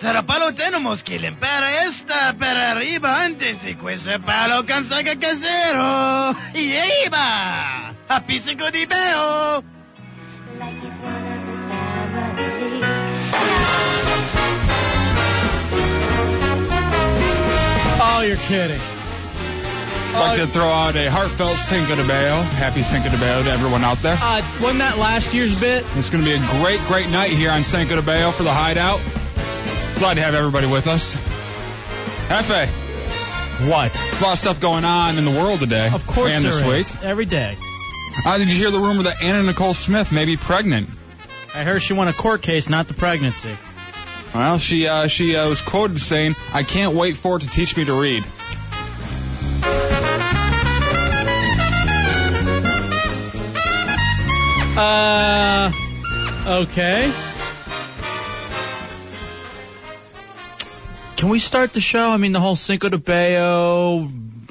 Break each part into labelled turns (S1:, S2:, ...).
S1: Será palo tenemos que limpiar esta para arriba antes de que ese palo consiga casero. Y arriba, a písico de veo.
S2: Like he's one of the family.
S3: Oh, you're kidding.
S4: I'd like
S3: Uh,
S4: to throw out a heartfelt Cinco de Mayo. Happy Cinco de Mayo to everyone out there.
S3: Uh, wasn't that last year's bit?
S4: It's going to be a great, great night here on Cinco de Mayo for the Hideout. Glad to have everybody with us. Hefe,
S3: What?
S4: a lot of stuff going on in the world today.
S3: Of course
S4: And
S3: there
S4: this
S3: is.
S4: week.
S3: Every day.
S4: Uh, did you hear the rumor that Anna Nicole Smith may be pregnant?
S3: I heard she won a court case, not the pregnancy.
S4: Well, she uh, she uh, was quoted saying, "I can't wait for it to teach me to read."
S3: Uh, okay. Can we start the show? I mean, the whole Cinco de Mayo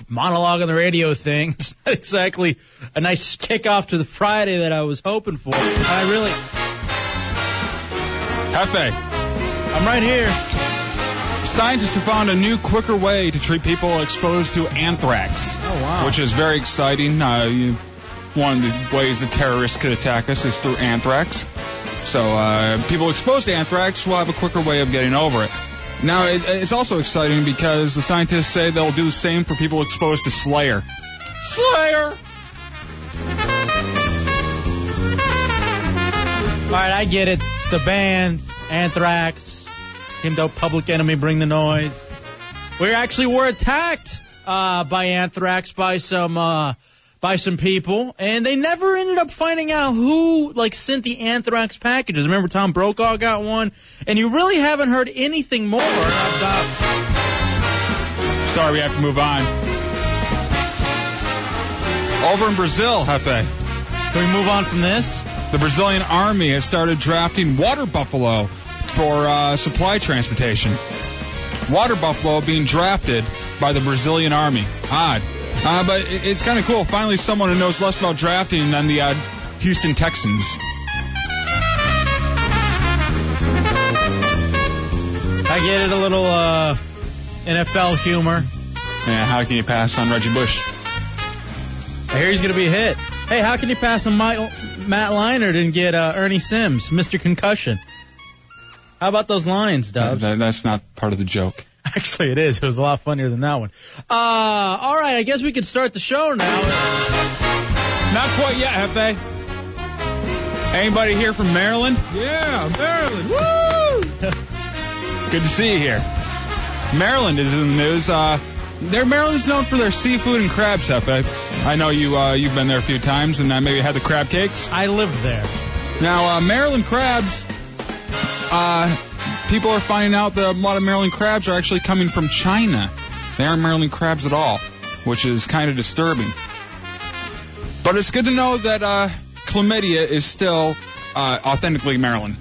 S3: monologue on the radio thing. It's not exactly a nice kickoff to the Friday that I was hoping for. And I really,
S4: Hefe,
S3: I'm right here.
S4: scientists have found a new, quicker way to treat people exposed to anthrax,
S3: Oh wow.
S4: which is very exciting. Uh, you, one of the ways the terrorists could attack us is through anthrax. So uh, people exposed to anthrax will have a quicker way of getting over it. Now, it, it's also exciting because the scientists say they'll do the same for people exposed to Slayer. Slayer.
S3: All right, I get it. The band, Anthrax, him though Public Enemy, Bring the Noise. We actually were attacked uh, by Anthrax by some uh, by some people, and they never ended up finding out who like sent the Anthrax packages. Remember, Tom Brokaw got one, and you really haven't heard anything more about.
S4: Sorry, we have to move on. Over in Brazil, Hefe,
S3: Can we move on from this?
S4: the Brazilian army has started drafting water buffalo for uh, supply transportation. Water buffalo being drafted by the Brazilian army. Odd. Uh, but it- it's kind of cool. Finally, someone who knows less about drafting than the uh, Houston Texans.
S3: I get it, a little uh, NFL humor.
S4: Yeah, how can you pass on Reggie Bush?
S3: I hear he's gonna be hit. Hey, how can you pass on Michael, Matt Leinart and get uh, Ernie Sims, Mr. Concussion? How about those Lions, Dubs?
S4: That- that's not part of the joke.
S3: Actually, it is. It was a lot funnier than that one. Uh, all right, I guess we could start the show now.
S4: Not quite yet, Hefe. Anybody here from Maryland?
S5: Yeah, Maryland.
S4: Good to see you here. Maryland is in the news. Uh, their Maryland's known for their seafood and crab stuff. I, I know you uh, you've been there a few times and uh, maybe had the crab cakes.
S3: I lived there.
S4: Now uh, Maryland crabs, uh, people are finding out that a lot of Maryland crabs are actually coming from China. They aren't Maryland crabs at all, which is kind of disturbing. But it's good to know that uh, chlamydia is still uh, authentically Maryland.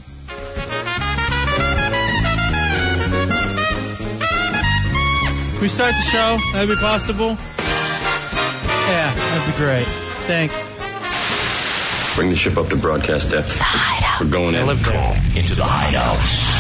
S3: Can we start the show? That'd be possible. Yeah, that'd be great. Thanks.
S6: Bring the ship up to broadcast depth. We're going in.
S7: into the hideout.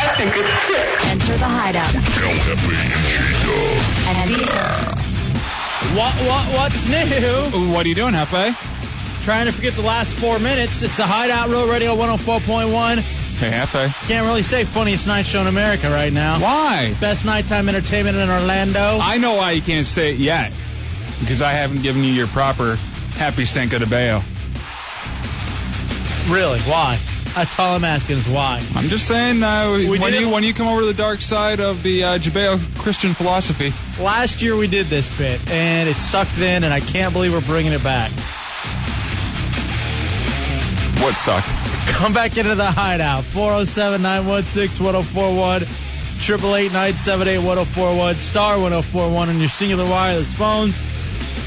S8: Enter the hideout and be
S3: What, what, what's new?
S4: Ooh, What are you doing, Hefe?
S3: Trying to forget the last four minutes. It's the Hideout Road Radio 104.1.
S4: Hey, Hefe.
S3: Can't really say funniest night show in America right now.
S4: Why?
S3: Best nighttime entertainment in Orlando.
S4: I know why you can't say it yet, because I haven't given you your proper happy Cinco de Mayo.
S3: Really? Why? That's all I'm asking is why.
S4: I'm just saying, uh, when
S3: did
S4: you
S3: it-
S4: when you come over to the dark side of the uh, Judeo Christian philosophy,
S3: Last year we did this bit, and it sucked then, and I can't believe we're bringing it back.
S4: what sucked?
S3: oh Come back into the hideout. 407 916 1041. triple eight nine seven eight one zero four one star one zero four one on your singular wireless phones.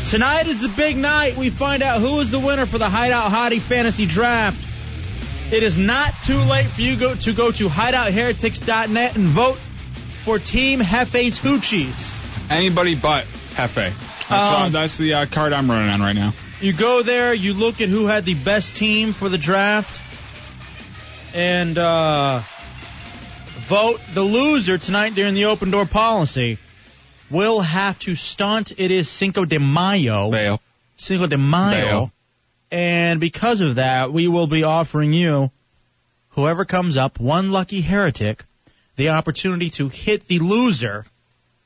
S3: Tonight is the big night. We find out who is the winner for the Hideout Hottie Fantasy Draft. It is not too late for you go to go to hideoutheretics.net and vote for Team Hefe's Hoochies.
S4: Anybody but Hefe. That's,
S3: Um,
S4: uh, that's the uh, card I'm running on right now.
S3: You go there, you look at who had the best team for the draft, and uh, vote. The loser tonight during the open door policy will have to stunt. It is Cinco de Mayo.
S4: Bail.
S3: Cinco de Mayo.
S4: Bail.
S3: And because of that, we will be offering you, whoever comes up, one lucky heretic, the opportunity to hit the loser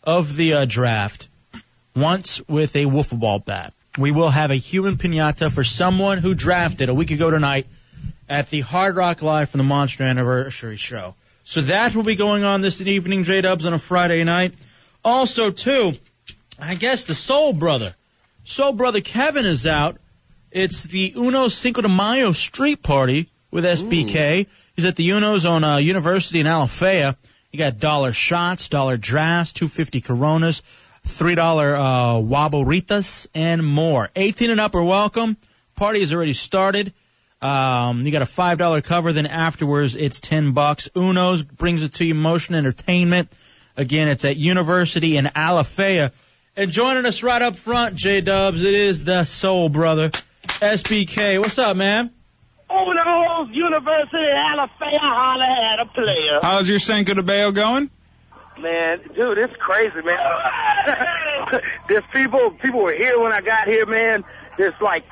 S3: of the uh, draft once with a wiffle ball bat. We will have a human pinata for someone who drafted a week ago tonight at the Hard Rock Live from the Monster Anniversary Show. So that will be going on this evening, J Dubs, on a Friday night. Also, too, I guess the Soul Brother, Soul Brother Kevin is out. It's the Uno Cinco de Mayo Street Party with SBK. He's at the Uno's on uh, University in Alafaya. You got dollar shots, dollar drafts, two fifty Coronas, three dollar uh, Waboritas, and more. Eighteen and up are welcome. Party has already started. Um, you got a five dollar cover. Then afterwards, it's ten bucks. Uno's brings it to you. Motion Entertainment. Again, it's at University in Alafaya. And joining us right up front, J Dubs, it is the Soul Brother, SBK. What's up, man?
S5: Oh, the whole University of Alabama holler at a player.
S4: How's your Cinco de Bayo going?
S5: Man, dude, it's crazy, man. There's people, people were here when I got here, man. There's like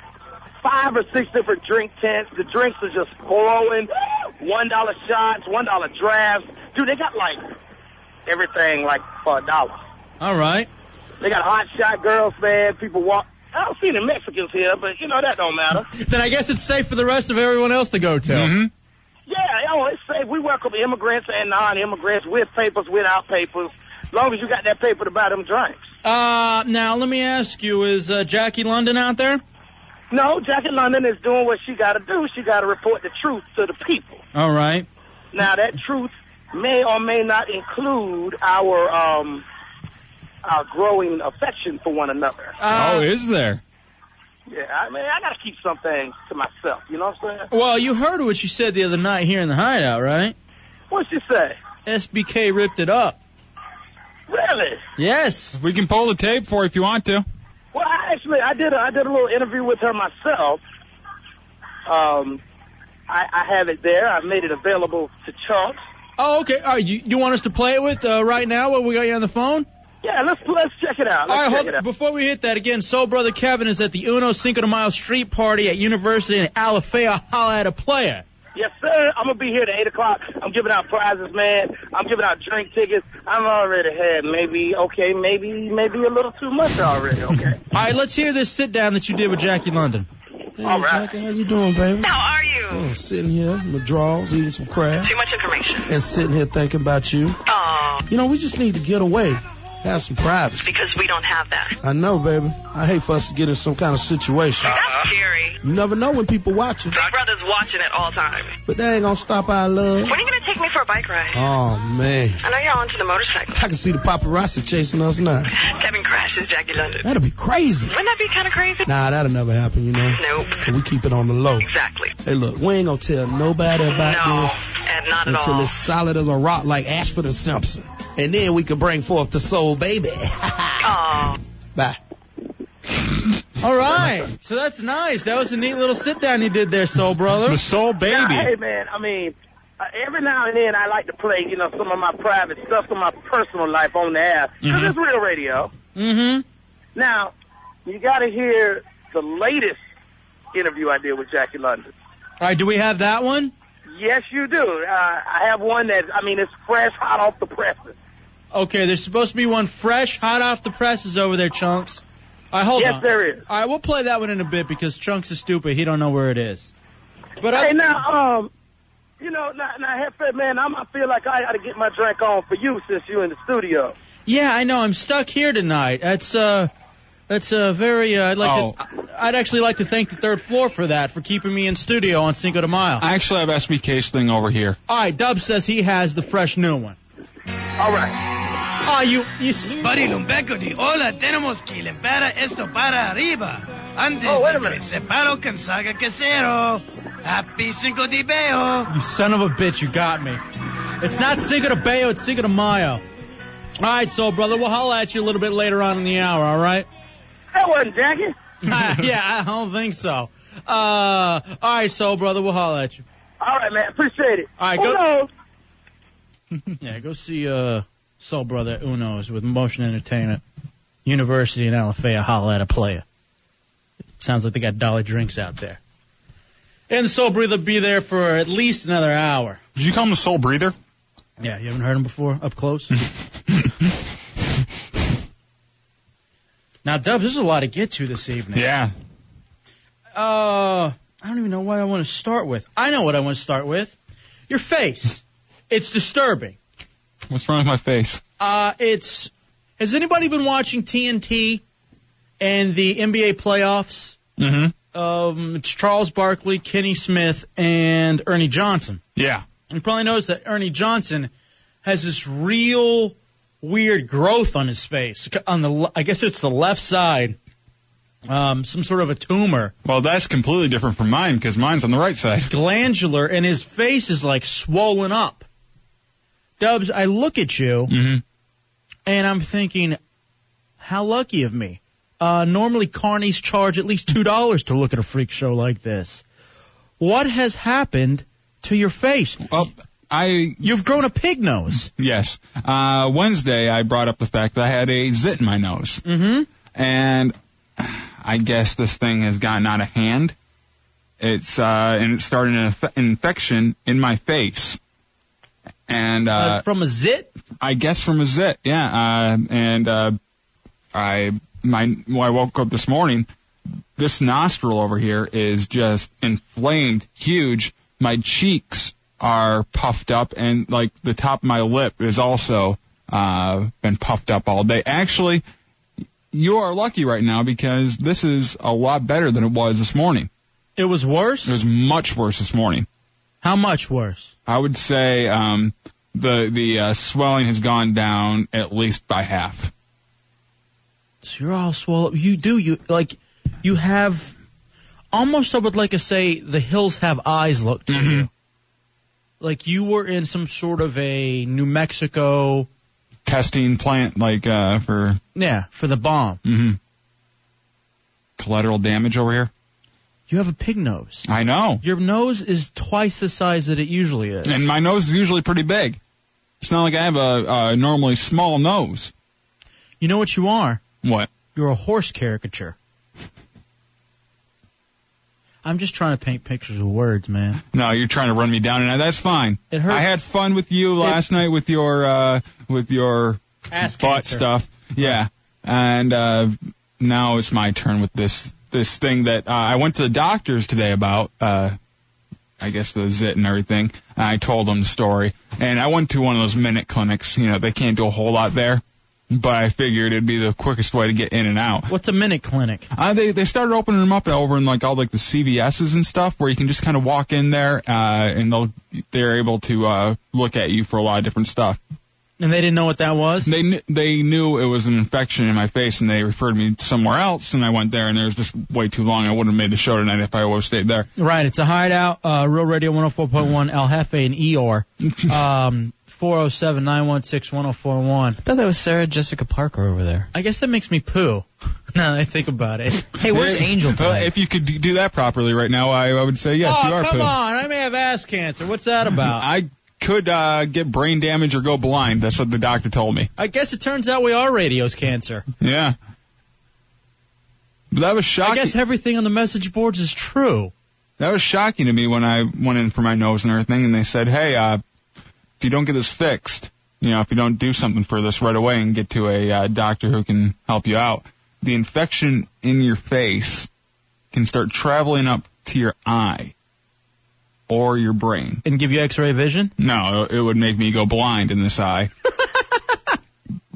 S5: five or six different drink tents. The drinks are just flowing. One dollar shots, one dollar drafts. Dude, they got like everything like for a dollar.
S3: All right.
S5: They got hot shot girls, man. People walk. I don't see any Mexicans here, but you know that don't matter.
S3: Then I guess it's safe for the rest of everyone else to go to.
S4: Mm-hmm.
S5: Yeah, oh, it's safe. We welcome immigrants and non-immigrants with papers, without papers, long as you got that paper to buy them drinks.
S3: Uh, now let me ask you: Is uh, Jackie London out there?
S5: No, Jackie London is doing what she got to do. She got to report the truth to the people.
S3: All right.
S5: Now, that truth may or may not include our um, our growing affection for one another.
S4: oh,
S3: Uh,
S4: is there?
S5: Yeah, I mean, I got to keep some things to myself. You know what I'm saying?
S3: well, you heard what she said the other night here in the hideout, right?
S5: What'd she say?
S3: SBK ripped it up.
S5: Really?
S3: Yes.
S4: We can pull the tape for it if you want to.
S5: Well, I actually, I did a, I did a little interview with her myself. Um, I, I have it there. I made it available to Chunks.
S3: Oh, okay. All right. You, you want us to play it with uh, right now while we got you on the phone?
S5: Yeah, let's let's check it out. Let's
S3: All right,
S5: check
S3: hold
S5: it
S3: on.
S5: out.
S3: Before we hit that again, Soul Brother Kevin is at the Uno Cinco de Mayo Street Party at University in Alafaya. Holla at a player.
S5: Yes, sir. I'm gonna be here at eight o'clock. I'm giving out prizes, man. I'm giving out drink tickets. I'm already had maybe okay, maybe maybe a little too much already. Okay.
S3: All right, let's hear this sit down that you did with Jackie London.
S9: Hey,
S5: All right.
S9: Jackie, how you doing, baby?
S10: How are you?
S9: I'm sitting here in my drawers, eating some crab,
S10: Too much information.
S9: and sitting here thinking about you.
S10: Oh,
S9: You know, we just need to get away, have some privacy.
S10: because we don't have that.
S9: I know, baby. I hate for us to get in some kind of situation.
S10: That's scary.
S9: You never know when people watching,
S10: My brother's watching at all times.
S9: but they ain't gonna stop our love.
S10: When are you going to take me for a bike ride?
S9: Oh man,
S10: I know you're onto the motorcycle.
S9: I can see the paparazzi chasing us now.
S10: Kevin crashes Jackie London.
S9: That'll be crazy.
S10: Wouldn't that be kind of crazy?
S9: Nah, that'll never happen, you know.
S10: Nope.
S9: We keep it on the low.
S10: Exactly.
S9: Hey, look, we ain't gonna tell nobody about
S10: No,
S9: this
S10: and not at
S9: until
S10: all.
S9: it's solid as a rock like Ashford and Simpson. And then we can bring forth the soul baby.
S10: Oh,
S9: Bye.
S3: All right. So that's nice. That was a neat little sit down you did there, Soul Brother.
S4: The Soul
S5: Now, hey
S4: Baby.
S5: man, I mean, uh, every now and then I like to play, you know, some of my private stuff, some of my personal life on the air. 'Cause
S4: Mhm.
S5: it's real radio.
S3: Mm-hmm.
S5: Now, you got to hear the latest interview I did with Jackie London.
S3: All right, do we have that one?
S5: Yes, you do. Uh, I have one that, I mean, it's fresh, hot off the presses.
S3: Okay, there's supposed to be one fresh, hot off the presses over there, Chunks. All right, hold
S5: yes,
S3: on.
S5: there is.
S3: All right, we'll play that one in a bit because Chunks is stupid. He don't know where it is. But
S5: Hey,
S3: I,
S5: now, um, you know, now, now Hefe, man, I'm, I feel like I got to get my drink on for you since you in the studio.
S3: yeah, I know. I'm stuck here tonight. That's uh, that's uh, very. Uh, I'd like
S4: Oh.
S3: to. I'd actually like to thank the third floor for that for keeping me in studio on Cinco de Mayo.
S4: I actually have SBK's thing over here.
S3: All right, Dub says he has the fresh new one.
S5: Oh, All right.
S3: Ah, you, you.
S1: Buddy Lumbeco de Ola, tenemos que limpiar esto para arriba. Antes
S5: Oh,
S1: de que se paro con saga casero. Happy Cinco de Mayo.
S3: You son of a bitch, you got me. It's not Cinco de Bayo, it's Cinco de Mayo. All right, so brother, we'll holler at you a little bit later on in the hour. All right?
S5: That wasn't Jackie.
S3: yeah, I don't think so. Uh, all right, so brother, we'll holler at you.
S5: All right, man. Appreciate it.
S3: All right, go-
S5: Uno.
S3: Yeah, go see uh Soul Brother Uno's with Motion Entertainment, University in Alafaya. Holla at a player. Sounds like they got dollar drinks out there. And Soul Breather be there for at least another hour.
S4: Did you call him the Soul Breather?
S3: Yeah, you haven't heard him before up close. now, Dubs, there's a lot to get to this evening.
S4: Yeah.
S3: Uh, I don't even know what I want to start with. I know what I want to start with. Your face. It's disturbing.
S4: What's wrong with my face?
S3: Uh, it's. Has anybody been watching TNT and the NBA playoffs?
S4: Mm-hmm.
S3: Um, it's Charles Barkley, Kenny Smith, and Ernie Johnson.
S4: Yeah.
S3: You probably noticed that Ernie Johnson has this real weird growth on his face. On the, le- I guess it's the left side. Um, some sort of a tumor,
S4: Well, that's completely different from mine because mine's on the right side.
S3: glandular, and his face is like swollen up. Dubs, I look at you.
S4: Mm-hmm.
S3: and I'm thinking, how lucky of me. Uh, normally carnies charge at least two dollars to look at a freak show like this. What has happened to your face?
S4: Well, I
S3: You've grown a pig nose.
S4: yes. Uh, Wednesday I brought up the fact that I had a zit in my nose,
S3: Mm-hmm.
S4: and I guess this thing has gotten out of hand. It's uh, and it started an inf- infection in my face, and
S3: Uh,
S4: uh,
S3: from a zit.
S4: I guess from a zit, yeah. Uh, and uh, I my when I woke up this morning, this nostril over here is just inflamed, huge. My cheeks are puffed up, and like the top of my lip is also uh, been puffed up all day. Actually, you are lucky right now because this is a lot better than it was this morning.
S3: It was worse.
S4: It was much worse this morning.
S3: how much worse?
S4: I would say um, the the uh, swelling has gone down at least by half.
S3: So you're all swollen. You do. You like. You have. Almost, I would like to say the hills have eyes look
S4: Mm-hmm.
S3: to you. Like you were in some sort of a New Mexico,
S4: testing plant like uh for
S3: yeah, for the bomb.
S4: mhm. collateral damage over here.
S3: You have a pig nose.
S4: I know.
S3: Your nose is twice the size that it usually is.
S4: And my nose is usually pretty big. It's not like I have a, a normally small nose.
S3: you know what you are?
S4: What?
S3: You're a horse caricature. I'm just trying to paint pictures with words, man.
S4: No, you're trying to run me down, and that's fine.
S3: It hurts.
S4: I had fun with you last night with your uh with your
S3: Ass
S4: butt
S3: cancer.
S4: stuff. Yeah. And uh now it's my turn with this this thing that uh, I went to the doctors today about uh I guess the zit and everything. And I told them the story. And I went to one of those minute clinics, you know, they can't do a whole lot there. But I figured it'd be the quickest way to get in and out.
S3: What's a minute clinic?
S4: Uh, they they started opening them up over in like all like the CVSs and stuff where you can just kind of walk in there uh, and they'll they're able to uh, look at you for a lot of different stuff.
S3: And they didn't know what that was?
S4: They kn- they knew it was an infection in my face and they referred me somewhere else and I went there and there was just way too long. I wouldn't have made the show tonight if I would have stayed there.
S3: Right, it's a hideout, uh, Real Radio 104.1, Al Jefe and ER, um, 407 916 1041.
S11: thought that was Sarah Jessica Parker over there.
S3: I guess that makes me poo now that I think about it.
S11: Hey, where's Angel
S4: Uh,
S11: tonight?
S4: if you could d- do that properly right now, I, I would say yes.
S3: oh,
S4: you are
S3: come
S4: poo.
S3: on, I may have ass cancer. What's that about?
S4: I could uh, get brain damage or go blind. That's what the doctor told me.
S3: I guess it turns out we are radio's cancer.
S4: Yeah. But that was shocking.
S3: I guess everything on the message boards is true.
S4: That was shocking to me when I went in for my nose and everything, and they said, "Hey, uh, if you don't get this fixed, you know, if you don't do something for this right away and get to a uh, doctor who can help you out, the infection in your face can start traveling up to your eye or your brain.
S3: And give you x-ray vision?
S4: No, it would make me go blind in this eye.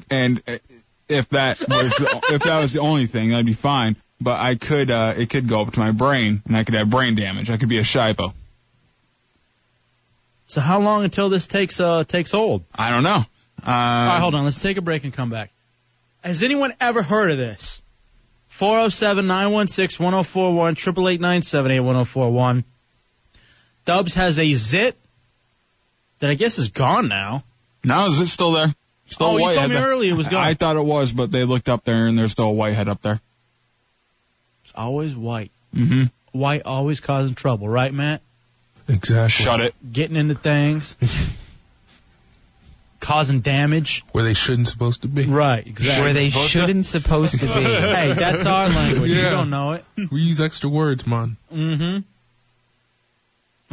S4: and uh, if that was if that was the only thing, that'd be fine. But I could uh, it could go up to my brain, and I could have brain damage. I could be a shibo.
S3: So how long until this takes uh takes hold?
S4: I don't know.
S3: All
S4: Uh,
S3: right, hold on. Let's take a break and come back. Has anyone ever heard of this? 407 916 1041, 888 978 1041. Dubs has a zit that I guess is gone now.
S4: Now is it still there? Still
S3: Oh,
S4: a
S3: you
S4: whitehead
S3: told me
S4: there.
S3: earlier it was gone.
S4: I thought it was, but they looked up there and there's still a whitehead up there.
S3: It's always white.
S4: Mm-hmm.
S3: White always causing trouble, right, Matt?
S12: Exactly.
S4: Shut it.
S3: Getting into things, causing damage.
S12: Where they shouldn't supposed to be.
S3: Right, exactly.
S11: Where they shouldn't supposed to be.
S3: hey, that's our language. You
S12: Yeah.
S3: don't know it.
S12: We use extra words, man.
S3: Mm-hmm.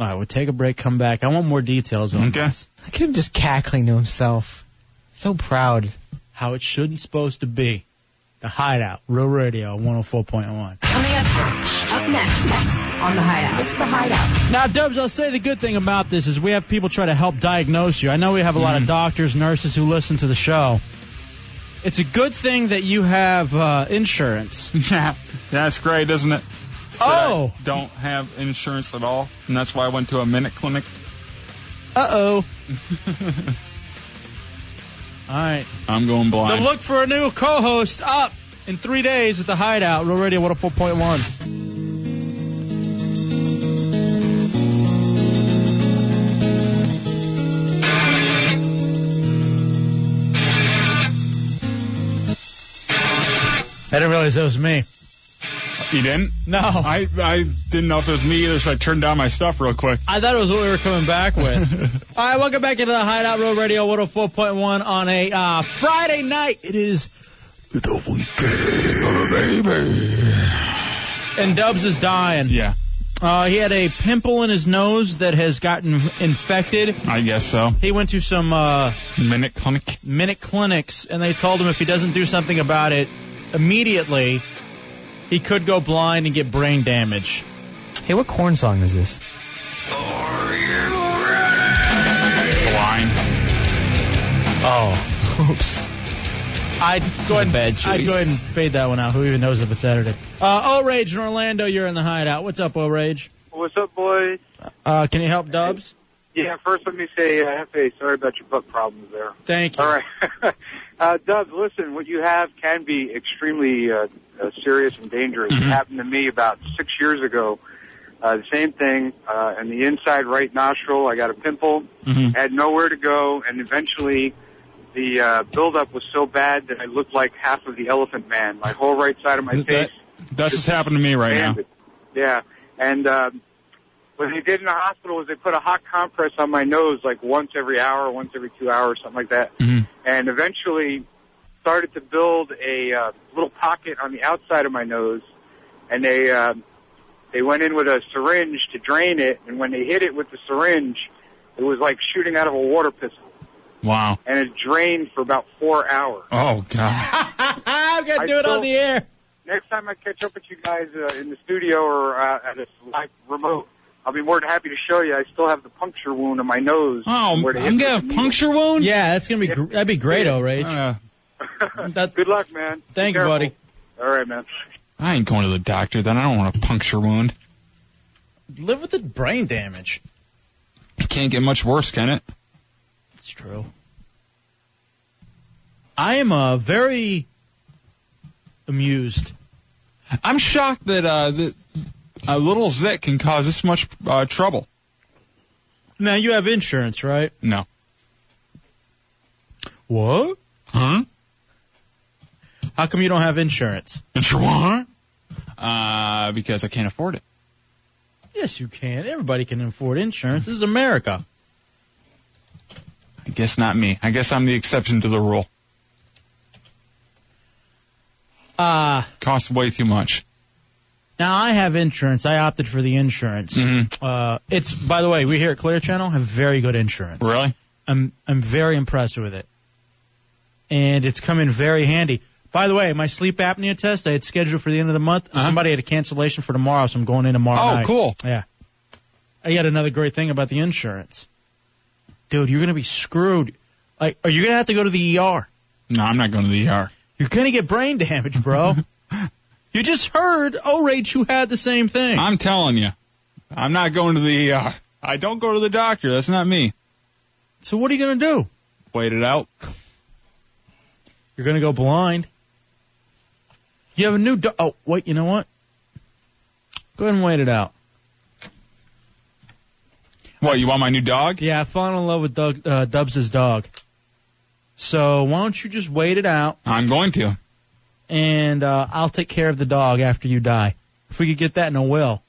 S3: All right, we'll take a break, come back. I want more details on
S4: Okay.
S3: this.
S11: Look at him just cackling to himself. So proud.
S3: How it shouldn't supposed to be. The Hideout, Real Radio 104.1.
S13: Coming up, up next, on the Hideout. It's the Hideout.
S3: Now, Dubs, I'll say the good thing about this is we have people try to help diagnose you. I know we have a lot of doctors, nurses who listen to the show. It's a good thing that you have uh, insurance.
S4: That's great, isn't it?
S3: Oh.
S4: That I don't have insurance at all, and that's why I went to a minute clinic.
S3: Uh oh. All right.
S4: I'm going blind.
S3: So look for a new co-host up in three days at the Hideout, Real Radio 104.1. I didn't realize that was me.
S4: You didn't?
S3: No.
S4: I I didn't know if it was me either, so I turned down my stuff real quick.
S3: I thought it was what we were coming back with. All right, welcome back into the Hideout Road Radio 104.1 on a uh, Friday night. It is
S12: The weekend, baby.
S3: and Dubs is dying.
S4: Yeah.
S3: Uh, he had a pimple in his nose that has gotten infected.
S4: I guess so.
S3: He went to some uh,
S4: Minute clinic.
S3: minute clinics, and they told him if he doesn't do something about it immediately, he could go blind and get brain damage.
S11: Hey, what corn song is this?
S4: Blind.
S11: Oh, oops.
S3: I'd go ahead,
S11: bad
S3: I'd
S11: choice.
S3: go ahead and fade that one out. Who even knows if it's edited? Uh, O-Rage in Orlando, you're in the hideout. What's up, O-Rage?
S14: What's up, boys?
S3: Uh, can you help Dubs?
S14: Yeah, first let me say, uh, Hefe, sorry about your butt problems there.
S3: Thank you.
S14: All right. uh, Dubs, listen, what you have can be extremely uh, uh, serious and dangerous.
S3: Mm-hmm.
S14: It happened to me about six years ago. Uh, the same thing uh, in the inside right nostril. I got a pimple.
S3: Mm-hmm.
S4: Mhm.
S14: Had nowhere to go, and eventually the uh, buildup was so bad that I looked like half of the Elephant Man. My whole right side of my
S4: That-
S14: face
S4: That's what's happened to me right now.
S14: yeah, and um, what they did in the hospital was they put a hot compress on my nose like once every hour, once every two hours, something like that.
S4: Mhm.
S14: And eventually started to build a uh, little pocket on the outside of my nose, and they um they went in with a syringe to drain it, and when they hit it with the syringe, it was like shooting out of a water pistol,
S4: Wow.
S14: and it drained for about four hours.
S4: Oh god.
S3: I'm gonna
S14: I
S3: do it
S14: still-
S3: on the air.
S14: next time I catch up with you guys uh, in the studio or uh, at a live remote, I'll be more than happy to show you. I still have the puncture wound on my nose.
S4: Oh,
S14: where they hit
S4: I'm gonna have
S14: the
S4: puncture wounds.
S3: Yeah, that's gonna be gr- that'd be great, O-Rage.
S4: Uh,
S14: needle.
S3: That's-
S14: Good luck, man. Be
S3: Thank you,
S14: careful.
S3: buddy.
S14: All right, man.
S4: I ain't going to the doctor. Then I don't want a puncture wound.
S3: Live with the brain damage.
S4: It can't get much worse, can it?
S3: It's true. I am uh, very amused.
S4: I'm shocked that uh, that a little zit can cause this much uh, trouble.
S3: Now you have insurance, right?
S4: No.
S3: What?
S4: Huh?
S3: How come you don't have insurance?
S4: Insurance? Uh, because I can't afford it.
S3: Yes, you can. Everybody can afford insurance. This is America.
S4: I guess not me. I guess I'm the exception to the rule.
S3: Uh
S4: Costs way too much.
S3: now I have insurance. I opted for the insurance.
S4: Mhm.
S3: Uh, it's by the way, we here at Clear Channel have very good insurance.
S4: Really?
S3: I'm I'm very impressed with it, and it's come in very handy. By the way, my sleep apnea test I had scheduled for the end of the month. Somebody had a cancellation for tomorrow, so I'm going in tomorrow.
S4: Uh-huh. Oh,
S3: night.
S4: cool.
S3: Yeah. I got another great thing about the insurance, dude. You're gonna be screwed. Like, are you gonna have to go to the ER?
S4: No, I'm not going to the ER.
S3: You're gonna get brain damage, bro. you just heard O-Rage who had the same thing.
S4: I'm telling you, I'm uh, not going to the ER. I don't go to the doctor. That's not me.
S3: so what are you gonna do?
S4: Wait it out.
S3: You're gonna go blind. You have a new. Do- oh wait, you know what? Go ahead and wait it out.
S4: What you want my new dog?
S3: Yeah, I've fallen in love with Doug, uh, Dubs' dog. So why don't you just wait it out?
S4: I'm going to.
S3: And uh, I'll take care of the dog after you die. If we could get that in a will,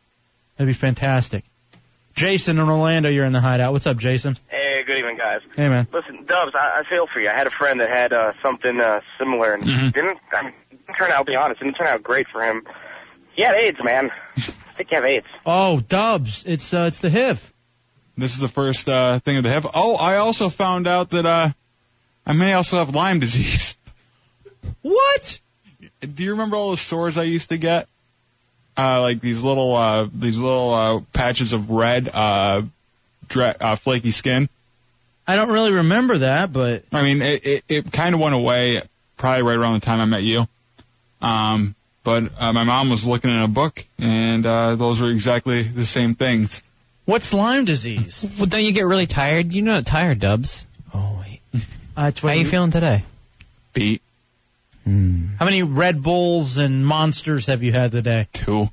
S3: that'd be fantastic. Jason in Orlando, you're in the hideout. What's up, Jason?
S15: Hey, good evening, guys.
S3: Hey, man.
S15: Listen, Dubs, I, I feel for you. I had a friend that had uh, something uh, similar, and
S3: Mm-hmm.
S15: didn't, I mean, didn't turn out. I'll be honest, didn't turn out great for him. He had AIDS, man. I think he had AIDS.
S3: Oh, Dubs, it's uh, it's the HIV.
S4: This is the first uh, thing of the hip. Oh, I also found out that uh, I may also have Lyme disease.
S3: What?
S4: Do you remember all those sores I used to get? Uh, like these little uh, these little uh, patches of red uh, dra- uh, flaky skin.
S3: I don't really remember that, but
S4: I mean, it it, it kind of went away probably right around the time I met you. Um, but uh, my mom was looking in a book, and uh, those were exactly the same things.
S3: What's Lyme disease?
S11: Well, don't you get really tired? You're not tired, Dubs.
S3: Oh, wait. Uh, it's
S11: How
S3: what
S11: you
S3: you-
S11: feeling today?
S4: Beat Hmm.
S3: How many Red Bulls and monsters have you had today?
S4: two.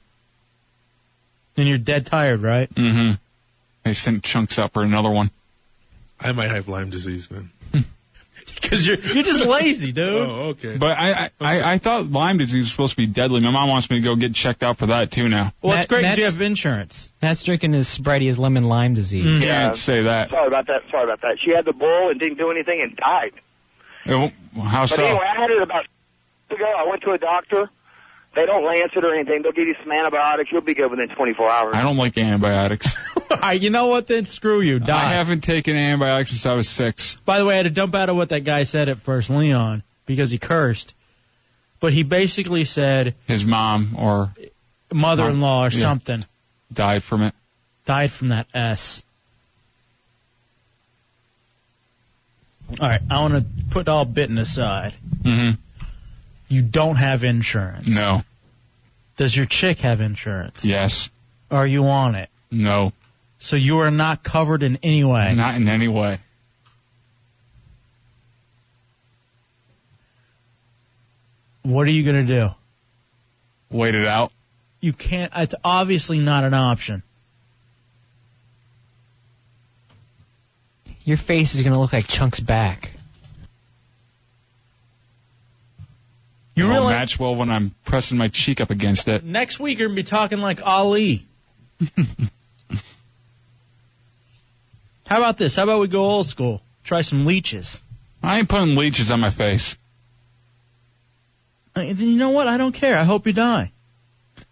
S3: And you're dead tired, right?
S4: Mm-hmm. They sent chunks up for another one.
S12: I might have Lyme disease then.
S3: Because you're you're just lazy, dude.
S12: Oh, okay.
S4: But I I, I I thought Lyme disease was supposed to be deadly. My mom wants me to go get checked out for that too now.
S3: Well,
S11: Matt-
S3: it's great 'cause you
S11: Matt's-
S3: have insurance. Mm-hmm.
S11: Matt's drinking his Sprite, his lemon lime disease.
S4: Can't say that.
S5: Sorry about that. Sorry about that. She had the bull and didn't do anything and died.
S4: Oh, How
S5: But
S4: so?
S5: anyway, I had it about ago. I went to a doctor. They don't lance it or anything. They'll give you some antibiotics. You'll be good within 24 hours.
S4: I don't like antibiotics.
S3: All right, you know what? Then screw you.
S4: I
S3: Die.
S4: haven't taken antibiotics since I was six.
S3: By the way, I had to dump out of what that guy said at first, Leon, because he cursed. But he basically said
S4: His mom or
S3: mother-in-law or
S4: Yeah.
S3: something
S4: died from it.
S3: died from that S. All right, I want to put all bitten aside.
S4: Mm-hmm.
S3: You don't have insurance.
S4: No.
S3: Does your chick have insurance?
S4: Yes.
S3: Are you on it?
S4: No.
S3: So you are not covered in any way.
S4: Not in any way.
S3: What are you going to do?
S4: Wait it out.
S3: You can't. It's obviously not an option.
S11: Your face is gonna look like Chunk's back.
S3: You
S4: It won't
S3: realize
S4: match well when I'm pressing my cheek up against it.
S3: next week you're going to be talking like Ali. How about this? How about we go old school? Try some leeches.
S4: I ain't putting leeches on my face.
S3: I- Then you know what? I don't care. I hope you die.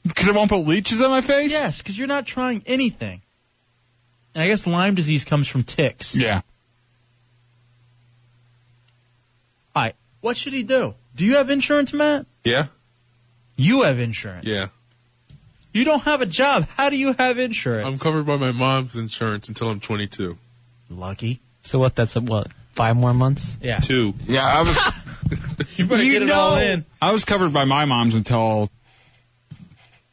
S4: Because I won't put leeches on my face?
S3: Yes, because you're not trying anything. And I guess Lyme disease comes from ticks.
S4: Yeah.
S3: All right. What should he do? Do you have insurance, Matt?
S12: Yeah?
S3: You have insurance.
S12: Yeah.
S3: You don't have a job. How do you have insurance?
S12: I'm covered by my mom's insurance until I'm 22.
S3: Lucky.
S11: So what? That's what? Five more months?
S3: Yeah.
S12: Two.
S4: Yeah, I was
S12: you better
S3: you
S12: get it
S3: know,
S12: all in.
S4: I was covered by my mom's until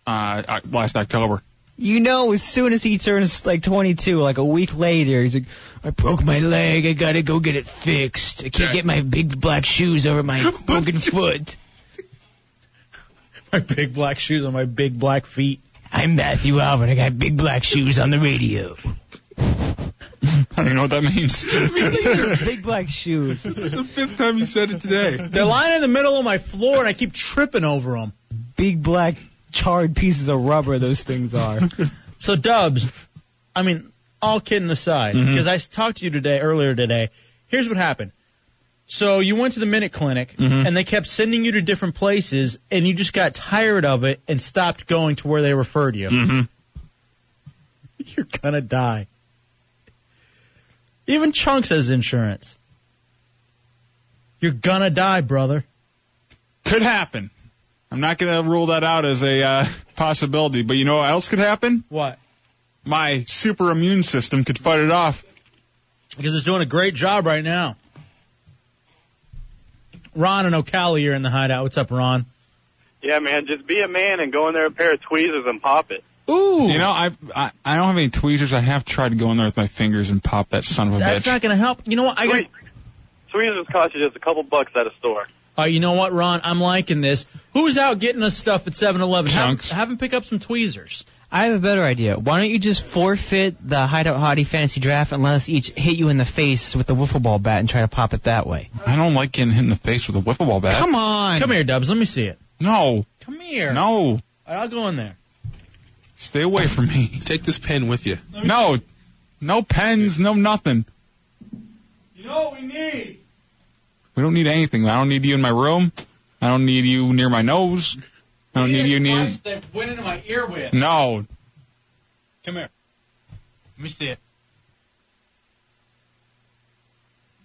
S4: uh, uh, last October.
S11: You know, as soon as he turns like 22, like a week later, he's like, I broke my leg. I gotta go get it fixed. I can't
S12: Jack-
S11: get my big black shoes over my broken foot.
S3: my big black shoes on my big black feet.
S11: I'm Matthew Alvin. I got big black shoes on the radio.
S4: I don't even know what that means.
S11: big black shoes.
S12: That's the fifth time you said it today.
S3: They're lying in the middle of my floor, and I keep tripping over them.
S11: Big black charred pieces of rubber those things are.
S3: So Dubs, I mean, all kidding aside,
S4: Mhm.
S3: because I s- talked to you today earlier today. Here's what happened. So you went to the Minute Clinic,
S4: Mhm.
S3: and they kept sending you to different places, and you just got tired of it and stopped going to where they referred you.
S4: hmm
S3: You're gonna die. Even Chunks has insurance. You're gonna die, brother.
S4: Could happen. I'm not going to rule that out as a uh, possibility, but you know what else could happen?
S3: What?
S4: My super immune system could fight it off.
S3: Because it's doing a great job right now. Ron and O'Callaghan are in the hideout. What's up, Ron?
S14: Yeah, man, just be a man and go in there with a pair of tweezers and pop it.
S3: Ooh,
S4: You know, I, I I don't have any tweezers. I have tried to go in there with my fingers and pop that son of a
S3: that's
S4: bitch.
S3: not gonna help. You know what? I got
S16: tweezers cost you just a couple bucks at a store.
S3: Uh, you know what, Ron? I'm liking this. Who's out getting us stuff at 7-Eleven? Chunks. Have, have him pick up some tweezers.
S11: I have a better idea. Why don't you just forfeit the Hideout Hottie fantasy draft and let us each hit you in the face with the wiffle ball bat and try to pop it that way?
S4: I don't like getting hit in the face with a wiffle ball bat.
S11: Come on.
S3: Come here, Dubs. Let me see it.
S4: No.
S3: Come here.
S4: No.
S3: All right, I'll go in there.
S4: Stay away from me.
S12: Take this pen with you.
S4: No. No pens, no nothing.
S3: You know what we need?
S4: We don't need anything. I don't need you in my room. I don't need you near my nose. I don't need you near.
S3: That went into my ear with.
S4: No.
S3: Come here. Let me see it.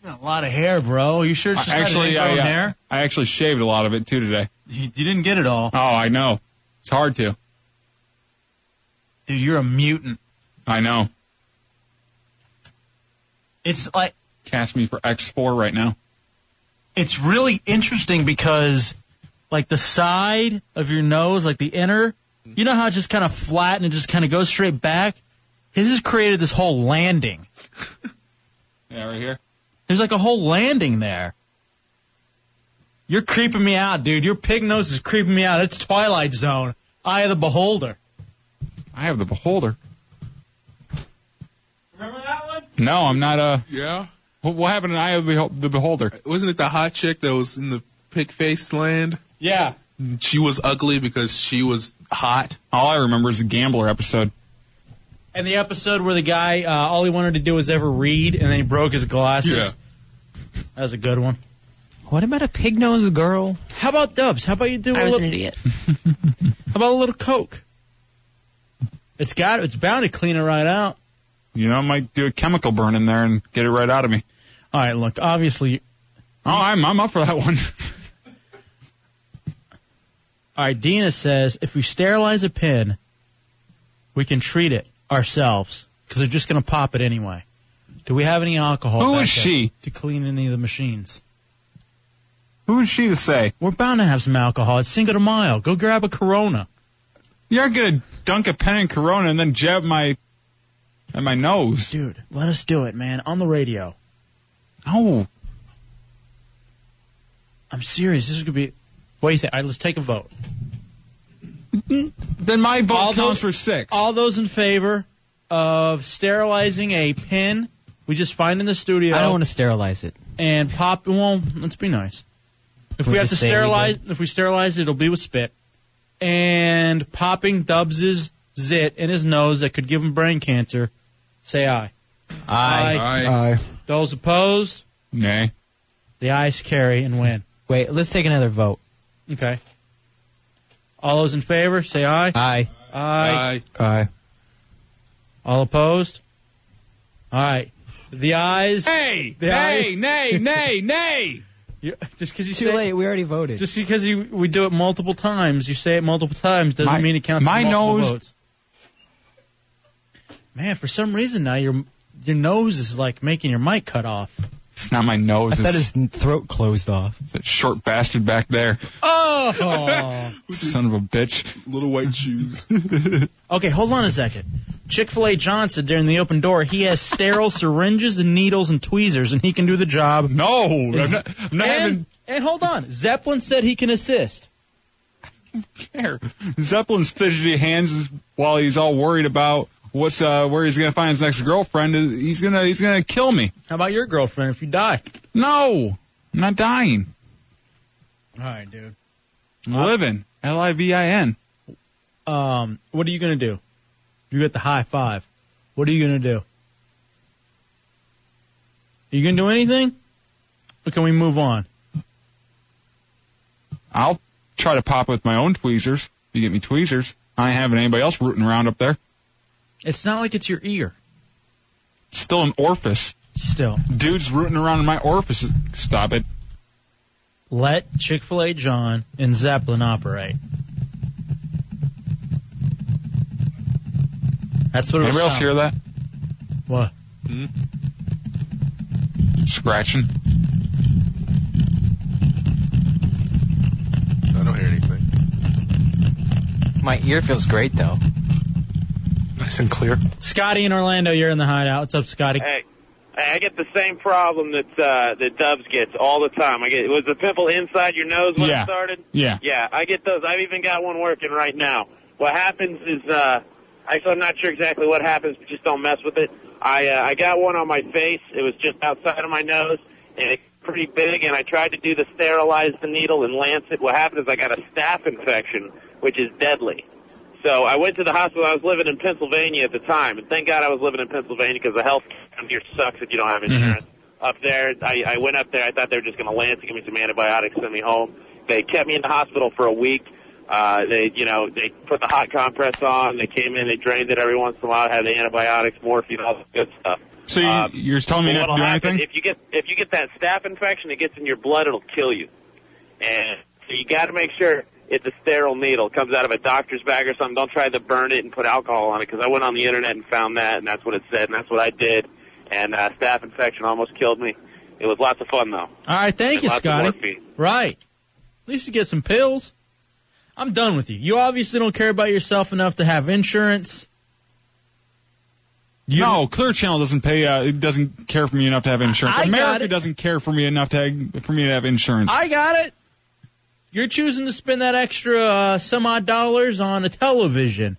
S3: Got a lot of hair, bro. You sure it's just
S4: I actually,
S3: not
S4: I,
S3: ingrown
S4: uh,
S3: hair?
S4: I actually shaved a lot of it too today.
S3: You didn't get it all.
S4: Oh, I know. It's hard to.
S3: Dude, you're a mutant.
S4: I know.
S3: It's like
S4: Cast me for X4 right now.
S3: it's really interesting because like the side of your nose, like the inner, you know how it just kind of flat and it just kind of goes straight back. His has created this whole landing.
S4: Yeah, right here.
S3: There's like a whole landing there. You're creeping me out, dude. Your pig nose is creeping me out. It's Twilight Zone. Eye of the Beholder.
S4: I have the beholder.
S3: Remember that one?
S4: No, I'm not uh
S12: Yeah.
S4: What, what happened in Eye of Beho- the Beholder?
S12: Wasn't it the hot chick that was in the pig face land?
S3: Yeah.
S12: She was ugly because she was hot.
S4: All I remember is the Gambler episode.
S3: And the episode where the guy, uh, all he wanted to do was ever read, and then he broke his glasses. That was a good one.
S11: What about a pig nosed girl?
S3: How about Dubs? How about you do?
S11: I
S3: a
S11: was
S3: little,
S11: an idiot.
S3: How about a little Coke? It's got. It's bound to clean it right out.
S4: You know, I might do a chemical burn in there and get it right out of me.
S3: All right, look. Obviously,
S4: Oh, I'm I'm up for that one.
S3: all right. Dina says if we sterilize a pin, we can treat it ourselves because they're just gonna pop it anyway. Do we have any alcohol?
S4: Who
S3: back
S4: is
S3: there
S4: she?
S3: to clean any of the machines?
S4: Who is she to say?
S3: We're bound to have some alcohol. It's Cinco de Mayo. Go grab a Corona.
S4: You're gonna dunk a pen in Corona and then jab my at my nose.
S3: Dude, let us do it, man, on the radio.
S4: No.
S3: I'm serious. This is gonna be. What do you think? All right, let's take a vote.
S4: Mm-hmm. Then my vote
S3: All those-
S4: counts for six.
S3: All those in favor of sterilizing a pin we just find in the studio
S11: I don't want to sterilize it.
S3: and pop. Well, let's be nice. If we,
S11: We
S3: have to
S11: just say we
S3: sterilize, if we sterilize, it'll be with spit and popping Dubs's zit in his nose that could give him brain cancer. Say aye.
S11: I
S12: Aye.
S4: Aye.
S3: Those opposed,
S4: Nay.
S3: the ayes carry and win.
S11: Wait, let's take another vote.
S3: Okay. All those in favor, say aye.
S11: Aye.
S3: Aye.
S4: Aye.
S3: All opposed. All right. The ayes.
S4: Hey!
S3: The
S4: nay,
S3: ayes-
S4: nay, nay, nay!
S3: You, just because you
S11: Too
S3: say,
S11: late. We already voted.
S3: Just because you we do it multiple times, you say it multiple times doesn't
S4: My-
S3: mean it counts. as
S4: my
S3: multiple
S4: nose-
S3: Votes. Man, for some reason now your your nose is like making your mic cut off.
S4: It's not my nose.
S11: I thought
S4: It's
S11: his throat closed off.
S4: that short bastard back there.
S3: Oh.
S4: Son of a bitch.
S12: Little white shoes.
S3: okay, hold on a second. Chick Fil A Johnson during the open door, he has sterile syringes and needles and tweezers, and he can do the job.
S4: No, I'm not, I'm not
S3: and,
S4: having
S3: and hold on, Zeppelin said he can assist.
S4: care. Zeppelin's fidgety hands while he's all worried about what's uh where he's gonna find his next girlfriend. He's gonna he's gonna kill me.
S3: How about your girlfriend if you die?
S4: No, I'm not dying.
S3: All right, dude.
S4: I'm living. L I V I N.
S3: Um, what are you gonna do? You get the high five. What are you gonna do? Are you gonna do anything? Or can we move on?
S4: I'll try to pop with my own tweezers. You get me tweezers. I ain't having anybody else rooting around up there.
S3: It's not like it's your ear.
S4: It's still an orifice.
S3: Still,
S4: Dudes rooting around in my orifice. Stop it.
S3: let Chick Fil A John and Zeppelin operate. That's what. it'll
S4: Anybody else
S3: sound
S4: hear that?
S3: like. What?
S4: Scratching.
S12: I don't hear anything.
S11: My ear feels great though.
S12: Nice and clear.
S3: Scotty in Orlando, you're in the hideout. What's up, Scotty?
S16: Hey,
S10: I I get the same problem that uh, that Dubs gets all the time. I get was the pimple inside your nose when
S4: Yeah.
S10: it started.
S4: Yeah.
S10: Yeah, I get those. I've even got one working right now. What happens is, uh, actually, I'm not sure exactly what happens, but just don't mess with it. I uh, I got one on my face. It was just outside of my nose, and it's pretty big. And I tried to do the sterilize the needle and lance it. What happened is I got a staph infection, which is deadly. So I went to the hospital. I was living in Pennsylvania at the time, and thank God I was living in Pennsylvania because the health care here sucks if you don't have insurance. Up there, I, I went up there. I thought they were just going to lance, give me some antibiotics, send me home. They kept me in the hospital for a week. Uh, they, you know, they put the hot compress on. They came in, they drained it every once in a while, had the antibiotics, morphine, all that good stuff.
S4: So you, you're telling me
S10: But
S4: not to
S10: what'll
S4: do
S10: happen,
S4: anything?
S10: If you get if you get that staph infection, it gets in your blood, it'll kill you. And so you got to make sure it's a sterile needle. It comes out of a doctor's bag or something. Don't try to burn it and put alcohol on it because I went on the internet and found that, and that's what it said, and that's what I did. And uh, staph infection almost killed me. It was lots of fun though.
S3: All right, thank
S10: And
S3: you,
S10: lots of
S3: Scotty.
S10: morphine.
S3: Right. At least you get some pills. I'm done with you. You obviously don't care about yourself enough to have insurance.
S4: no, Clear Channel doesn't pay. Uh, it doesn't care for me enough to have insurance.
S3: I got
S4: America
S3: it.
S4: doesn't care for me enough to ha- for me to have insurance.
S3: I got it. You're choosing to spend that extra uh, some odd dollars on a television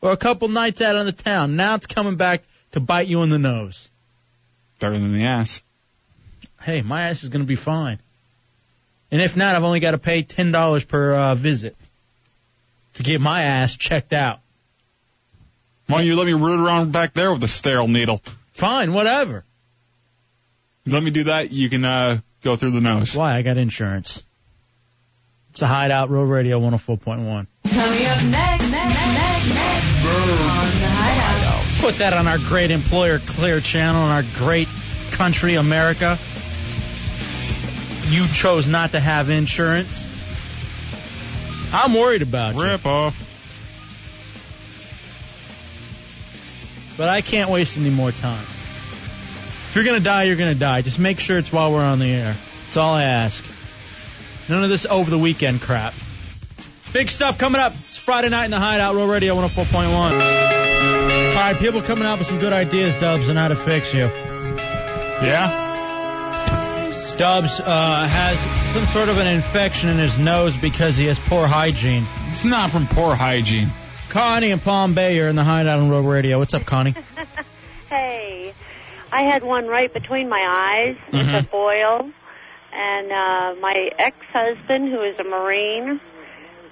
S3: or a couple nights out on the town. Now it's coming back to bite you in the nose.
S4: Better than the ass.
S3: Hey, my ass is going to be fine. And if not, I've only got to pay ten dollars per uh, visit to get my ass checked out.
S4: Why don't you let me root around back there with a sterile needle?
S3: Fine, whatever.
S4: Let me do that. You can uh, go through the nose.
S3: Why? I got insurance. It's a hideout, Real Radio 104.1.
S17: Coming up next, next, next, next on the hideout.
S3: Put that on our great employer Clear Channel and our great country, America. You chose not to have insurance. I'm worried about you. Rip
S4: off.
S3: But I can't waste any more time. If you're going to die, you're going to die. Just make sure it's while we're on the air. That's all I ask. None of this over the weekend crap. Big stuff coming up. It's Friday night in the Hideout, Real Radio 104.1. All right, people coming up with some good ideas, Dubs, on how to fix you.
S4: Yeah?
S3: Dubs uh, has some sort of an infection in his nose because he has poor hygiene.
S4: It's not from poor hygiene.
S3: Connie and Palm Bay are in the Hideout on Real Radio. What's up, Connie?
S18: Hey, I had one right between my eyes with
S3: Mm-hmm.
S18: a boil, and uh, my ex-husband, who is a Marine,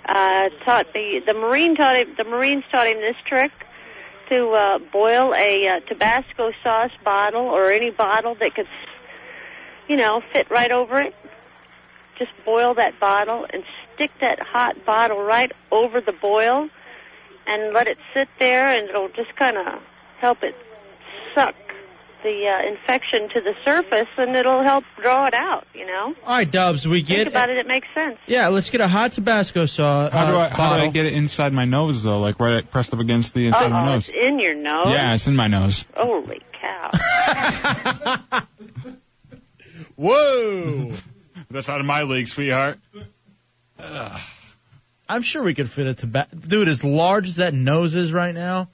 S18: uh, taught me the Marine taught him the Marines taught him this trick to uh, boil a uh, Tabasco sauce bottle or any bottle that could, you know, fit right over it. Just boil that bottle and stick that hot bottle right over the boil, and let it sit there, and it'll just kind of help it suck the uh, infection to the surface and it'll help draw it out, you know?
S3: All right, Dubs, we
S18: Think
S3: get.
S18: about it, it makes sense.
S3: Yeah, let's get a hot Tabasco sauce.
S4: How do
S3: uh,
S4: I how do I
S3: bottle.
S4: get it inside my nose though? Like right at, pressed up against the inside of my
S18: Uh-oh,
S4: nose.
S18: it's in your nose.
S4: Yeah, it's in my nose.
S18: Holy cow.
S3: Whoa!
S4: That's out of my league, sweetheart.
S3: I'm sure we could fit a Tabasco. Dude, as large as that nose is right now,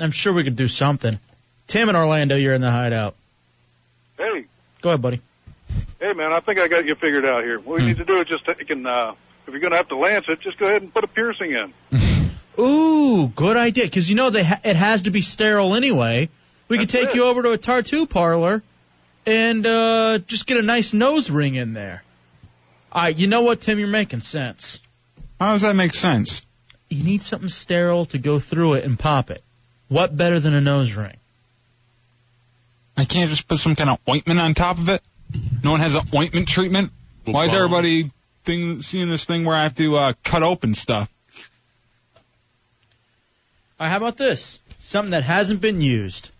S3: I'm sure we could do something. Tim in Orlando, you're in the Hideout.
S19: Hey,
S3: Go ahead, buddy.
S19: hey, man, I think I got you figured out here. What we
S3: Hmm.
S19: need to do is just take and, uh, if you're going to have to lance it, just go ahead and put a piercing in.
S3: Ooh, good idea. Because you know they ha- it has to be sterile anyway. We could take you over to a tattoo parlor and uh, just get a nice nose ring in there. All right, you know what, Tim? You're making sense.
S4: How does that make sense?
S3: You need something sterile to go through it and pop it. What better than a nose ring?
S4: I can't just put some kind of ointment on top of it. No one has an ointment treatment. Why is everybody thing, seeing this thing where I have to uh, cut open stuff?
S3: All right, how about this? Something that hasn't been used.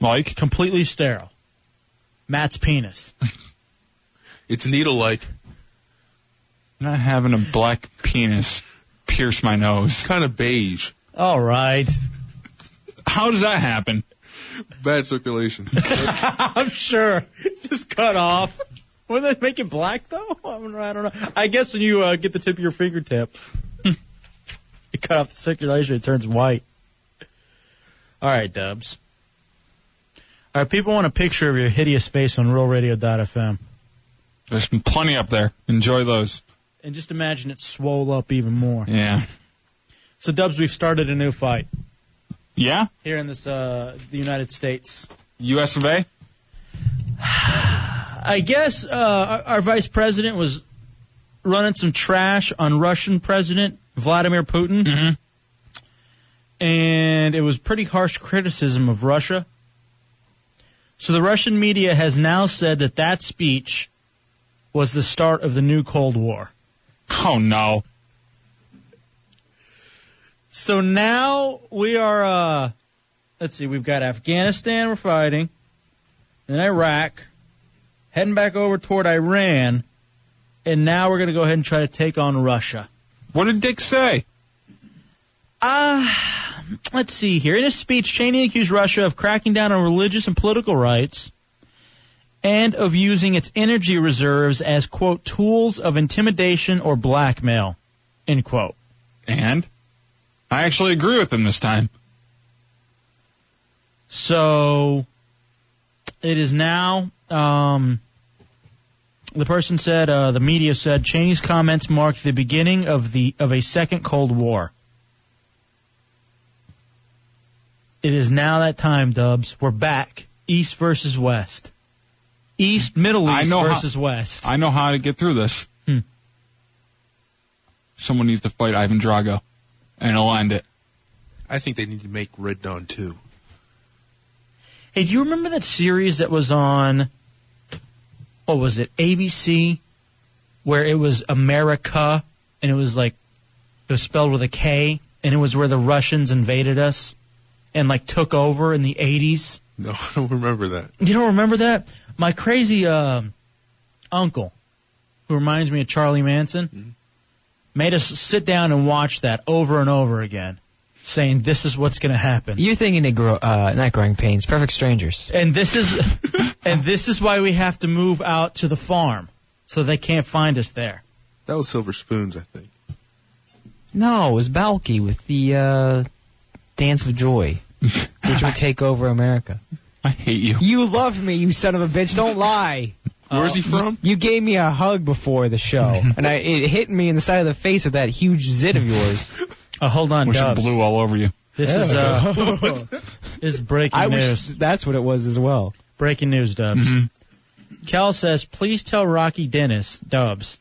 S4: Like?
S3: Completely sterile. Matt's penis.
S20: It's needle like.
S4: I'm not having a black penis pierce my nose.
S20: Kind of beige.
S3: All right.
S4: How does that happen?
S20: Bad circulation.
S3: I'm sure. Just cut off. Wouldn't that make it black though? I don't know. I, don't know. I guess when you uh, get the tip of your fingertip, you cut off the circulation, it turns white. All right, Dubs. All right, people want a picture of your hideous face on RealRadio.fm.
S4: There's been plenty up there. Enjoy those.
S3: And just imagine it swole up even more.
S4: Yeah.
S3: So, Dubs, we've started a new fight
S4: Yeah?
S3: here in this uh, the United States.
S4: US of A?
S3: I guess uh, our, our vice president was running some trash on Russian President Vladimir Putin,
S4: Mm-hmm.
S3: and it was pretty harsh criticism of Russia. So the Russian media has now said that that speech was the start of the new Cold War.
S4: Oh no!
S3: So now we are. Uh, let's see. We've got Afghanistan. We're fighting. Then Iraq. Heading back over toward Iran. And now we're going to go ahead and try to take on Russia.
S4: What did Dick say?
S3: Uh, let's see here. In his speech, Cheney accused Russia of cracking down on religious and political rights and of using its energy reserves as, quote, tools of intimidation or blackmail, end quote.
S4: And? I actually agree with him this time.
S3: So it is now. Um, the person said, uh, the media said, Cheney's comments marked the beginning of the of a second Cold War. It is now that time, Dubs. We're back, East versus West, East Middle
S4: I
S3: East
S4: know how-
S3: versus West.
S4: I know how to get through this.
S3: Hmm.
S4: Someone needs to fight Ivan Drago, and it'll end it.
S12: I think they need to make Red Dawn 2.
S3: Hey, do you remember that series that was on? What was it? ABC, where it was America, and it was like it was spelled with a K, and it was where the Russians invaded us and like took over in the 80s.
S12: No, I don't remember that.
S3: You don't remember that? My crazy um uncle, who reminds me of Charlie Manson,
S12: Mm-hmm.
S3: made us sit down and watch that over and over again, saying this is what's going to happen.
S11: You're thinking of grow, uh, not growing pains, perfect strangers.
S3: And this is and this is why we have to move out to the farm so they can't find us there.
S12: That was Silver Spoons, I think.
S11: No, it was Balky with the uh, Dance of Joy, which would take over America.
S4: I hate you.
S11: You love me, you son of a bitch. Don't lie.
S4: Where's he
S11: from? Uh, You gave me a hug before the show, and I, it hit me in the side of the face with that huge zit of yours.
S3: Uh, hold on,
S4: Wish it
S11: Dubs.
S4: blew all over you.
S3: This is uh is breaking
S11: I
S3: news.
S11: wish that's what it was as well. Mm-hmm.
S3: Breaking news, Dubs.
S4: Mm-hmm.
S3: Cal says, please tell Rocky Dennis, Dubs,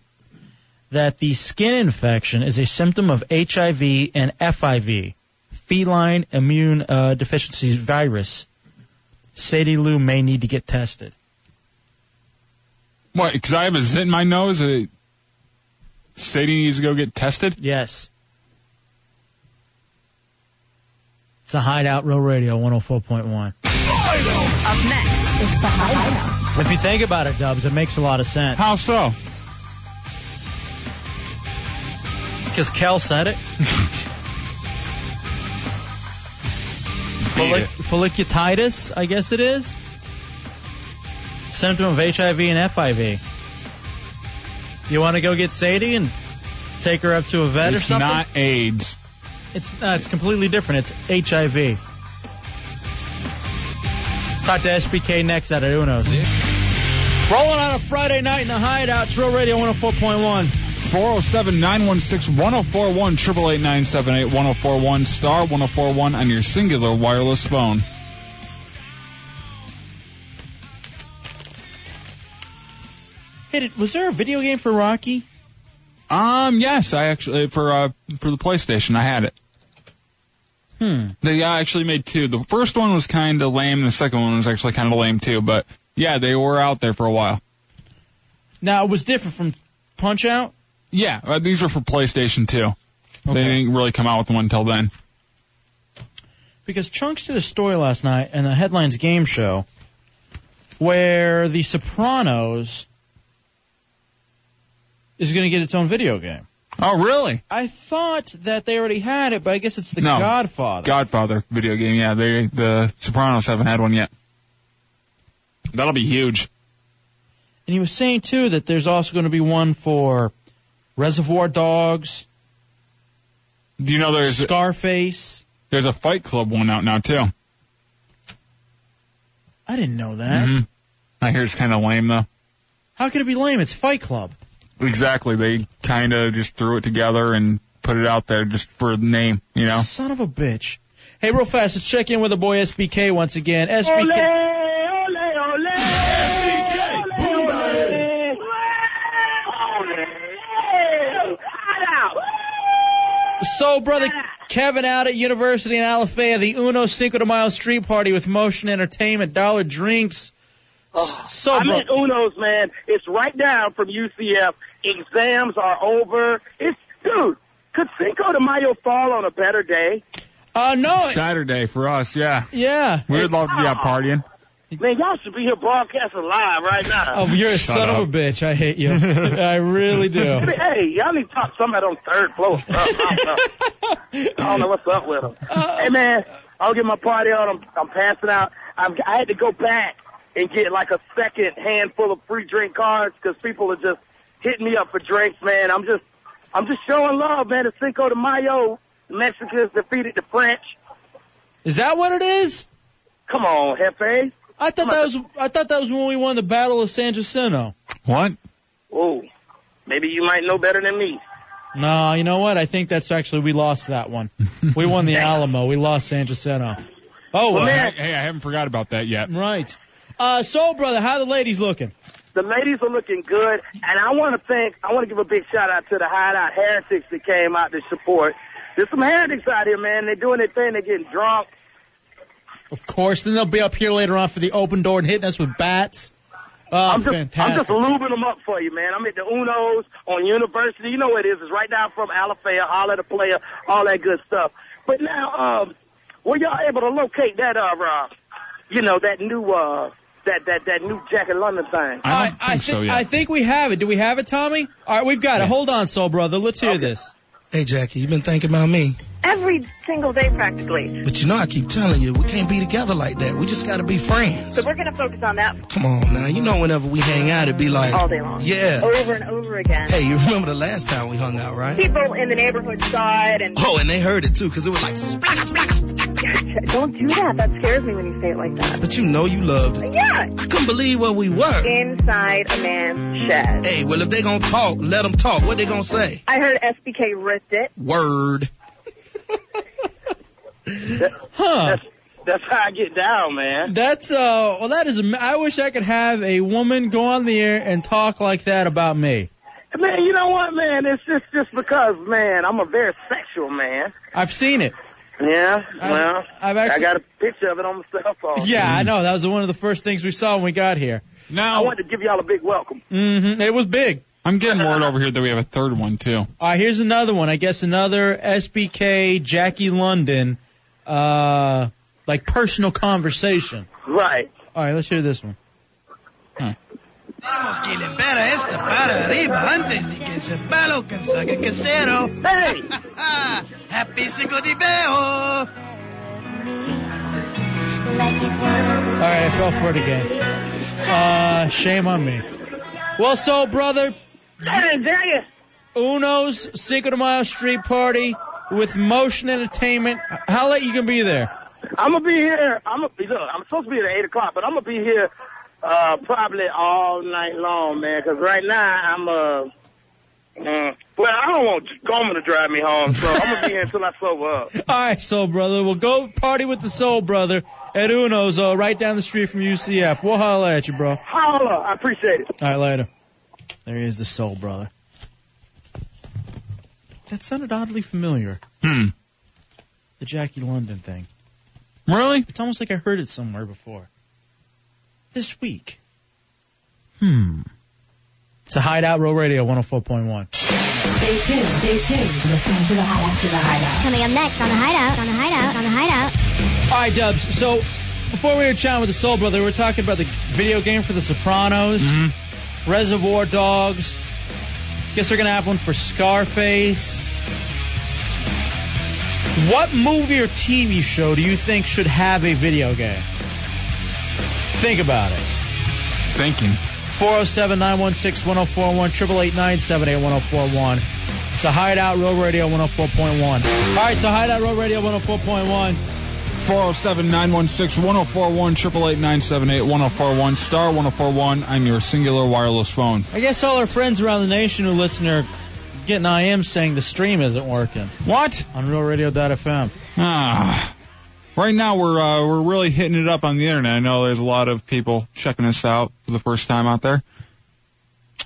S3: that the skin infection is a symptom of HIV and FIV, feline immune uh, deficiency virus. Sadie Lou may need to get tested.
S4: What? Because I have a zit in my nose. Uh, Sadie needs to go get tested.
S3: Yes. It's the Hideout Real Radio 104.1.
S13: Up next, it's the hideout.
S3: If you think about it, Dubs, it makes a lot of sense.
S4: How so?
S3: Because Kel said it. Follic- folliculitis, I guess it is. Symptom of HIV and FIV. You want to go get Sadie and take her up to a vet or
S4: it's
S3: something?
S4: not AIDS.
S3: It's uh, it's completely different. It's HIV. Talk to SBK next out of Uno's. Rolling on a Friday night in the hideout. It's Real Radio 104.1.
S4: 407 916 1041 888 978 1041 star 1041 on your singular wireless phone.
S3: Hey, did, was there a video game for Rocky?
S4: Um, yes, I actually for uh for the PlayStation, I had it.
S3: Hmm.
S4: They uh, actually made two. The first one was kind of lame, and the second one was actually kind of lame too. But yeah, they were out there for a while.
S3: Now it was different from Punch Out.
S4: Yeah, uh, these are for PlayStation 2. They didn't really come out with one until then.
S3: Because Chunks did a story last night in the Headlines game show where The Sopranos is going to get its own video game.
S4: Oh, really?
S3: I thought that they already had it, but I guess it's The
S4: No.
S3: Godfather.
S4: Godfather video game. Yeah, they the Sopranos haven't had one yet. That'll be huge.
S3: And he was saying, too, that there's also going to be one for Reservoir Dogs,
S4: Do you know there's
S3: Scarface.
S4: there's a Fight Club one out now too?
S3: I didn't know that.
S4: Mhm. I hear it's kind of lame though.
S3: How could it be lame? It's Fight Club.
S4: Exactly. They kind of just threw it together and put it out there just for the name, you know?
S3: Son of a bitch. Hey, real fast, let's check in with the boy SBK once again. SBK. So, brother Kevin out at University in Alafaya, the Uno Cinco de Mayo street party with motion entertainment, dollar drinks. So,
S5: I'm
S3: bro-
S5: at Uno's, man. It's right down from UCF. Exams are over. It's dude. Could Cinco de Mayo fall on a better day?
S3: Uh, no.
S4: Saturday for us, yeah.
S3: Yeah.
S4: We would love to be out partying.
S5: Man, y'all should be here broadcasting live right now.
S3: Oh, you're a son of a bitch. I hate you. I really do.
S5: Hey, y'all need to talk to somebody on third floor. I don't know. I don't know what's up with them. hey, man, I'll get my party on. I'm, I'm passing out. I'm, I had to go back and get like a second handful of free drink cards because people are just hitting me up for drinks, man. I'm just, I'm just showing love, man. It's Cinco de Mayo. Mexicans defeated the French.
S3: Is that what it is?
S5: Come on, Hefe.
S3: I thought that was I thought that was when we won the Battle of San Jacinto.
S4: What?
S5: Oh, maybe you might know better than me.
S3: No, you know what? I think that's actually we lost that one. We won the Alamo. We lost San Jacinto. Oh, well.
S4: hey, I haven't forgot about that yet.
S3: Right. Uh, Soul Brother, how the ladies looking?
S5: The ladies are looking good, and I want to thank, I want to give a big shout out to the Hideout Heretics that came out to support. There's some heretics out here, man. They're doing their thing. They're getting drunk.
S3: Of course. Then they'll be up here later on for the open door and hitting us with bats. Oh,
S5: I'm just, I'm
S3: fantastic.
S5: just lubing them up for you, man. I'm at the Unos on University. You know where it is. It's right down from Alafaya, holler the player, all that good stuff. But now, um, were y'all able to locate that, uh, uh you know, that new, uh, that, that, that new Jack in London thing?
S3: I, I think I think we have it. Do we have it, Tommy? All right, we've got it. Hold on, Soul Brother. Let's hear this.
S9: Hey, Jackie, you been thinking about me.
S10: Every single day, practically.
S9: But you know, I keep telling you, we can't be together like that. We just gotta be friends.
S10: So we're going to focus on that
S9: Come on now, you know, whenever we hang out, it'd be like.
S10: all day long.
S9: Yeah.
S10: Over and over again.
S9: Hey, you remember the last time we hung out, right?
S10: People in the neighborhood saw it and.
S9: Oh, and they heard it too, 'cause it was like. splash.
S10: Don't do that. That scares me when you say it like that.
S9: But you know you loved it.
S10: Yeah.
S9: I couldn't believe where we were.
S10: Inside a man's shed.
S9: Hey, well, if they gonna talk, let 'em talk. What they gonna say?
S10: I heard SBK ripped it.
S9: Word.
S3: Huh.
S5: That's how I get down, man.
S3: That's uh well that is am- I wish I could have a woman go on the air and talk like that about me.
S5: Man, you know what, man? It's just, just because, man, I'm a very sexual man.
S3: I've seen it.
S5: Yeah, well,
S3: I've actually-
S5: I got a picture of it on my cell phone.
S3: Yeah,
S4: Mm.
S3: I know. That was one of the first things we saw when we got here.
S5: I wanted to give y'all a big welcome.
S3: Mm-hmm. It was big.
S4: I'm getting word over here that we have a third one too.
S3: All right, here's another one. I guess another SBK Jackie London uh like personal conversation.
S5: Right.
S3: All right, let's hear this one.
S1: Que le pera esta para arriba antes de que se palo can saca casero.
S5: Hey!
S1: Happy Cinco de Mayo!
S3: All right, I fell for it again. Uh, shame on me. Well, so brother, Uno's Cinco de Mayo Street Party with Motion Entertainment. How late you gonna be there?
S5: I'm gonna be here. I'm gonna be. Look, I'm supposed to be here at eight o'clock, but I'm gonna be here uh, probably all night long, man. 'Cause right now I'm uh, mm, well, I don't want Goma to drive me home, so I'm gonna be here until I sober up.
S3: All right, Soul Brother, we'll go party with the Soul Brother at Uno's, uh, right down the street from UCF. We'll holler at you, bro. All
S5: Holla! I appreciate it.
S3: right, later. There is the Soul Brother. That sounded oddly familiar.
S4: Hmm.
S3: The Jackie London thing.
S4: Really?
S3: It's almost like I heard it somewhere before. This week.
S4: Hmm.
S3: It's a Hideout Row Radio 104.1.
S13: Stay tuned, stay tuned. Listening to the hideout, to the hideout.
S2: Coming up next on the hideout, on the hideout, on the hideout.
S3: All right, Dubs. So before we were chatting with the Soul Brother, we were talking about the video game for The Sopranos, Reservoir Dogs. Guess they're gonna have one for Scarface. What movie or TV show do you think should have a video game? Think about it.
S4: Thinking.
S3: 407 916 1041, 888 978 1041. It's a Hideout Road Radio 104.1. All right, so Hideout Road Radio 104.1.
S4: 407 916 1041 888 978 1041 star 1041. I'm your singular wireless phone.
S3: I guess all our friends around the nation who listen are getting IM saying the stream isn't working.
S4: What?
S3: On RealRadio.fm.
S4: Ah. Right now we're uh, we're really hitting it up on the internet. I know there's a lot of people checking us out for the first time out there.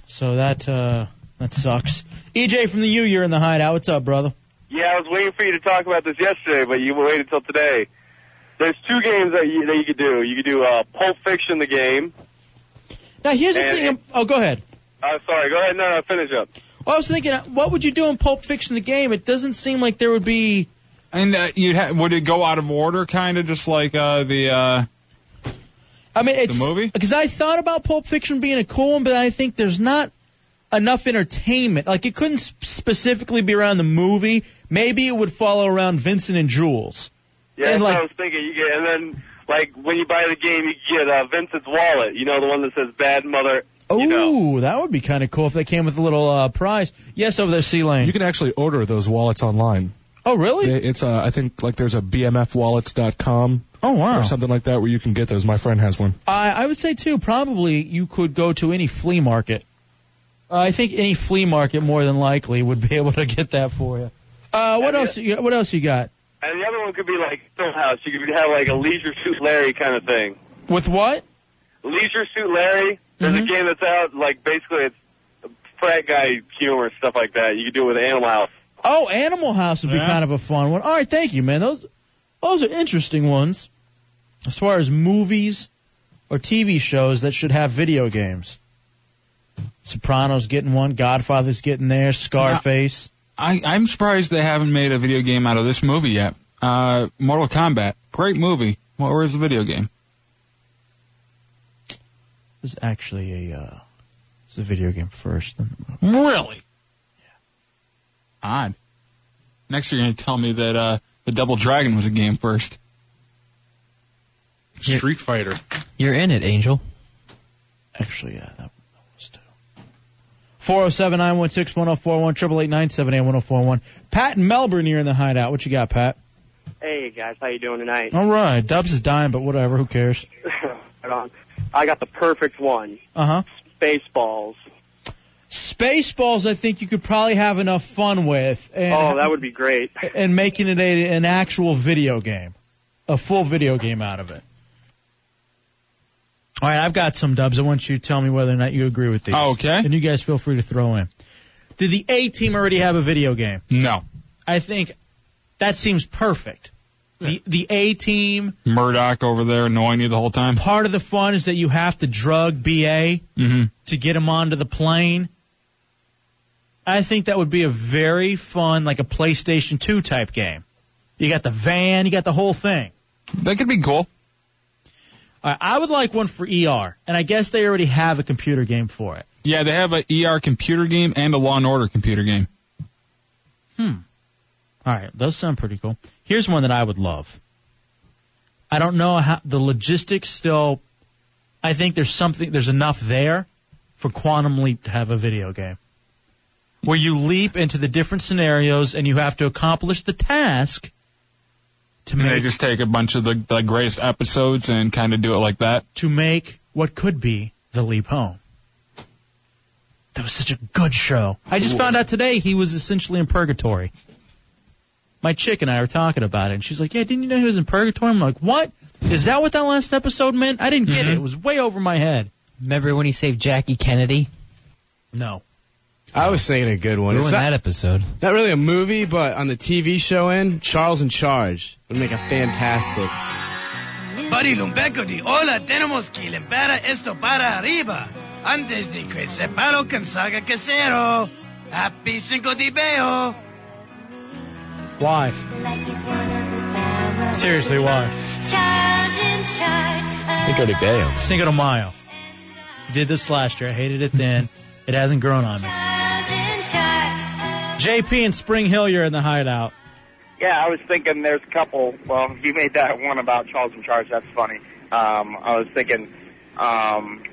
S3: So that uh, that sucks. EJ from the U, you're in the hideout. What's up, brother?
S5: Yeah, I was waiting for you to talk about this yesterday, but you waited till today. There's two games that you, that you could do. You could do uh, Pulp Fiction, the game.
S3: Now here's the
S5: And-
S3: thing. I'm- oh, go ahead.
S5: Uh, sorry, go ahead. No, no, finish up.
S3: Well, I was thinking, uh, what would you do in Pulp Fiction the game? It doesn't seem like there would be.
S4: And uh, you ha- would it go out of order, kind of just like uh, the uh,
S3: I mean, it's
S4: the movie?
S3: because I thought about Pulp Fiction being a cool one, but I think there's not enough entertainment. Like it couldn't sp- specifically be around the movie. Maybe it would follow around Vincent and Jules.
S5: Yeah,
S3: And,
S5: that's what
S3: like-
S5: I was thinking. You get, and then like when you buy the game, you get uh, Vincent's wallet. You know, the one that says "Bad Mother."
S3: Oh, that would be kind of cool if they came with a little uh, prize. Yes, over there, Sea Lane.
S12: You can actually order those wallets online.
S3: Oh, really?
S12: It's uh, I think like there's a bmfwallets.com.
S3: Oh wow.
S12: Or something like that where you can get those. My friend has one.
S3: I, I would say too, probably you could go to any flea market. Uh, I think any flea market more than likely would be able to get that for you. Uh, what else? You, what else you got?
S5: And the other one could be like House. You could have like a Leisure Suit Larry kind of thing.
S3: With what?
S5: Leisure Suit Larry. There's
S3: Mm-hmm.
S5: a game that's out. Like basically, it's frat guy humor stuff like that. You could do it with Animal House.
S3: Oh, Animal House would be
S5: Yeah.
S3: kind of a fun one. All right, thank you, man. Those those are interesting ones. As far as movies or TV shows that should have video games. Sopranos getting one, Godfather's getting there, Scarface.
S4: I, I'm surprised they haven't made a video game out of this movie yet. Uh, Mortal Kombat, great movie. Well, where's the video game?
S3: There's actually a uh, it's a video game first. Then
S4: Really? Yeah. Odd. Next, you're gonna tell me that uh, the Double Dragon was a game first.
S21: Street Fighter.
S11: You're in it, Angel.
S3: Actually, yeah, that, that was oh two. 407 916 1041, 888 978 1041. Pat in Melbourne, you're in the hideout. What you got, Pat?
S22: Hey guys, how you doing tonight?
S3: All right. Dubs is dying, but whatever. Who cares?
S22: Right on. I got the perfect one.
S3: Uh huh.
S22: Baseballs.
S3: Spaceballs, I think you could probably have enough fun with. And,
S22: oh, that would be great.
S3: And making it a, an actual video game, a full video game out of it. All right, I've got some dubs. I want you to tell me whether or not you agree with these.
S4: Oh, Okay.
S3: And you guys feel free to throw in. Did the A team already have a video game?
S4: No.
S3: I think that seems perfect. The the A team.
S4: Murdoch over there annoying you the whole time.
S3: Part of the fun is that you have to drug BA
S4: Mm-hmm.
S3: to get him onto the plane. I think that would be a very fun, like a PlayStation 2 type game. You got the van, you got the whole thing.
S4: That could be cool.
S3: I would like one for ER, and I guess they already have a computer game for it.
S4: Yeah, they have a ER computer game and a Law and Order computer game.
S3: Hmm. All right, those sound pretty cool. Here's one that I would love. I don't know how the logistics still. I think there's something. There's enough there for Quantum Leap to have a video game where you leap into the different scenarios and you have to accomplish the task. To
S4: and they just take a bunch of the, the greatest episodes and kind of do it like that.
S3: To make what could be the leap home. That was such a good show. I just found out today he was essentially in purgatory. My chick and I were talking about it, and she's like, "Yeah, didn't you know he was in purgatory?" I'm like, "What? Is that what that last episode meant? I didn't get it. It was way over my head."
S11: Mm-hmm. Remember when he saved Jackie Kennedy?
S3: No.
S7: I was saying a good one.
S11: Ruined
S7: It's not,
S11: that episode.
S7: not really a movie, but on the TV show end, Charles in Charge would make a fantastic.
S1: Buddy Lumbecuti, hola, tenemos que limpiar esto para arriba. Antes de que se palo con saga casero. Happy Cinco de Mayo.
S3: Why? Seriously, why?
S23: Charles in charge.
S3: Cinco de Mayo. Cinco de Mayo. Did this last year. I hated it then. it hasn't grown on me.
S23: Charles in charge.
S3: JP and Spring Hill, you're in the hideout.
S24: Yeah, I was thinking there's a couple. Well, you made that one about Charles in Charge. That's funny. Um, I was thinking, um,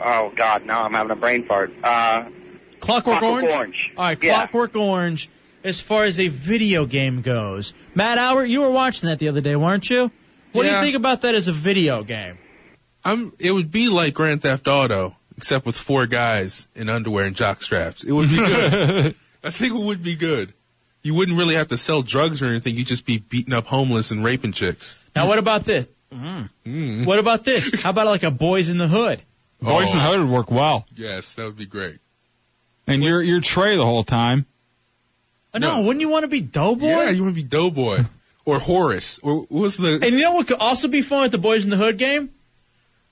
S24: oh God, now I'm having a brain fart. Uh,
S3: Clockwork,
S24: Clockwork
S3: Orange.
S24: Orange.
S3: All right,
S24: Yeah.
S3: Clockwork Orange as far as a video game goes. Matt Albert, you were watching that the other day, weren't you? What do you
S12: Yeah.
S3: think about that as a video game?
S12: I'm. It would be like Grand Theft Auto, except with four guys in underwear and jock straps. It would be good. I think it would be good. You wouldn't really have to sell drugs or anything. You'd just be beating up homeless and raping chicks.
S3: Now, what about this?
S4: Mm.
S12: Hmm.
S3: What about this? How about like a Boys in the Hood?
S4: Boys in the Hood would work well.
S12: Yes, that would be great.
S4: And you're you're Trey the whole time.
S3: Uh, No, wouldn't you want to be Doughboy?
S12: Yeah, you want to be Doughboy or Horace or what was the?
S3: And you know what could also be fun at the Boys in the Hood game?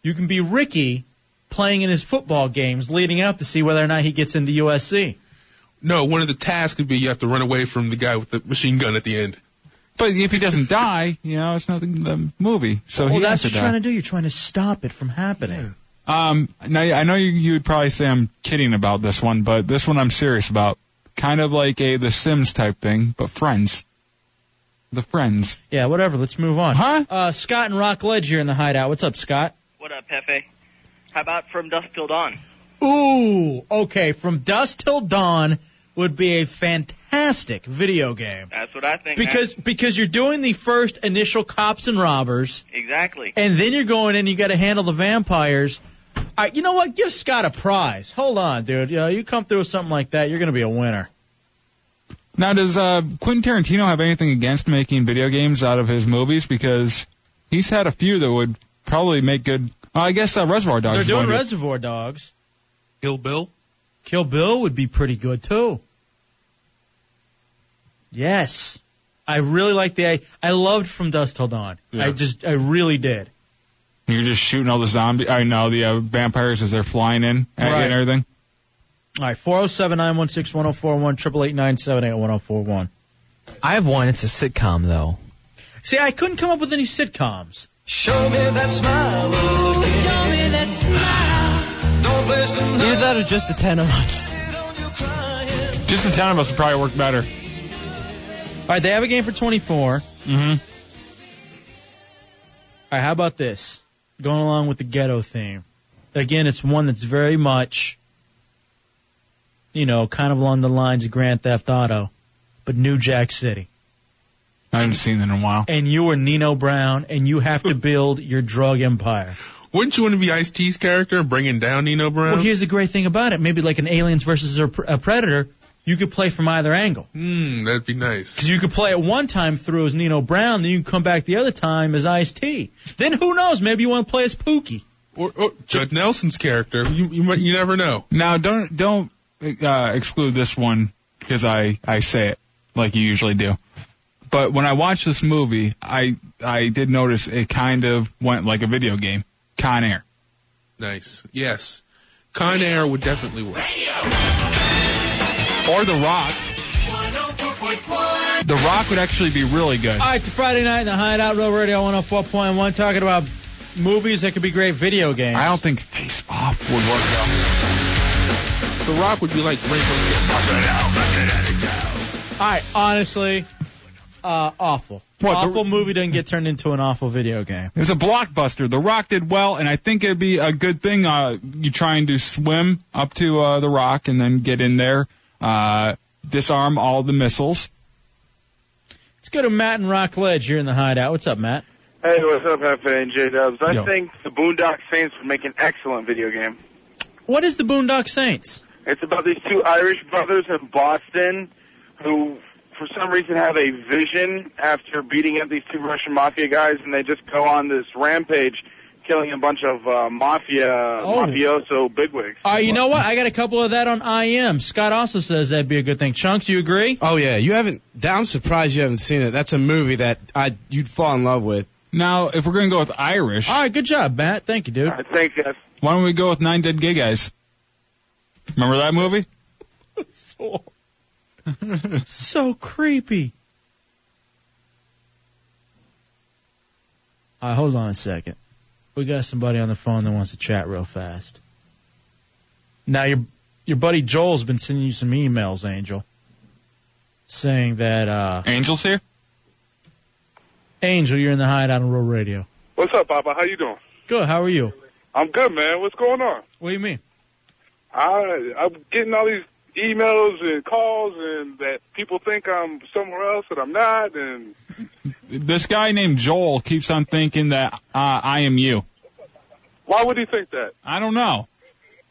S3: You can be Ricky playing in his football games leading up to see whether or not he gets into USC.
S12: No, one of the tasks would be you have to run away from the guy with the machine gun at the end.
S4: But if he doesn't die, you know, it's nothing the movie. So
S3: well,
S4: he
S3: Oh, that's what
S4: has to
S3: you're
S4: die.
S3: trying to do. You're trying to stop it from happening.
S4: Um, now I know you, you would probably say I'm kidding about this one, but this one I'm serious about. Kind of like a The Sims type thing, but friends. The friends.
S3: Yeah, whatever. Let's move on.
S4: Huh?
S3: Uh, Scott and Rock Ledge here in the hideout. What's up, Scott?
S6: What up, Pepe? How about From Dusk Till Dawn?
S3: Ooh, okay. From Dusk Till Dawn would be a fantastic video game.
S6: That's what I think. man.
S3: Because because you're doing the first initial cops and robbers,
S6: exactly.
S3: and then you're going in. You got to handle the vampires. All right, you know what? Give Scott a prize. Hold on, dude. You, know, you come through with something like that, you're going to be a winner.
S4: Now, does uh, Quentin Tarantino have anything against making video games out of his movies? Because he's had a few that would probably make good. Well, I guess uh, Reservoir Dogs. is
S3: They're
S4: one
S3: doing
S4: of it.
S3: Reservoir Dogs.
S12: Kill Bill.
S3: Kill Bill would be pretty good too. Yes, I really like the. I, I loved From Dusk Till Dawn. I just, I really did.
S4: You're just shooting all the zombie. I know the uh, vampires as they're flying in uh, and-
S3: Right.
S4: and everything.
S3: All right, four zero seven nine one six one zero four one triple eight nine seven eight one zero four one.
S11: I have one. It's a sitcom though.
S3: See, I couldn't come up with any sitcoms.
S13: Show me that smile. Ooh, show me that smile. Don't waste
S11: Either that or just the ten of us.
S4: Just the ten of us would probably work better.
S3: All right, they have a game for 24. Mm-hmm. All right, how about this? Going along with the ghetto theme. Again, it's one that's very much, you know, kind of along the lines of Grand Theft Auto, but New Jack City.
S4: I haven't seen it in a while.
S3: And you are Nino Brown, and you have to build your drug empire.
S12: Wouldn't you want to be Ice T's character, bringing down Nino Brown?
S3: Well, here's the great thing about it. Maybe like an Aliens versus a Pr- a Predator, you could play from either angle.
S12: Hmm, that'd be nice.
S3: Because you could play it one time through as Nino Brown, then you can come back the other time as Ice T. Then who knows? Maybe you want to play as Pookie.
S12: Or, or Judd Nelson's character. You, you might, you never know.
S4: Now, don't don't uh, exclude this one because I I say it like you usually do. But when I watched this movie, I I did notice it kind of went like a video game, Con Air.
S12: Nice. Yes. Con Air would definitely work.
S4: Or The Rock. The Rock would actually be really
S3: All
S4: good.
S3: right, it's Friday night in the Hideout Real Radio 104.1, talking about movies that could be great video games.
S4: I don't think Face Off would work well.
S12: The Rock would be like Ringo.
S3: All right, honestly, uh, awful.
S4: What, the-
S3: awful movie doesn't get turned into an awful video game.
S4: It was a blockbuster. The Rock did well, and I think it'd be a good thing. Uh, you trying to swim up to uh, the Rock and then get in there, uh, disarm all the missiles.
S3: Let's go to Matt and Rock Ledge here in the Hideout. What's up, Matt?
S25: Hey, what's up, Hefe and J Dubs? I
S3: Yo.
S25: think the Boondock Saints would make an excellent video game.
S3: What is the Boondock Saints?
S25: It's about these two Irish brothers in Boston who, for some reason, have a vision after beating up these two Russian mafia guys, and they just go on this rampage, killing a bunch of uh, mafia
S3: Oh.
S25: mafioso bigwigs.
S3: All right, Uh, you know what? I got a couple of that on IM. Scott also says that'd be a good thing. Chunks, you agree?
S26: Oh yeah, you haven't. I'm surprised you haven't seen it. That's a movie that I you'd fall in love with.
S4: Now, if we're gonna go with Irish,
S3: All right, good job, Matt. Thank you, dude.
S25: Thanks, guys.
S4: why don't we go with Nine Dead Gay Guys? Remember that movie?
S3: so, so creepy. All right, hold on a second. We got somebody on the phone that wants to chat real fast. Now your your buddy Joel's been sending you some emails, Angel, saying that uh
S4: Angel's here.
S3: Angel, you're in the hideout on Real Radio.
S19: What's up, Papa? How you doing?
S3: Good. How are you?
S19: I'm good, man. What's going on?
S3: What do you mean?
S19: I I'm getting all these emails and calls and that people think I'm somewhere else and I'm not. And
S4: This guy named Joel keeps on thinking that uh, I am you.
S19: why would he think that?
S4: I don't know.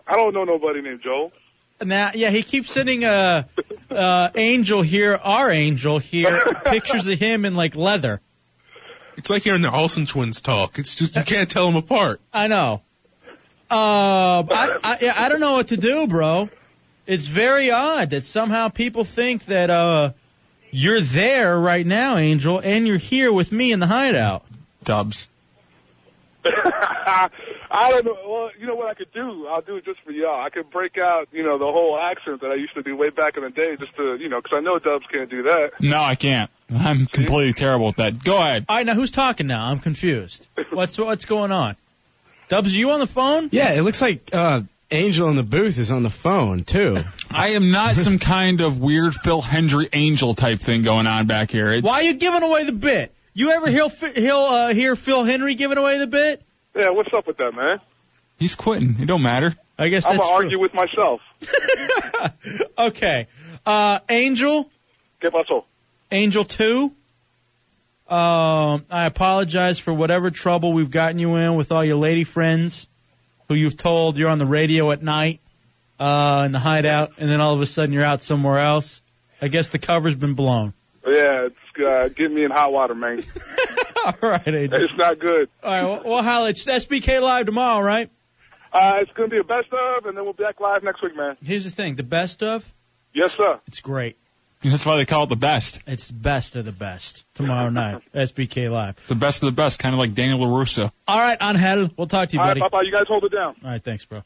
S19: I don't know nobody named Joel.
S3: Now, yeah, he keeps sending uh, uh, Angel here, our Angel here, pictures of him Uh, in like leather.
S12: It's like hearing the Olsen twins talk. It's just you can't tell them apart.
S3: I know. Uh, I, I, yeah, I don't know what to do, bro. It's very odd that somehow people think that uh, you're there right now, Angel, and you're here with me in the hideout.
S4: Dubs.
S19: I don't know. Well, you know what I could do? I'll do it just for y'all. I could break out, you know, the whole accent that I used to do way back in the day, just to, you know, 'cause I know Dubs can't do that.
S4: No, I can't. I'm completely terrible at that. Go ahead.
S3: All right, now who's talking now? I'm confused. What's what's going on? Dubs, are you on the phone?
S26: Yeah, it looks like uh, Angel in the booth is on the phone too.
S4: I am not some kind of weird Phil Hendry angel type thing going on back here. It's,
S3: Why are you giving away the bit? You ever hear he'll uh, hear Phil Henry giving away the bit?
S19: Yeah, what's up with that, man?
S4: He's quitting. It don't matter.
S3: I guess
S19: I'm
S3: that's
S19: gonna
S3: true.
S19: argue with myself.
S3: Okay. Uh, Angel.
S19: ¿Qué pasó?
S3: Angel 2. Um, I apologize for whatever trouble we've gotten you in with all your lady friends who you've told you're on the radio at night, uh, in the hideout, and then all of a sudden you're out somewhere else. I guess the cover's been blown.
S19: Yeah, it's, uh, get me in hot water, man.
S3: all right, Angel.
S19: It's not good.
S3: All right, well, we'll holla at you. It's SBK Live tomorrow, right?
S19: Uh, it's gonna be a best of, and then we'll be back live next week, man.
S3: Here's the thing the best of,
S19: Yes, sir.
S3: it's great.
S4: That's why they call it the best.
S3: It's best of the best tomorrow night, SBK Live.
S4: It's the best of the best, kind of like Daniel LaRusso.
S3: All right, Angel, we'll talk to you,
S19: All right,
S3: buddy.
S19: bye
S3: All
S19: bye. You guys hold it down.
S3: right, thanks, bro.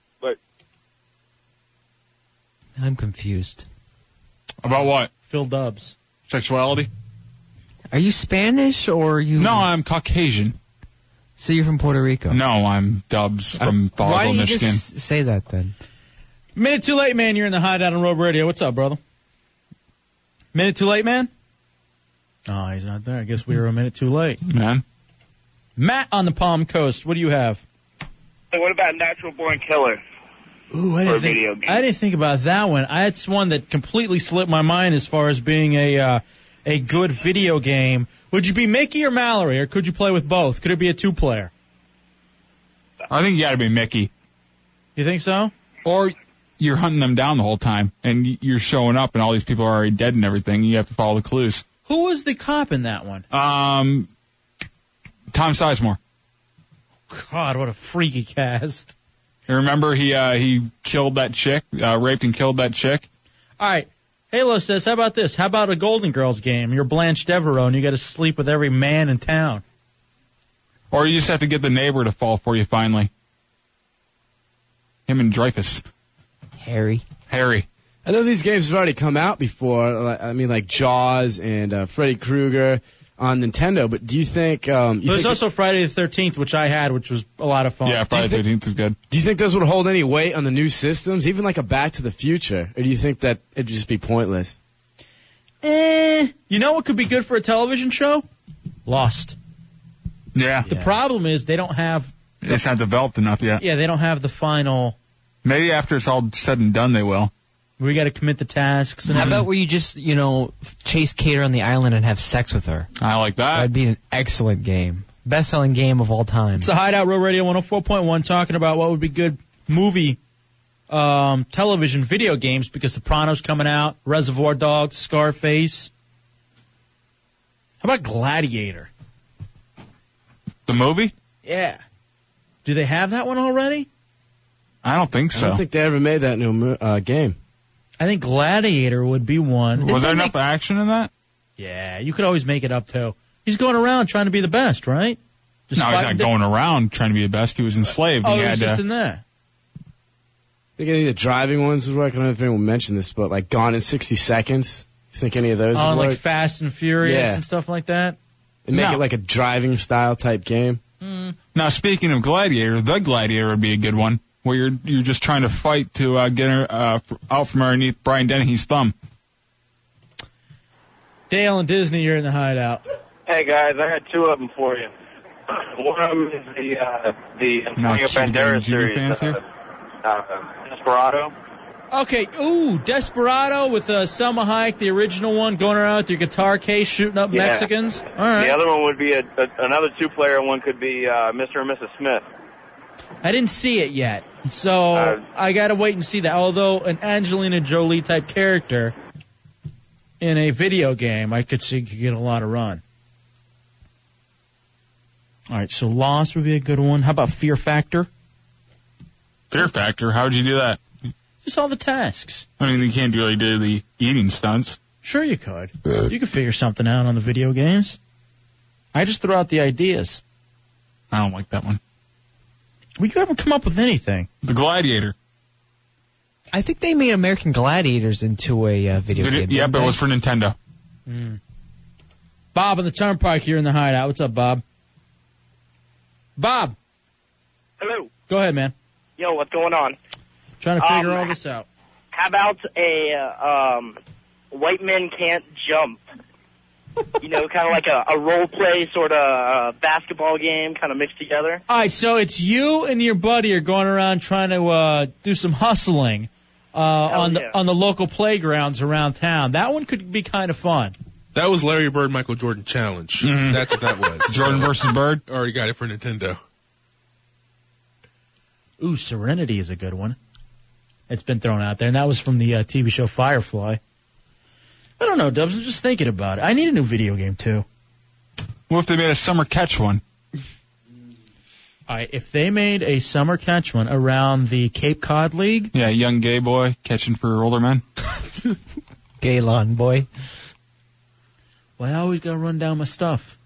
S11: I'm confused.
S4: About what?
S3: Phil Dubs.
S4: Sexuality?
S11: Are you Spanish or are you?
S4: No, I'm Caucasian.
S11: So you're from Puerto Rico.
S4: No, I'm Dubs
S3: Uh,
S4: from
S11: Why
S4: Bonneville,
S11: do you
S4: Michigan.
S11: just say that then?
S3: Minute too late, man. You're in the hideout on Road Radio. What's up, brother? Minute too late, man. Oh, he's not there. I guess we were a minute too late.
S4: Man.
S3: Matt on the Palm Coast. What do you have?
S27: Hey, what about Natural Born Killer?
S3: Ooh, I
S27: Or
S3: didn't,
S27: a video
S3: think, I didn't think about that one. I had one that completely slipped my mind as far as being a uh, a good video game. Would you be Mickey or Mallory, or could you play with both? Could it be a two player?
S4: I think you gotta be Mickey.
S3: You think so?
S4: Or you're hunting them down the whole time, and y- you're showing up, and all these people are already dead and everything. and You have to follow the clues.
S3: Who was the cop in that one?
S4: Um, Tom Sizemore.
S3: God, what a freaky cast.
S4: You Remember he uh, he killed that chick, uh, raped and killed that chick.
S3: All right. Halo says, how about this? How about a Golden Girls game? You're Blanche Devereaux and you got to sleep with every man in town.
S4: Or you just have to get the neighbor to fall for you finally. Him and Dreyfus.
S11: Harry.
S4: Harry.
S26: I know these games have already come out before. like- I mean, like Jaws and uh, Freddy Krueger on Nintendo. But do you think? Um, you
S3: There's
S26: think
S3: also Friday the 13th, which I had, which was a lot of fun.
S4: Yeah, Friday the 13th is good.
S26: do you think those would hold any weight on the new systems, even like a Back to the Future, or do you think that it'd just be pointless?
S3: Eh, you know what could be good for a television show? Lost.
S4: Yeah.
S3: The problem is they don't have,
S4: It's not developed enough yet.
S3: yeah, they don't have the final,
S4: Maybe after it's all said and done, they will.
S3: we got to commit the tasks. And
S11: How about where you just you know chase Cater on the island and have sex with her?
S4: I like that.
S11: That'd be an excellent game. Best selling game of all time.
S3: It's a Hideout Row Radio 104.1 talking about what would be good movie, um, television, video games because Sopranos coming out, Reservoir Dogs, Scarface. How about Gladiator?
S4: The movie?
S3: Yeah. Do they have that one already?
S4: I don't think
S26: I
S4: so.
S26: don't think they ever made that new mo- uh, game.
S3: I think Gladiator would be one.
S4: Was there enough action in that?
S3: Yeah, you could always make it up too. He's going around trying to be the best, right? Just
S4: no, he's
S3: fighting
S4: not
S3: di-
S4: going around trying to be the best. He was enslaved.
S3: Oh,
S4: he
S3: he was
S4: had
S3: just
S4: to,
S3: in there.
S26: I think any of the driving ones would work. I don't know if anyone mentioned this, but like Gone in 60 Seconds. You think any of those
S4: Oh,
S3: On
S26: would
S3: like
S26: work?
S3: Fast and Furious
S26: Yeah.
S3: and stuff like that.
S26: And make
S4: No.
S26: it like a driving style type game.
S4: Now, speaking of Gladiator, the Gladiator would be a good one where you're you're just trying to fight to uh, get her uh, f- out from underneath Brian Dennehy's thumb.
S3: Dale and Disney, you're in the hideout.
S16: Hey guys, I got two of them for you. One of them is the uh, the
S4: Now,
S16: Antonio
S4: Cuban
S16: Banderas
S4: Junior
S16: series,
S4: fans
S16: uh,
S4: here?
S16: uh, Desperado.
S3: Okay, ooh, Desperado with uh, Selma Hayek, the original one, going around with your guitar case shooting up
S5: Yeah.
S3: Mexicans. All right.
S5: The other one would be a, a, another two-player. One could be uh, Mr. and Mrs. Smith.
S3: I didn't see it yet, so I gotta wait and see that. Although an Angelina Jolie type character in a video game, I could see could get a lot of run. All right, so Lost would be a good one. How about Fear Factor?
S4: Fear Factor, how would you do that?
S3: Just all the tasks.
S4: I mean, you can't really do the eating stunts.
S3: Sure, you could. You could figure something out on the video games. I just throw out the ideas.
S4: I don't like that one.
S3: Well, you haven't come up with anything.
S4: The Gladiator.
S11: I think they made American Gladiators into a uh, video
S4: Did
S11: game.
S4: it, yeah,
S11: didn't
S4: but it
S11: they?
S4: was for Nintendo.
S3: Bob on the Turnpike here in the hideout. What's up, Bob? Bob,
S28: Hello.
S3: go ahead, man.
S28: Yo, what's going on?
S3: Trying to figure
S28: Um,
S3: all this out.
S28: How about a uh, um, white men can't jump? You know, kind of like a, a role play sort of uh, basketball game, kind of mixed together.
S3: All right, so it's you and your buddy are going around trying to uh, do some hustling uh, on the
S12: yeah.
S3: on the local playgrounds around town. That one could be kind of fun.
S12: That was Larry Bird Michael Jordan challenge. That's what that was.
S4: Mm-hmm. Jordan versus Bird.
S12: Already got it for Nintendo.
S3: Ooh, Serenity is a good one. It's been thrown out there, and that was from the uh, TV show Firefly. I don't know, Dubs. I'm just thinking about it. I need a new video game too.
S4: What if they made a summer catch one?
S3: All right, if they made a summer catch one around the Cape Cod League,
S4: Yeah, young gay boy catching for older men.
S11: Gaylon boy.
S3: well, I always gotta run down my stuff.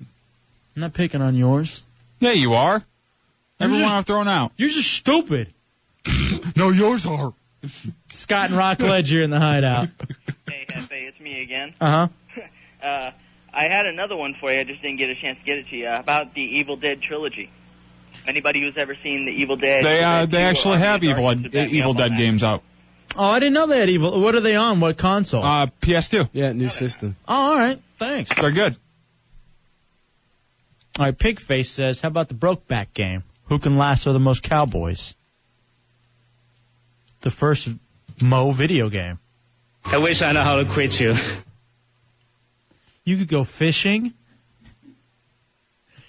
S3: I'm not picking on yours.
S4: Yeah, you are. Everyone I've thrown out.
S3: You're just stupid.
S4: no, yours are.
S3: Scott and Rock Ledger in the hideout.
S29: Hey, Hefe, it's me again.
S4: Uh-huh.
S3: Uh huh.
S29: Uh, I had another one for you. I just didn't get a chance to get it to you uh, about the Evil Dead trilogy. Anybody who's ever seen the Evil Dead?
S4: They uh,
S29: Evil Dead
S4: they
S29: 2 or
S4: actually
S29: Army
S4: have
S29: of Darkness
S4: Evil
S29: would back me
S4: Evil
S29: up on
S4: Dead
S29: that.
S4: games out.
S3: Oh, I didn't know they had Evil. What are they on? What console?
S4: Uh, PS2.
S7: Yeah, new system.
S3: Oh, all right. Thanks.
S4: They're good.
S3: All right, Pigface says, how about the Brokeback game? Who can lasso the most cowboys? The first Mo video game.
S30: I wish I know how to quit you.
S3: You could go fishing.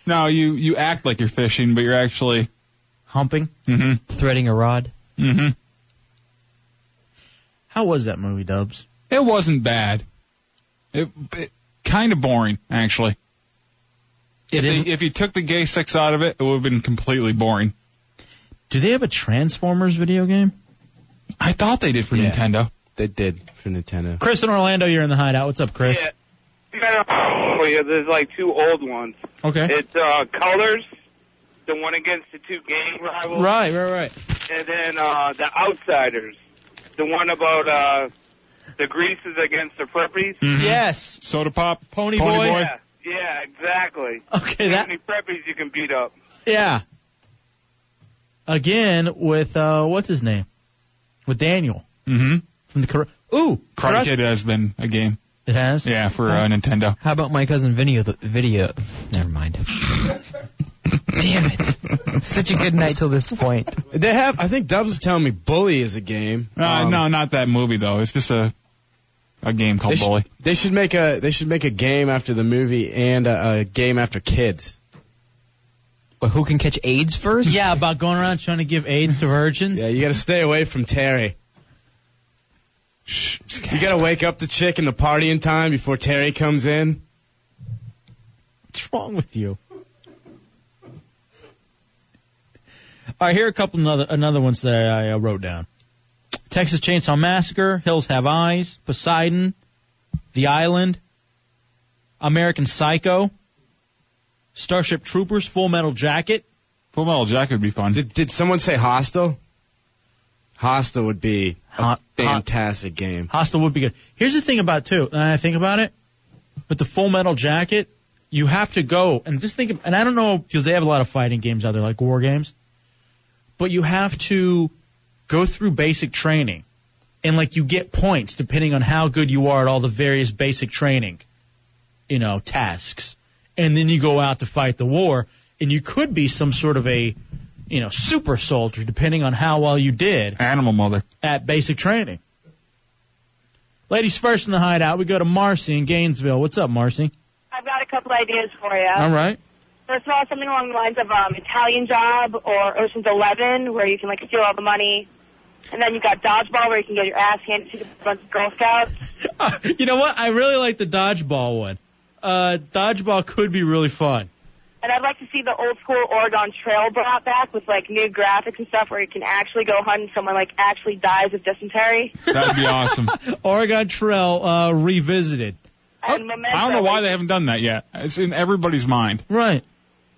S4: No, you you act like you're fishing, but you're actually
S3: humping,
S4: mm-hmm.
S11: threading a rod.
S4: Mm-hmm.
S3: How was that movie, Dubs?
S4: It wasn't bad. It, it kind of boring, actually. If, they, if you took the gay sex out of it, it would have been completely boring.
S3: Do they have a Transformers video game?
S4: I thought they did for Nintendo.
S7: They did for Nintendo.
S3: Chris in Orlando, you're in the hideout. What's up, Chris?
S5: Oh, yeah, there's like two old ones.
S3: Okay.
S5: It's uh, Colors, the one against the two gang rivals.
S3: Right, right, right.
S5: And then uh, the Outsiders, the one about uh, the Greases against the Preppies.
S3: Yes.
S4: Mm-hmm. Soda pop.
S3: Pony, boy.
S5: Yeah, yeah, exactly.
S3: Okay,
S5: How
S3: that
S5: many Preppies you can beat up?
S3: yeah. Again with uh what's his name? With Daniel
S4: Mm-hmm.
S3: from the Kar- Ooh,
S4: Karate
S3: Karate-
S4: Kid has been a game.
S3: It has.
S4: Yeah, for uh, Nintendo.
S11: How about my cousin Vinny? The video. Never mind. Damn it! Such a good night till this point.
S7: They have. I think Dubs was telling me Bully is a game.
S4: Uh,
S26: Um,
S4: no, not that movie though. It's just a a game
S7: They
S4: called
S7: should-
S4: Bully.
S7: They should make a. They should make a game after the movie and a, a game after kids.
S11: But who can catch AIDS first?
S3: Yeah, about going around trying to give AIDS to virgins.
S7: Yeah, you gotta stay away from Terry. You gotta wake up the chick in the party in time before Terry comes in.
S3: What's wrong with you? All right, here are a couple another another ones that I uh, wrote down. Texas Chainsaw Massacre, Hills Have Eyes, Poseidon, The Island, American Psycho, Starship Troopers, Full Metal Jacket.
S4: Full Metal Jacket would be fun.
S7: Did, did someone say Hostile? Hostile would be a fantastic game.
S3: Hostile would be good. Here's the thing about it, too. And I think about it, but the Full Metal Jacket, you have to go and just think. Of, and I don't know because they have a lot of fighting games out there, like war games, but you have to go through basic training, and like you get points depending on how good you are at all the various basic training, you know, tasks, and then you go out to fight the war, and you could be some sort of a you know, super soldier, depending on how well you did.
S4: Animal mother.
S3: At basic training. Ladies first in the hideout, we go to Marcy in Gainesville. What's up, Marcy?
S16: I've got a couple ideas for you.
S3: All right.
S16: First of all, something along the lines of um, Italian Job or Ocean's Eleven, where you can like steal all the money. And then you got dodgeball, where you can get your ass handed to you by a bunch of Girl Scouts.
S3: you know what? I really like the dodgeball one. Uh, dodgeball could be really fun.
S16: And I'd like to see the old school Oregon Trail brought back with like new graphics and stuff, where you can actually go hunt and someone like actually dies of dysentery.
S4: That'd be awesome.
S3: Oregon Trail uh, revisited.
S16: And Memento.
S4: I don't know why they haven't done that yet. It's in everybody's mind.
S3: Right.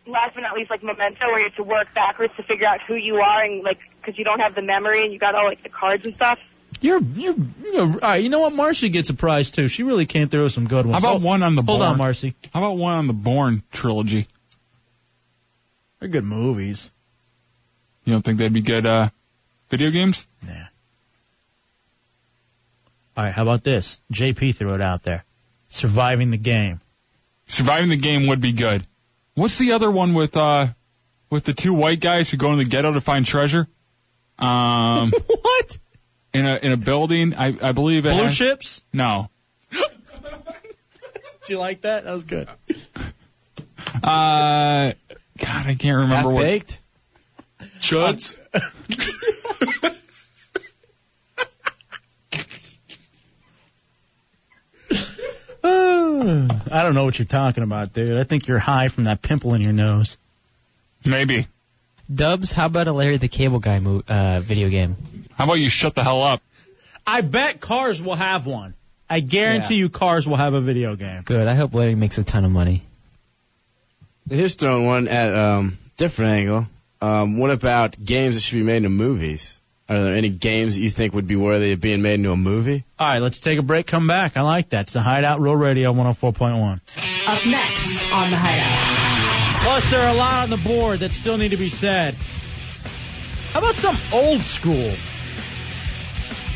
S16: Last but not least, like Memento, where you have to work backwards to figure out who you are, and like because you don't have the memory and you got all like the cards and stuff.
S3: You're you're, you're all right. You know what? Marcy gets a prize too. She really can't throw some good ones.
S4: How about
S3: Hold-
S4: one on the
S3: Hold
S4: Bourne?
S3: on, Marcy.
S4: How about one on the Bourne trilogy?
S3: They're good movies.
S4: You don't think they'd be good uh, video games?
S3: All right. How about this? JP threw it out there. Surviving the game.
S4: Surviving the game would be good. What's the other one with uh with the two white guys who go in the ghetto to find treasure? Um
S3: What?
S4: in a in a building, I I believe it
S3: Blue
S4: has-
S3: chips.
S4: No.
S3: Did you like that? That was good.
S4: Uh God, I can't remember what
S7: baked?
S4: Chuds?
S3: Oh, I don't know what you're talking about, dude. I think you're high from that pimple in your nose.
S4: Maybe.
S11: Dubs, how about a Larry the Cable Guy mo- uh, video game?
S4: How about you shut the hell up?
S3: I bet cars will have one. I guarantee you cars will have a video game.
S11: Good. I hope Larry makes a ton of money.
S7: Here's throwing one at um different angle. Um, what about games that should be made into movies? Are there any games that you think would be worthy of being made into a movie?
S3: All right, let's take a break. Come back. I like that. It's the Hideout Real Radio 104.1.
S5: Up next on the Hideout.
S3: Plus, there are a lot on the board that still need to be said. How about some old school?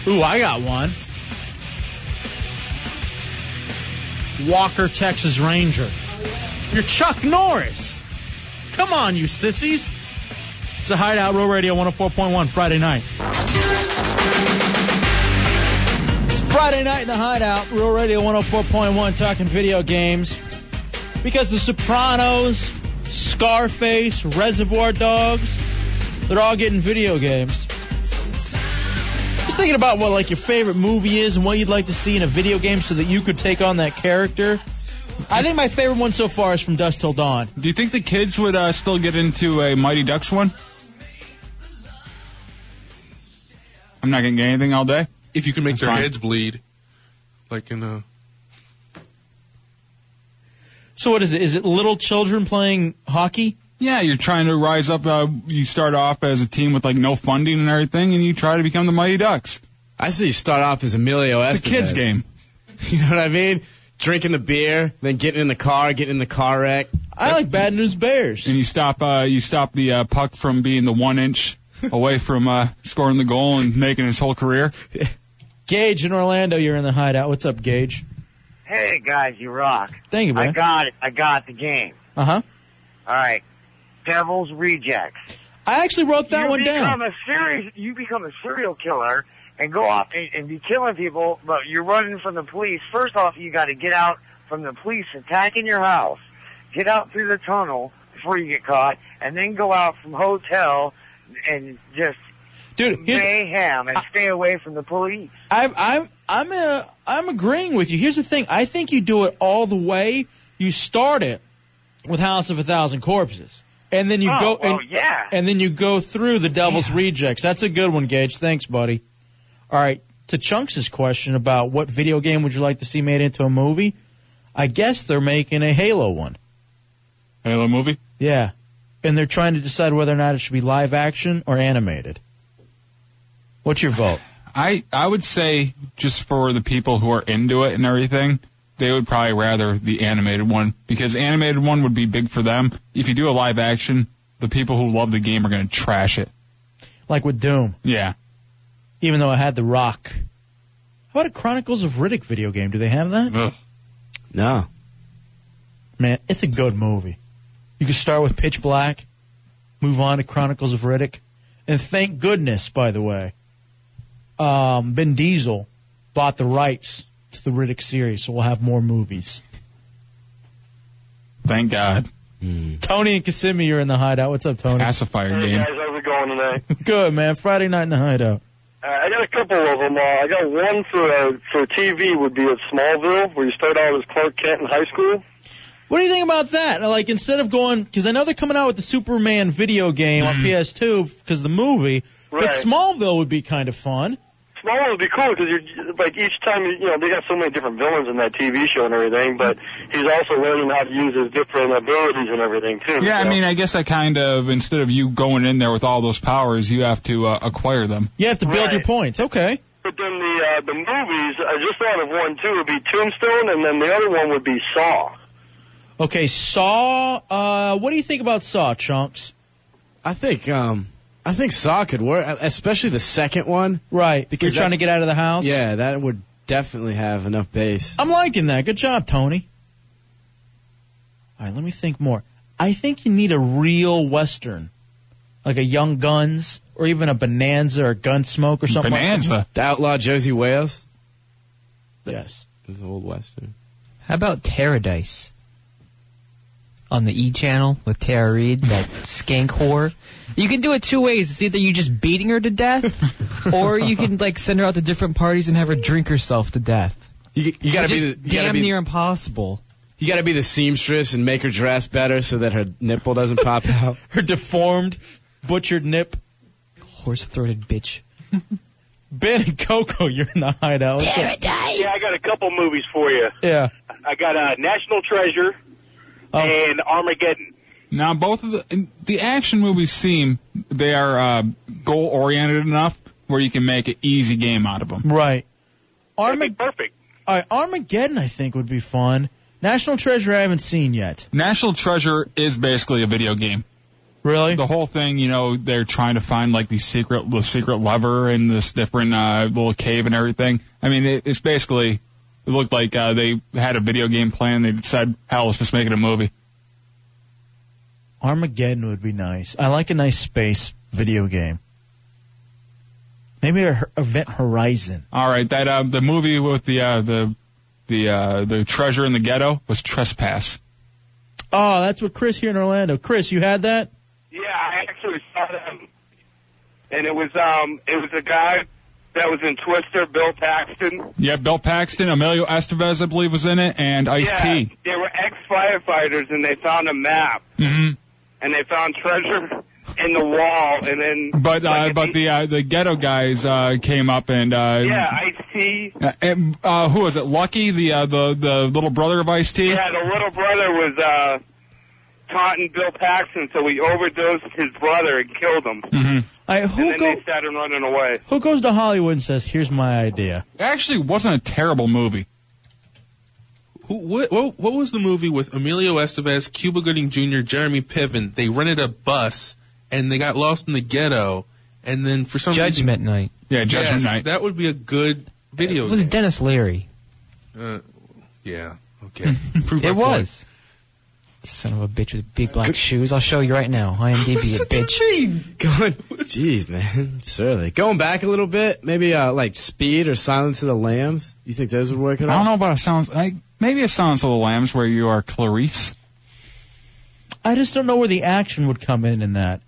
S3: Ooh, I got one. Walker, Texas Ranger. You're Chuck Norris. Come on, you sissies. It's a Hideout Real Radio 104.1 Friday night. It's Friday night in the Hideout, Real Radio 104.1, talking video games. Because The Sopranos, Scarface, Reservoir Dogs, they're all getting video games. Just thinking about what like your favorite movie is and what you'd like to see in a video game so that you could take on that character. I think my favorite one so far is From Dusk Till Dawn.
S4: Do you think the kids would uh, still get into a Mighty Ducks one? I'm not gonna get anything all day.
S31: If you can make
S4: That's
S31: their
S4: fine.
S31: heads bleed, like in uh,
S3: So what is it? Is it little children playing hockey?
S4: Yeah, you're trying to rise up. Uh, you start off as a team with like no funding and everything, and you try to become the Mighty Ducks.
S7: I see you start off as Emilio Estevez.
S4: It's a kids game.
S7: You know what I mean? Drinking the beer, then getting in the car, getting in the car wreck.
S3: I like Bad News Bears.
S4: And you stop uh, you stop the uh, puck from being the one inch away from uh, scoring the goal and making his whole career.
S3: Gage in Orlando, you're in the hideout. What's up, Gage?
S10: Hey guys, you rock.
S3: Thank you,
S10: I
S3: man.
S10: got it. I got the game.
S3: Uh
S4: Uh-huh.
S3: huh.
S10: All right. Devil's Rejects.
S3: I actually wrote that
S10: you
S3: one
S10: become
S3: down.
S10: A series, you become a serial killer and go off and, and be killing people, but you're running from the police. First off, you got to get out from the police attacking your house, get out through the tunnel before you get caught, and then go out from hotel and just
S3: Dude, here's-
S10: mayhem and stay away from the police.
S3: I'm I'm I'm uh, I'm agreeing with you. Here's the thing. I think you do it all the way. You start it with House of a Thousand Corpses, and then you
S10: Oh,
S3: go
S10: well,
S3: and
S10: yeah.
S3: and then you go through the Devil's Rejects. That's a good one, Gage. Thanks, buddy. All right. To Chunks' question about what video game would you like to see made into a movie, I guess they're making a Halo one.
S4: Halo movie?
S3: Yeah. And they're trying to decide whether or not it should be live action or animated. What's your vote?
S4: I I would say just for the people who are into it and everything, they would probably rather the animated one because the animated one would be big for them. If you do a live action, the people who love the game are going to trash it.
S3: Like with Doom.
S4: Yeah.
S3: even though I had The Rock. How about a Chronicles of Riddick video game? Do they have that?
S7: No.
S3: Man, it's a good movie. You could start with Pitch Black, move on to Chronicles of Riddick. And thank goodness, by the way, um, Ben Diesel bought the rights to the Riddick series, so we'll have more movies.
S4: Thank God.
S3: Tony and Kissimmee, you're in the hideout. What's up, Tony?
S4: Pacifier
S5: Hey guys, how's it going tonight?
S3: Good, man. Friday night in the hideout.
S5: Uh, I got a couple of them. Uh, I got one for uh, for TV would be at Smallville, where you start out as Clark Kent in high school.
S3: What do you think about that? Like instead of going, because I know they're coming out with the Superman video game on PS2 because the movie, but
S5: Right.
S3: Smallville would be kind of fun.
S5: Smallville would be cool because you're like each time you know they got so many different villains in that TV show and everything, but he's also learning how to use his different abilities and everything too.
S4: Yeah, I mean, I guess I kind of instead of you going in there with all those powers, you have to uh, acquire them.
S3: You have to build your points. Okay.
S5: But then the uh, the movies, I just thought of one too would be Tombstone, and then the other one would be Saw.
S3: Okay, Saw. Uh, what do you think about Saw, Chunks?
S26: I think um, I think Saw could work, especially the second one.
S3: Right,
S26: because
S3: You're trying to
S26: that's-
S3: get out of the house.
S26: Yeah, that would definitely have enough bass.
S3: I'm liking that. Good job, Tony. All right, let me think more. I think you need a real western, like a Young Guns or even a Bonanza or Gunsmoke or something. Like
S26: The outlaw Josie Wales.
S3: that. Yes.
S26: It's an old western.
S11: How about Terradice? On the E channel with Tara Reid, that skank whore. You can do it two ways. It's either you just beating her to death, or you can like send her out to different parties and have her drink herself to death.
S26: You, you gotta
S11: Which
S26: be
S11: is
S26: the, you gotta
S11: damn
S26: be,
S11: near impossible.
S26: You gotta be the seamstress and make her dress better so that her nipple doesn't pop out.
S3: Her deformed, butchered nip.
S11: Horse throated bitch.
S3: Ben and Coco, you're in the hideout. What's up?
S9: Yeah, I got a couple movies for you.
S3: Yeah.
S9: I got uh, National Treasure
S4: Oh.
S9: and Armageddon.
S4: Now, both of the the action movies seem they are uh, goal oriented enough where you can make an easy game out of them.
S3: Right. Armag- perfect. All right, Armageddon, I think, would be fun. National Treasure, I haven't seen yet.
S4: National Treasure is basically a video game.
S3: Really?
S4: The whole thing, you know, they're trying to find like the secret, the secret lever in this different uh, little cave and everything. I mean, it, it's basically it looked like uh, they had a video game plan. They decided, hell, let's just make it a movie.
S3: Armageddon would be nice. I like a nice space video game. Maybe a Her- Event Horizon.
S4: All right, that uh, the movie with the uh, the the uh, the treasure in the ghetto was Trespass.
S3: Oh, that's what Chris here in Orlando. Chris, you had that?
S7: Yeah, I actually saw them, and it was um, it was a guy that was in Twister, Bill Paxton.
S4: Yeah, Bill Paxton, Emilio Estevez, I believe, was in it, and Ice
S7: yeah,
S4: T.
S7: They were ex firefighters, and they found a map,
S4: Mm-hmm.
S7: and they found treasure in the wall, and then
S4: But uh, but the uh, the ghetto guys uh, came up and uh,
S7: yeah, I see.
S4: Uh, and, uh, who was it? Lucky, the uh, the the little brother of Ice T.
S7: Yeah, the little brother was uh, taunting Bill Paxton, so he overdosed his brother and killed him.
S4: Mm-hmm.
S3: All right,
S7: and
S3: who,
S7: then
S3: go-
S7: they started running away.
S3: who goes to Hollywood and says, here's my idea?
S4: It actually wasn't a terrible movie.
S12: Who, what, what, what was the movie with Emilio Estevez, Cuba Gooding Jr., Jeremy Piven? They rented a bus and they got lost in the ghetto, and then for some
S11: Judgment Night.
S4: Yeah,
S12: reason, yes, that would be a good video.
S11: It was
S12: game.
S11: Dennis Leary.
S12: Uh, yeah. Okay. Prove my
S11: it
S12: point.
S11: was. Son of a bitch with big black shoes. I'll show you right now. IMDb, a bitch.
S26: Going, jeez, man, surely. Going back a little bit, maybe uh, like Speed or Silence of the Lambs. You think those would work
S4: I
S26: at all?
S4: don't know about a sounds. I, Um, maybe a Silence of the Lambs where you are Clarice.
S3: I just don't know where the action would come in in that.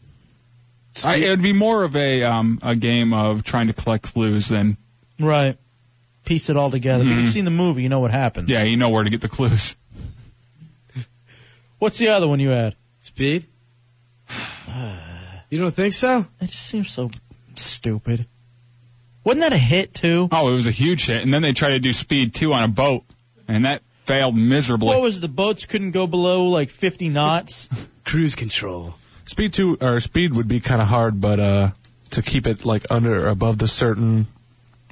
S4: I, it would be more of a um a game of trying to collect clues than
S3: Right. Piece it all together. But
S4: Mhm.
S3: You've seen the movie, you know what happens.
S4: yeah, you know where to get the clues.
S3: What's the other one you had?
S26: Speed. You don't think so?
S3: That just seems so stupid. Wasn't that a hit too?
S4: Oh, it was a huge hit, and then they tried to do Speed Two on a boat, and that failed miserably.
S3: What was the boats couldn't go below like 50 knots?
S26: Cruise control.
S32: Speed two or speed would be kind of hard, but uh, to keep it like under or above the certain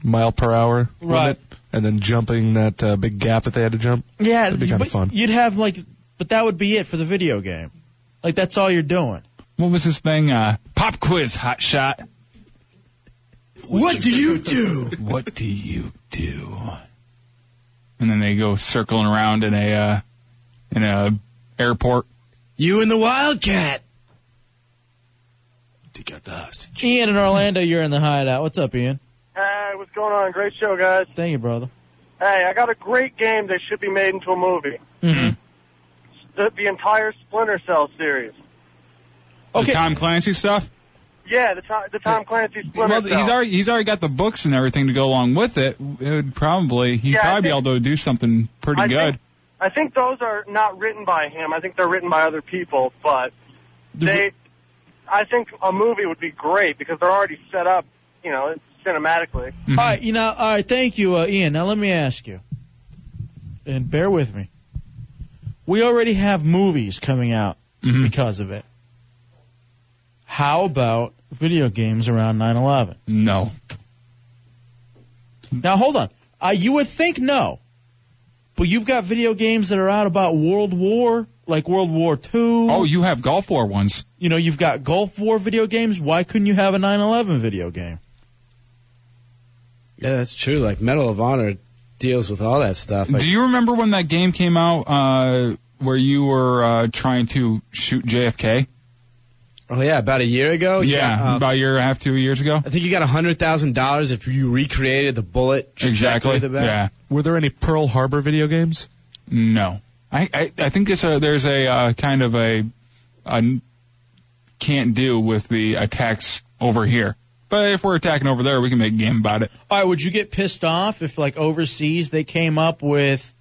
S32: mile per hour
S3: Right.
S32: limit, and then jumping that uh, big gap that they had to jump.
S3: Yeah,
S32: That'd be kinda
S3: but
S32: fun.
S3: You'd have like, but that would be it for the video game. Like that's all you're doing.
S4: What was this thing? Uh, pop quiz, hot shot.
S3: What do you do?
S4: What do you do? And then they go circling around in a uh, in a airport.
S26: You and the Wildcat.
S33: Take out the hostage.
S3: Ian in Orlando, you're in the hideout. What's up, Ian?
S5: Hey, what's going on? Great show, guys.
S3: Thank you, brother.
S5: Hey, I got a great game that should be made into a movie.
S3: Mhm.
S5: The, the entire Splinter Cell series.
S4: The Tom Clancy stuff.
S5: Yeah, the Tom, the Tom Clancy Splinter
S4: Well,
S5: Cell.
S4: he's already he's already got the books and everything to go along with it. It would probably he'd
S5: Yeah, I
S4: probably
S5: think-
S4: be able to do something pretty
S5: I
S4: good.
S5: Think, I think those are not written by him. I think they're written by other people, but they. I think a movie would be great because they're already set up, you know, cinematically.
S4: Mm-hmm.
S3: All right, you know, all right, thank you, uh, Ian. Now let me ask you, and bear with me. We already have movies coming out
S4: Mm-hmm.
S3: because of it. How about video games around 9/11?
S4: No.
S3: Now hold on. Uh, you would think no, but you've got video games that are out about World War, like World War Two.
S4: Oh, you have Gulf War ones.
S3: You know, you've got Gulf War video games. Why couldn't you have a 9/11 video game?
S7: Yeah, that's true. Like Medal of Honor deals with all that stuff. Like,
S4: Do you remember when that game came out uh, where you were uh, trying to shoot JFK?
S7: oh yeah, about a year ago. you
S4: yeah,
S7: got, uh,
S4: about a year and a half, two years ago.
S7: I think you got a hundred thousand dollars if you recreated the bullet. trajectory
S4: Exactly.
S7: The best.
S4: Yeah.
S12: Were there any Pearl Harbor video games?
S4: No, I I, I think it's a, there's a uh, kind of a, a n- can't do with the attacks over here. But if we're attacking over there, we can make a game about it.
S3: All right, would you get pissed off if, like, overseas they came up with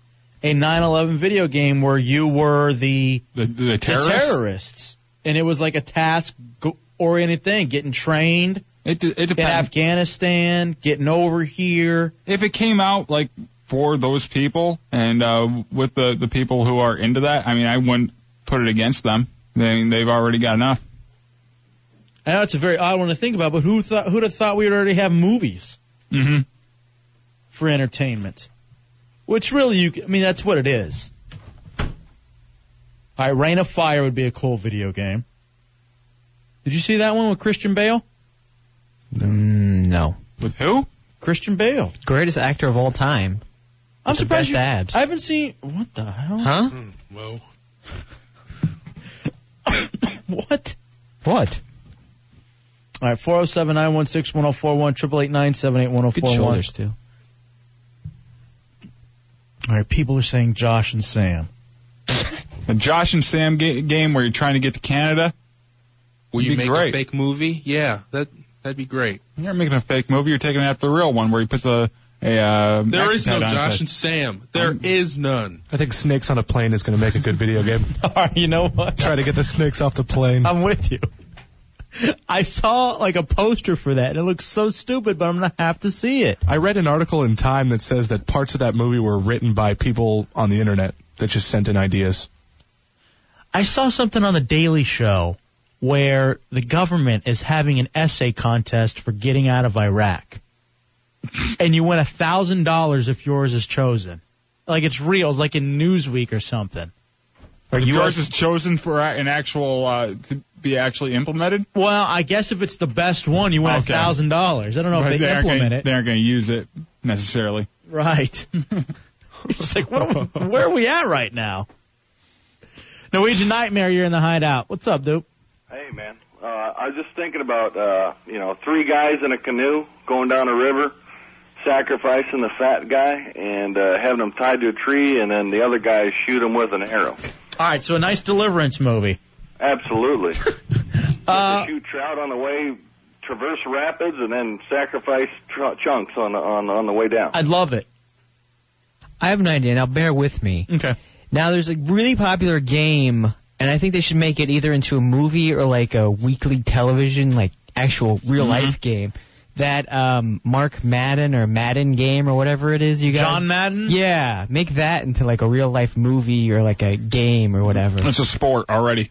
S3: a 9/11 video game where you were the
S4: the, the terrorists?
S3: terrorists, and it was like a task-oriented thing, getting trained
S4: It, d- it
S3: in
S4: depends.
S3: Afghanistan, getting over here.
S4: if it came out like for those people and uh, with the the people who are into that, I mean, I wouldn't put it against them. They they've already got enough.
S3: I know it's a very odd one to think about, but who thought who'd have thought we would already have movies
S4: Mm-hmm.
S3: for entertainment? Which really, you I mean, that's what it is. All right, Rain of Fire would be a cool video game. Did you see that one with Christian Bale?
S11: Mm, no.
S4: With who?
S3: Christian Bale.
S11: Greatest actor of all time.
S3: I'm
S11: With the
S3: surprised
S11: best
S3: you-
S11: abs.
S3: I haven't seen what the hell?
S11: Huh?
S33: Whoa.
S3: What?
S11: What?
S3: All right, four zero seven nine one six one zero four one triple eight nine seven eight one zero
S11: Good
S3: four one.
S11: shoulders too.
S3: All right, people are saying Josh and Sam.
S4: The Josh and Sam ga- game where you're trying to get to Canada.
S33: Will you
S4: Be
S33: make
S4: great.
S33: a fake movie? Yeah, that that'd be great.
S4: You're not making a fake movie. You're taking after the real one where he puts a a. Uh,
S33: There
S4: maxi
S33: is no
S4: pad on his
S33: Josh
S4: head.
S33: and Sam. There is none.
S12: I think Snakes on a Plane is going to make a good video game.
S3: All right, you know what?
S12: Try to get the snakes off the plane.
S3: I'm with you. I saw like a poster for that, and it looks so stupid, but I'm gonna have to see it.
S12: I read an article in Time that says that parts of that movie were written by people on the internet that just sent in ideas.
S3: I saw something on the Daily Show where the government is having an essay contest for getting out of Iraq, and you win a thousand dollars if yours is chosen. Like it's real, it's like in Newsweek or something. Or
S4: If
S3: yours
S4: yours is chosen for a- an actual uh, to be actually implemented.
S3: Well, I guess if it's the best one, you win a
S4: Okay.
S3: thousand dollars. I don't know
S4: But
S3: if they,
S4: aren't
S3: implement
S4: gonna,
S3: it.
S4: They aren't going to use it necessarily.
S3: Right. it's like, what are we- where are we at right now? Norwegian Nightmare, you're in the hideout. What's up, dude?
S19: Hey man, uh, I was just thinking about uh, you know three guys in a canoe going down a river, sacrificing the fat guy and uh, having him tied to a tree, and then the other guy shoot him with an arrow.
S3: All right, so a nice deliverance movie.
S19: Absolutely.
S34: Uh,
S19: They shoot trout on the way, traverse rapids, and then sacrifice tr- chunks on the, on on the way down.
S3: I'd love it.
S11: I have an idea. Now bear with me.
S3: Okay.
S11: Now there's a really popular game, and I think they should make it either into a movie or like a weekly television, like actual
S3: Mm-hmm.
S11: real life game. That um, Mark Madden or Madden game or whatever it is you guys.
S3: John Madden?
S11: Yeah, make that into like a real life movie or like a game or whatever.
S4: It's a sport already.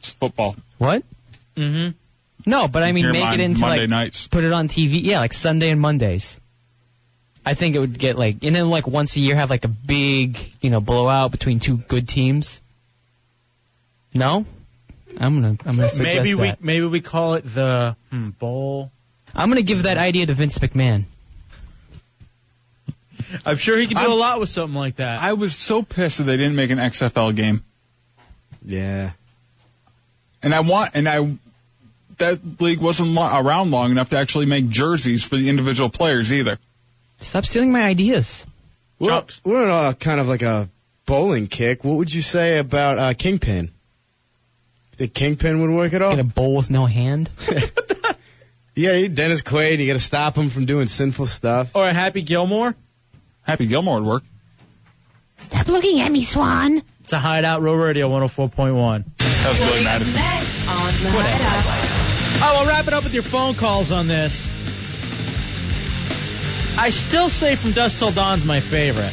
S4: It's football.
S11: What?
S3: Mm-hmm.
S11: No, but I mean
S4: Here,
S11: make
S4: Mon-
S11: it into
S4: Monday
S11: like
S4: nights.
S11: put it on TV. Yeah, like Sunday and Mondays. I think it would get like, and then like once a year have like a big, you know, blowout between two good teams. No, I'm gonna, I'm gonna suggest
S3: Maybe we
S11: that.
S3: maybe we call it the hmm, bowl.
S11: I'm gonna give that idea to Vince McMahon.
S3: I'm sure he could do
S4: I'm-
S3: a lot with something like that.
S4: I was so pissed that they didn't make an XFL game.
S7: Yeah.
S4: And I want, and I that league wasn't lo- around long enough to actually make jerseys for the individual players either.
S11: Stop stealing my ideas.
S26: We're, we're on a kind of like a bowling kick. What would you say about uh, Kingpin? Think Kingpin would work at all? In
S11: a bowl with no hand?
S26: yeah, you Dennis Quaid. You got to stop him from doing sinful stuff.
S3: Or Happy Gilmore?
S4: Happy Gilmore would work.
S3: Stop looking at me, Swan. It's a hideout, Real Radio 104.1.
S4: That's Billy Madison.
S13: Next on the Hideout.
S3: Oh, we'll wrap it up with your phone calls on this. I still say From Dust Till Dawn's my favorite.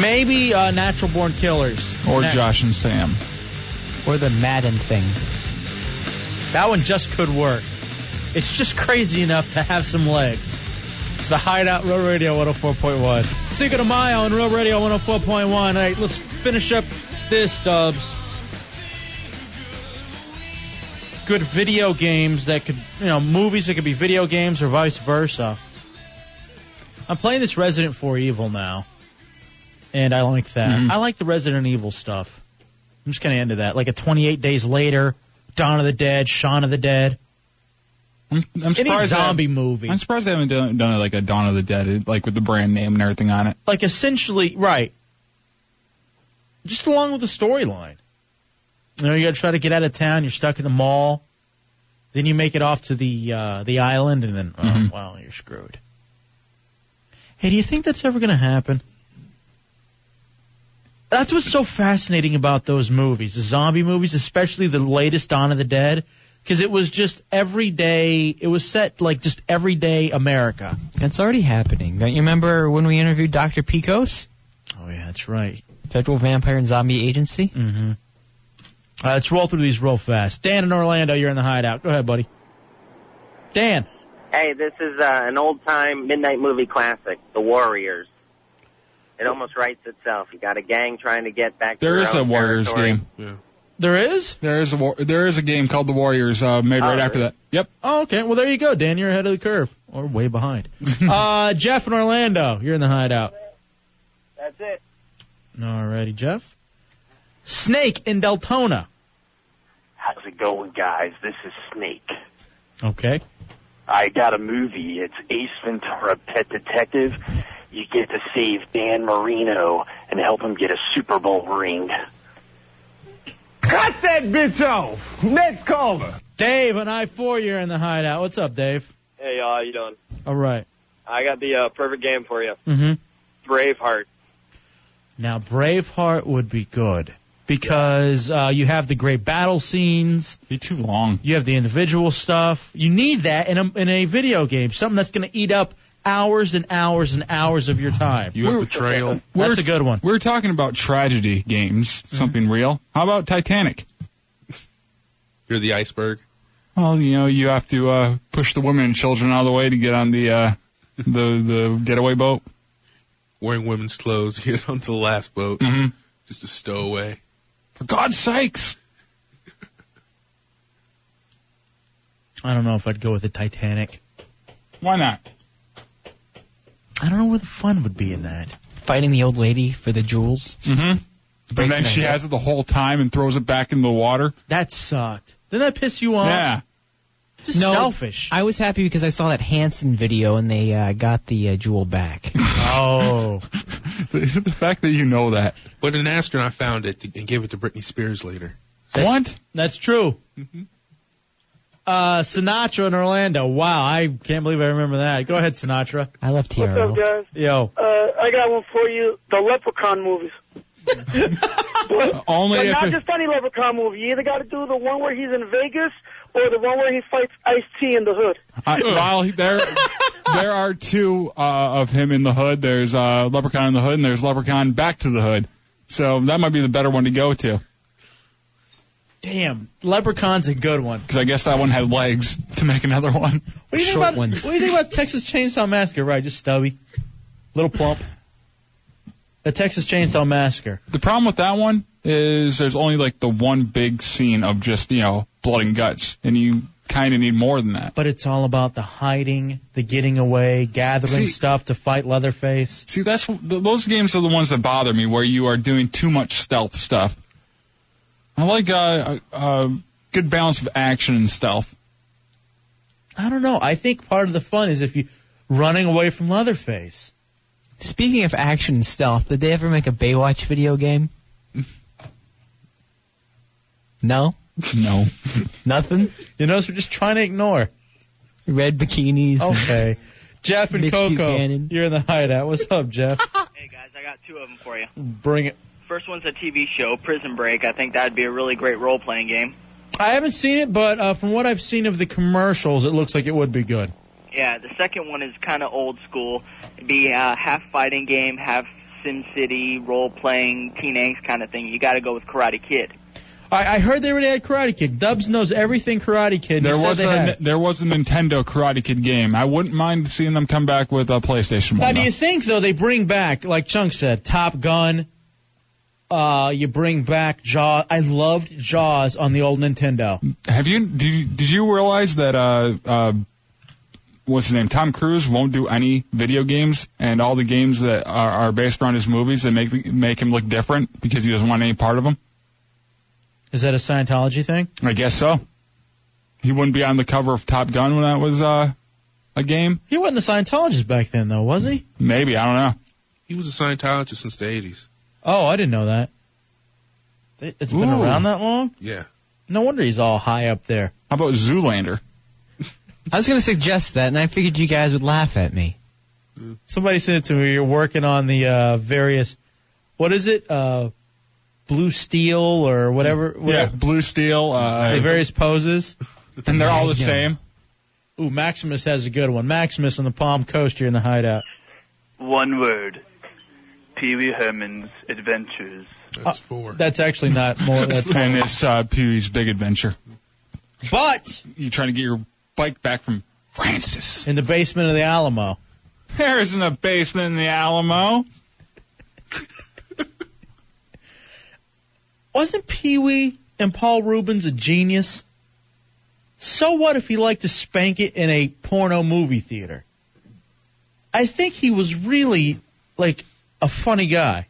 S3: Maybe uh, Natural Born Killers.
S4: Or
S3: Next.
S4: Josh and Sam.
S11: Or the Madden thing.
S3: That one just could work. It's just crazy enough to have some legs. It's the Hideout Real Radio 104.1. Cinco de Mayo on Real Radio 104.1. All right, let's finish up this, Dubs. Good video games that could, you know, movies that could be video games or vice versa. I'm playing this Resident 4 Evil now. And I like that.
S4: Mm-hmm.
S3: I like the Resident Evil stuff. I'm just kind of into that. Like a 28 Days Later, Dawn of the Dead, Shaun of the Dead.
S4: I'm, I'm
S3: Any
S4: surprised they-
S3: zombie movie.
S4: I'm surprised they haven't done, done it like a Dawn of the Dead, it- like with the brand name and everything on it.
S3: like essentially right just along with the storyline you know you gotta try to get out of town you're stuck in the mall then you make it off to the uh the island and then oh
S4: Mhm.
S3: wow you're screwed hey do you think that's ever gonna happen that's what's so fascinating about those movies the zombie movies especially the latest dawn of the dead because it was just everyday it was set like just everyday america
S11: That's already happening. Don't you remember when we interviewed Dr. Picos?
S3: oh yeah that's right
S11: Federal Vampire and Zombie Agency?
S3: Mm-hmm. Uh, let's roll through these real fast. Dan in Orlando, you're in the hideout. Go ahead, buddy. Dan.
S2: Hey, this is uh, an old time midnight movie classic, The Warriors. It almost writes itself. You got a gang trying to get back. to
S4: There
S2: their
S4: is a
S2: own
S4: Warriors
S2: territory.
S4: game.
S3: There is.
S4: There is a war- there is a game called The Warriors uh, made right
S3: Oh,
S4: after that. Yep.
S3: Oh, okay. Well, there you go, Dan. You're ahead of the curve, or way behind. uh, Jeff in Orlando, you're in the hideout.
S18: That's it.
S3: Alrighty, Jeff. Snake in Deltona.
S18: How's it going, guys? This is Snake.
S3: Okay.
S18: I got a movie. It's Ace Ventura: Pet Detective. You get to save Dan Marino and help him get a Super Bowl ring.
S3: Cut that bitch off. Next caller. Dave and I four, you're in the hideout. What's up, Dave?
S35: Hey, y'all, how you doing?
S3: All right.
S35: I got the uh, perfect game for you.
S3: Mm-hmm.
S35: Braveheart.
S3: Now, Braveheart would be good because uh, you have the great battle scenes.
S4: Be too long.
S3: You have the individual stuff. You need that in a, in a video game, something that's going to eat up hours and hours and hours of your time.
S4: You have
S3: betrayal. That's a good one. Mm-hmm.
S4: We're talking about tragedy games, something real. How about Titanic?
S12: You're the iceberg.
S4: Well, you know, you have to uh, push the women and children out of the way to get on the uh, the the getaway boat.
S12: Wearing women's clothes. You get onto the last boat.
S4: Mhm.
S12: Just a stowaway.
S4: For God's sakes!
S3: I don't know if I'd go with the Titanic.
S4: Why not?
S3: I don't know where the fun would be in that.
S11: Fighting the old lady for the jewels.
S4: Mm-hmm.
S11: Breaking
S4: and then
S11: the
S4: she
S11: hip.
S4: has it the whole time and throws it back in the water.
S3: That sucked. Didn't that piss you off?
S4: Yeah.
S3: Just
S11: no,
S3: selfish.
S11: I was happy because I saw that Hanson video and they uh, got the uh, jewel back.
S3: Oh.
S4: the, the fact that you know that.
S12: But an astronaut found it and gave it to Britney Spears later.
S4: what?
S3: That's true.
S4: Mm-hmm.
S3: Uh, Sinatra in Orlando. Wow, I can't believe I remember that. Go ahead, Sinatra.
S11: I love
S18: What's up, guys?
S3: Yo.
S18: Uh, I got one for you. The Leprechaun movies. but,
S4: Only
S18: but
S4: if
S18: not
S4: it-
S18: just any Leprechaun movie. You either got to do the one where he's in Vegas or the one where he fights Ice T in the hood.
S4: I, while he- there, there are two uh, of him in the hood. There's uh, Leprechaun in the hood, and there's Leprechaun back to the hood. So that might be the better one to go to,
S3: Damn, Leprechaun's a good one.
S4: because I guess that one had legs to make another one.
S3: What do you think about What do you think about Texas Chainsaw Massacre? Right, just stubby, little plump. The Texas Chainsaw Massacre.
S4: The problem with that one is there's only like the one big scene of just you know blood and guts, and you kind of need more than that.
S3: But it's all about the hiding, the getting away, gathering
S4: See-
S3: stuff to fight Leatherface.
S4: See, that's th- those games are the ones that bother me, where you are doing too much stealth stuff. I like uh, a, a good balance of action and stealth.
S3: I don't know. I think part of the fun is if you running away from Leatherface.
S11: Speaking of action and stealth, did they ever make a Baywatch video game? No?
S4: No.
S11: Nothing?
S3: You notice we're just trying to ignore.
S11: Red bikinis.
S3: Okay. Jeff and
S11: Mitch
S3: Coco,
S11: Buchanan.
S3: you're in the hideout. What's up, Jeff?
S6: Hey guys, I got two of them for you.
S3: Bring it.
S6: First one's a TV show, Prison Break. I think that'd be a really great role-playing game.
S3: I haven't seen it, but uh, from what I've seen of the commercials, it looks like it would be good.
S6: Yeah, the second one is kind of old school. It'd be uh, half fighting game, half Sim City role playing, teen angst kind of thing. You got to go with Karate Kid.
S3: I, I heard they already had Karate Kid. Dubs knows everything Karate Kid.
S4: There
S3: He said
S4: was
S3: they
S4: a
S3: had.
S4: there was a Nintendo Karate Kid game. I wouldn't mind seeing them come back with a PlayStation
S3: Now,
S4: one.
S3: do
S4: though.
S3: you think though they bring back, like Chunk said, Top Gun? Uh, you bring back Jaws. I loved Jaws on the old Nintendo.
S4: Have you did, you- did you realize that uh uh what's his name Tom Cruise won't do any video games and all the games that are, are based around his movies that make make him look different because he doesn't want any part of them.
S3: Is that a Scientology thing?
S4: I guess so. He wouldn't be on the cover of Top Gun when that was uh a game.
S3: He wasn't a Scientologist back then, though, was he?
S4: Maybe I don't know.
S12: He was a Scientologist since the 80s.
S3: Oh, I didn't know that. It- It's been
S4: Ooh.
S3: around that long.
S12: Yeah.
S3: No wonder he's all high up there.
S4: How about Zoolander?
S11: I was going to suggest that, and I figured you guys would laugh at me.
S3: Somebody sent it to me. You're working on the uh, various, what is it? Uh, blue steel or whatever.
S4: Yeah,
S3: whatever-
S4: Blue Steel. Uh,
S3: the various poses.
S4: and they're all the
S3: Yeah.
S4: same.
S3: Ooh, Maximus has a good one. Maximus on the Palm Coast here in the hideout.
S19: One word. Pee Wee Herman's Adventures.
S3: That's four. Uh, That's actually not more. That's more.
S4: and it's uh, Pee Wee's Big Adventure.
S3: But
S4: you trying to get your bike back from Francis.
S3: in the basement of the Alamo.
S4: There isn't a basement in the Alamo.
S3: Wasn't Pee Wee and Paul Rubens a genius? So what if he liked to spank it in a porno movie theater? I think he was really like a funny guy.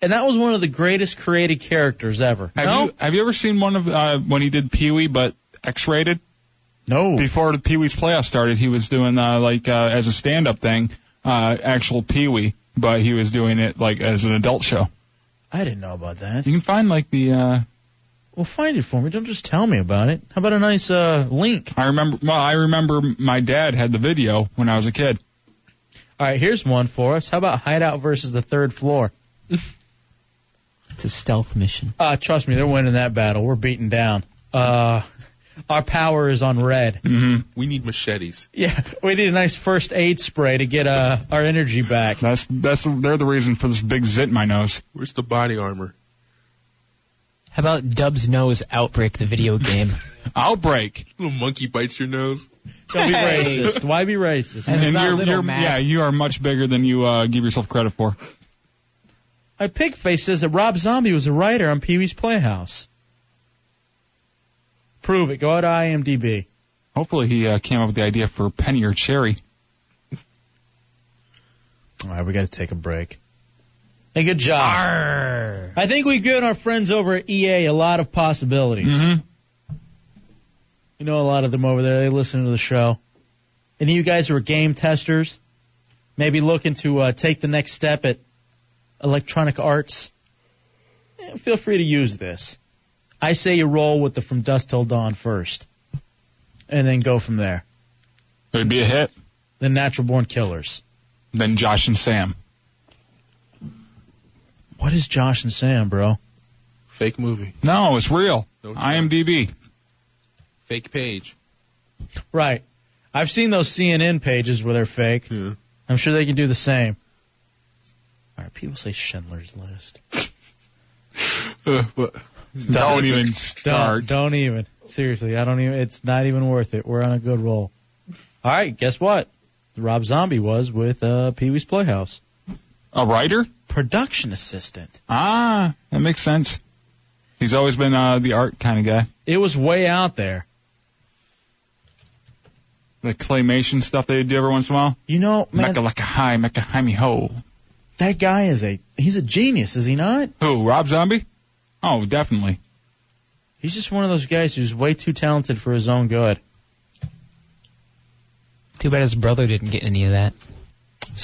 S3: And that was one of the greatest created characters ever.
S4: Have
S3: no?
S4: you have you ever seen one of uh, when he did Pee Wee but X-rated?
S3: No.
S4: Before the Pee Wee's playoff started, he was doing uh, like uh, as a stand-up thing, uh, actual Pee Wee, but he was doing it like as an adult show.
S3: I didn't know about that.
S4: You can find like the. Uh,
S3: Well, find it for me. Don't just tell me about it. How about a nice uh, link?
S4: I remember. Well, I remember my dad had the video when I was a kid.
S3: All right, here's one for us. How about Hideout versus the third floor?
S11: It's a stealth mission.
S3: Uh, trust me, they're winning that battle. We're beaten down. Uh, our power is on red.
S4: Mm-hmm.
S12: We need machetes.
S3: Yeah, we need a nice first aid spray to get uh, our energy back.
S4: That's that's they're the reason for this big zit in my nose.
S12: Where's the body armor?
S11: How about Dub's Nose Outbreak, the video game?
S4: Outbreak.
S12: Little monkey bites your nose.
S3: Don't be
S11: Hey.
S3: racist. Why be racist?
S11: And it's not
S4: you're,
S11: little,
S4: you're
S11: Matt.
S4: yeah, you are much bigger than you uh, give yourself credit for.
S3: Uh, Pigface says that Rob Zombie was a writer on Pee Wee's Playhouse. Prove it. Go out to IMDb.
S4: Hopefully, he uh, came up with the idea for Penny or Cherry.
S3: All right, we got to take a break. Hey, good job. I think we give our friends over at EA a lot of possibilities. You know a lot of them over there. They listen to the show. Any of you guys who are game testers, maybe looking to uh, take the next step at Electronic Arts, eh, feel free to use this. I say you roll with the From Dusk Till Dawn first, and then go from there.
S4: It'd be a hit.
S3: The Natural Born Killers.
S4: Then Josh and Sam.
S3: What is Josh and Sam, bro?
S12: Fake movie.
S4: No, Oh, it's real.
S12: No, it's
S4: IMDb.
S12: Fake page.
S3: Right. I've seen those CNN pages where they're fake. I'm sure they can do the same. All right, people say Schindler's List.
S12: Uh, but
S4: Don't even
S3: Don't,
S4: start.
S3: don't even. Seriously, I don't even. It's not even worth it. We're on a good roll. All right, guess what? Rob Zombie was with uh, Pee Wee's Playhouse,
S4: A writer?
S3: production assistant.
S4: Ah, that makes sense. He's always been uh, the art kind of guy.
S3: It was way out there.
S4: The claymation stuff they do every once in a while.
S3: You know, man,
S4: Mecca like a high, mecca high me ho.
S3: that guy is a he's a genius, is he not?
S4: Who? Rob Zombie? Oh, definitely.
S3: He's just one of those guys who's way too talented for his own good.
S11: Too bad his brother didn't get any of that.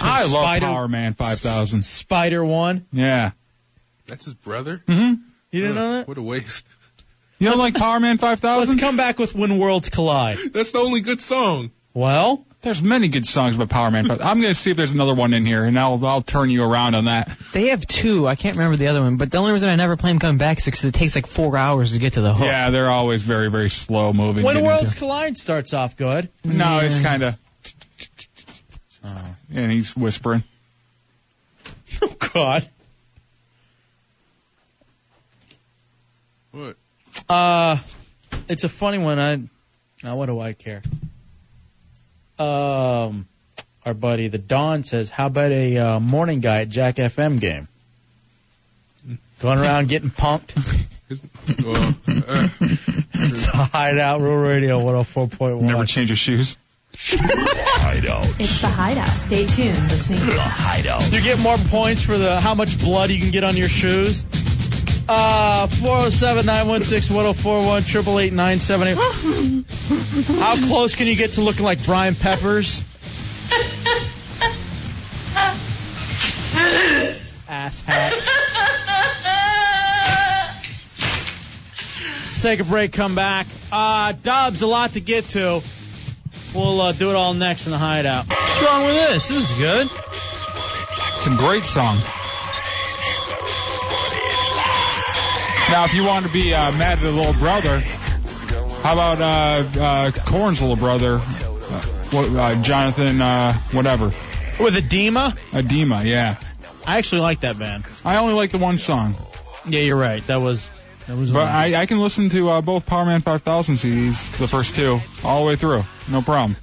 S4: I love
S3: Spider-
S4: Power Man 5000.
S3: Spider One.
S4: Yeah.
S12: That's his brother?
S4: Mm-hmm.
S3: You didn't know that?
S12: What a waste.
S4: You don't like Power Man 5000?
S3: Let's come back with When Worlds Collide.
S12: That's the only good song.
S3: Well,
S4: there's many good songs about Power Man. 5000. I'm going to see if there's another one in here, and I'll I'll turn you around on that.
S11: They have two. I can't remember the other one, but the only reason I never play them coming back is because it takes like four hours to get to the hook.
S4: Yeah, they're always very very slow moving.
S3: Oh. When
S4: getting
S3: Worlds
S4: into-
S3: Collide starts off good.
S4: No, it's kind of. And he's whispering.
S3: Oh God.
S12: What?
S3: Uh, it's a funny one. I now what do I care? Um, our buddy the Don says, "How about a uh, morning guy at Jack FM game? Going around getting punked.
S12: Well, uh,
S3: it's a hideout. Rural Radio 104.1. Never
S4: change your shoes.
S3: hideout.
S13: It's the hideout. Stay tuned. Listening to the hideout.
S3: You get more points for the how much blood you can get on your shoes. Uh, 407 916 1041 888 978. How close can you get to looking like Brian Peppers? Ass hat. Let's take a break, come back. Uh, Dobbs, a lot to get to. We'll uh, do it all next in the hideout. What's wrong with this? This is good.
S4: It's a great song. Now, if you want to be uh, mad at the little brother, how about uh, uh, Corn's little brother, uh, what, uh, Jonathan, uh, whatever?
S3: With Edema?
S4: Edema, yeah.
S3: I actually like that band.
S4: I only like the one song.
S3: Yeah, you're right. That was that was.
S4: But
S3: one.
S4: I, I can listen to uh, both Power Man 5000 CDs, the first two, all the way through. No problem.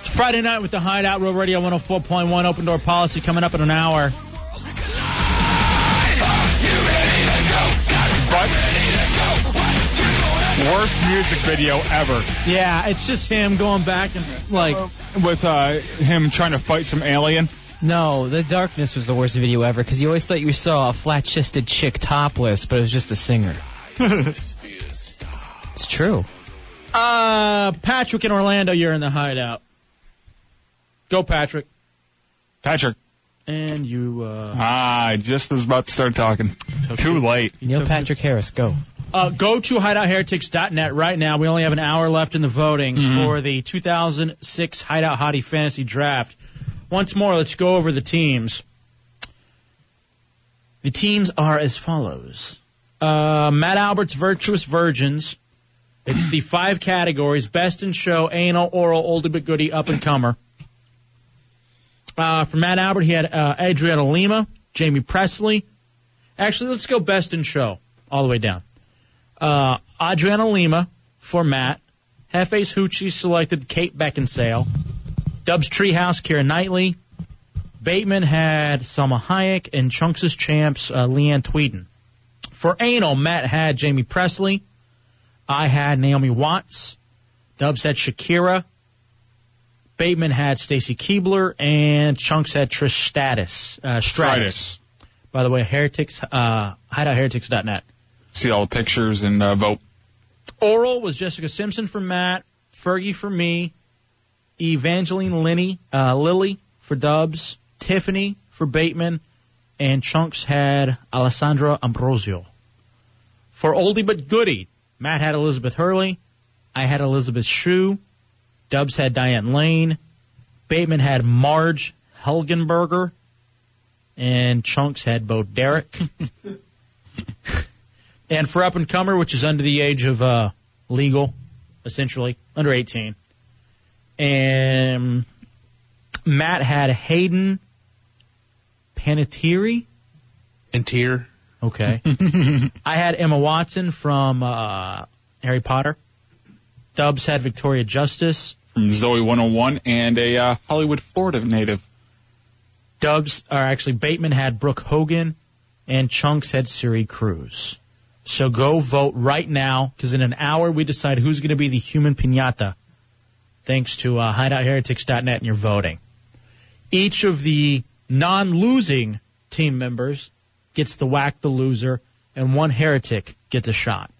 S3: It's Friday night with the Hideout Road Radio 104.1 Open Door Policy coming up in an hour.
S4: Worst music video ever.
S3: Yeah, it's just him going back and like
S4: with uh, him trying to fight some alien.
S11: No, The Darkness was the worst video ever because you always thought you saw a flat chested chick topless, but it was just the singer.
S4: it's
S11: true.
S3: Uh, Patrick in Orlando, you're in the Hideout. Go, Patrick.
S4: Patrick.
S3: And you. Uh,
S4: Ah, I just was about to start talking. Too late.
S11: Neil Patrick Harris, go.
S3: Uh, go to hideoutheretics.net right now. We only have an hour left in the voting
S11: Mhm.
S3: for the 2006 Hideout Hottie Fantasy Draft. Once more, let's go over the teams. The teams are as follows uh, Matt Albert's Virtuous Virgins. It's the five categories best in show, anal, oral, oldie but goodie, up and comer. Uh, for Matt Albert, he had uh, Adriana Lima, Jamie Presley. Actually, let's go best in show all the way down. Uh, Adriana Lima for Matt. Hefe's Hoochie selected Kate Beckinsale. Dub's Treehouse, Kira Knightley. Bateman had Selma Hayek and Chunks' champs, uh, Leanne Tweeden. For anal, Matt had Jamie Presley. I had Naomi Watts. Dubs had Shakira. Bateman had Stacy Keebler and Chunks had Trish Status. Uh, Stratus. By the way, heretics, uh, hideoutheretics.net.
S4: See all the pictures and uh, vote.
S3: Oral was Jessica Simpson for Matt, Fergie for me, Evangeline Lenny, uh, Lily for Dubs, Tiffany for Bateman, and Chunks had Alessandra Ambrosio. For oldie but goodie, Matt had Elizabeth Hurley, I had Elizabeth Shue, Dubs had Diane Lane, Bateman had Marge Helgenberger, and Chunks had Bo Derek. And for up and comer, which is under the age of uh, legal, essentially under 18, and Matt had Hayden Panettiere.
S12: And tear.
S3: Okay. I had Emma Watson from uh, Harry Potter. Dubs had Victoria Justice.
S4: From Zoe 101 and a uh, Hollywood, Florida native.
S3: Dubs, or actually Bateman had Brooke Hogan, and Chunks had Siri Cruz. So go vote right now, because in an hour we decide who's going to be the human pinata, thanks to uh, hideoutheretics.net and your voting. Each of the non-losing team members gets to whack the loser, and one heretic gets a shot.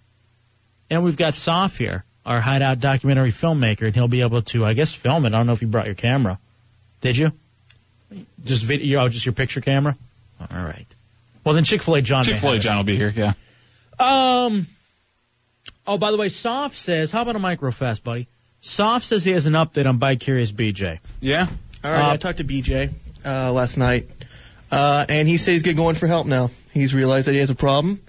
S3: And we've got Saf here, our hideout documentary filmmaker, and he'll be able to, I guess, film it. I don't know if you brought your camera. Did you? Just video, oh, just your picture camera? All right. Well, then Chick fil A John. may
S4: Chick Fil A
S3: have it.
S4: John will be here. Yeah.
S3: Um. Oh, by the way, Soft says, how about a microfest, buddy? Soft says he has an update on Bike Curious BJ.
S4: Yeah.
S16: All right.
S3: Uh,
S16: I talked to BJ uh, last night, uh, and he says he's good going for help now. He's realized that he has a problem,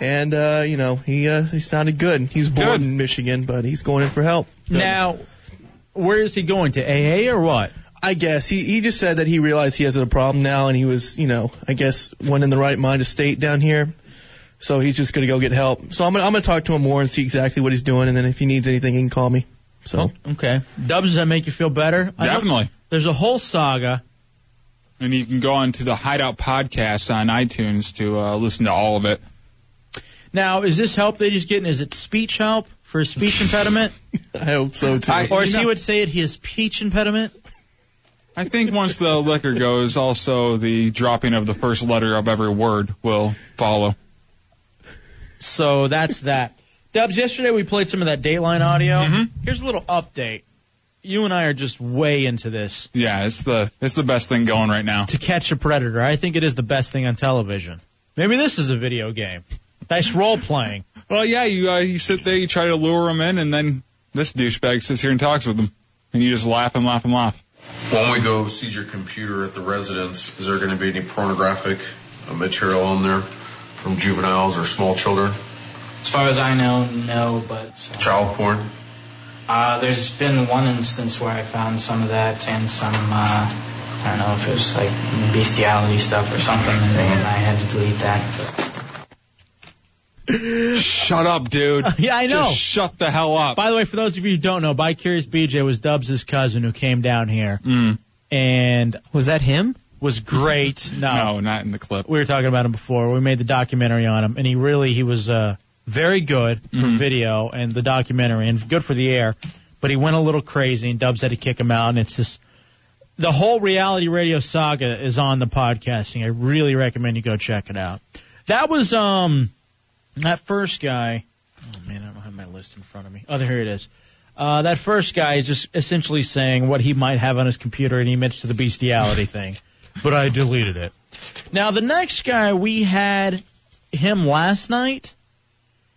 S16: and uh, you know he uh, he sounded good. He's bored in Michigan, but he's going in for help.
S3: Now, where is he going to AA or what?
S16: I guess he he just said that he realized he has a problem now, and he was you know I guess went in the right mind of state down here. So he's just gonna go get help. So I'm gonna I'm gonna talk to him more and see exactly what he's doing, and then if he needs anything, he can call me. So
S3: Okay. Dubs, does that make you feel better? I know
S4: Definitely.
S3: There's a whole saga.
S4: And you can go on to the Hideout podcast on iTunes to uh, listen to all of it.
S3: Now, is this help that he's getting? Is it speech help for a speech impediment?
S16: I hope so too.
S3: or as he would say it, his peach impediment?
S4: I think once the liquor goes, also the dropping of the first letter of every word will follow.
S3: So that's that. Dubs, yesterday we played some of that Dateline audio.
S4: Mhm.
S3: Here's a little update. You and I are just way into this.
S4: Yeah, it's the it's the best thing going right now.
S3: To catch a predator, I think it is the best thing on television. Maybe this is a video game. Nice role playing.
S4: Well, yeah, you uh, you sit there, you try to lure him in, and then this douchebag sits here and talks with him, and you just laugh and laugh and laugh.
S25: When we go seize your computer at the residence, is there going to be any pornographic uh, material on there from juveniles or small children?
S27: As far as I know, no, but
S25: Child porn?
S27: uh, there's been one instance where I found some of that and some, uh, I don't know if it was like bestiality stuff or something, and then I had to delete that.
S4: Shut up, dude.
S3: yeah, I know.
S4: Just shut the hell up.
S3: By the way, for those of you who don't know, By Curious BJ was Dubs' cousin who came down here
S4: Mm.
S3: and was that him? Was great. No,
S4: no, not in the clip.
S3: We were talking about him before. We made the documentary on him, and he really he was uh, very good for video and the documentary, and good for the air. But he went a little crazy, and Dubs had to kick him out. And it's just the whole reality radio saga is on the podcasting. I really recommend you go check it out. That was um that first guy. Oh man, I don't have my list in front of me. Oh, there it is. Uh, that first guy is just essentially saying what he might have on his computer, and he mentions the bestiality thing. But I deleted it. Now the next guy we had him last night.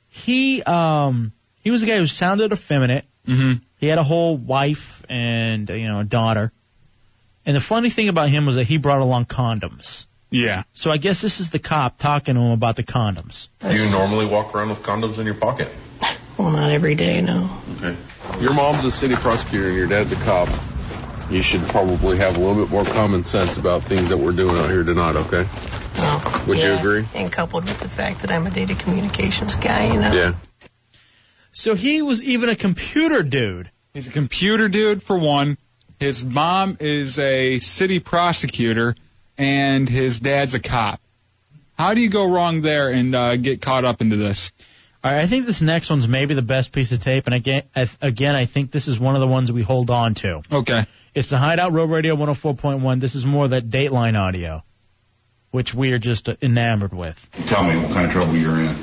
S3: He um he was a guy who sounded effeminate.
S4: Mm-hmm.
S3: He had a whole wife and you know a daughter. And the funny thing about him was that he brought along condoms.
S4: Yeah.
S3: So I guess this is the cop talking to him about the condoms.
S25: Do you normally walk around with condoms in your pocket?
S36: Well, not every day, no.
S25: Okay.
S36: Your mom's a city prosecutor, your dad's a cop. You should probably have a little bit more common sense about things that we're doing out here tonight, okay? Would you Yeah. agree? And coupled with the fact that I'm a data communications guy, you know. Yeah.
S3: So he was even a computer dude.
S4: He's a computer dude for one. His mom is a city prosecutor, and his dad's a cop. How do you go wrong there and uh, get caught up into this?
S3: All right, I think this next one's maybe the best piece of tape, and again, I, again, I think this is one of the ones we hold on to.
S4: Okay.
S3: It's the Hideout Road Radio 104.1. This is more that Dateline audio, which we are just enamored with.
S34: Tell me what kind of trouble you're in.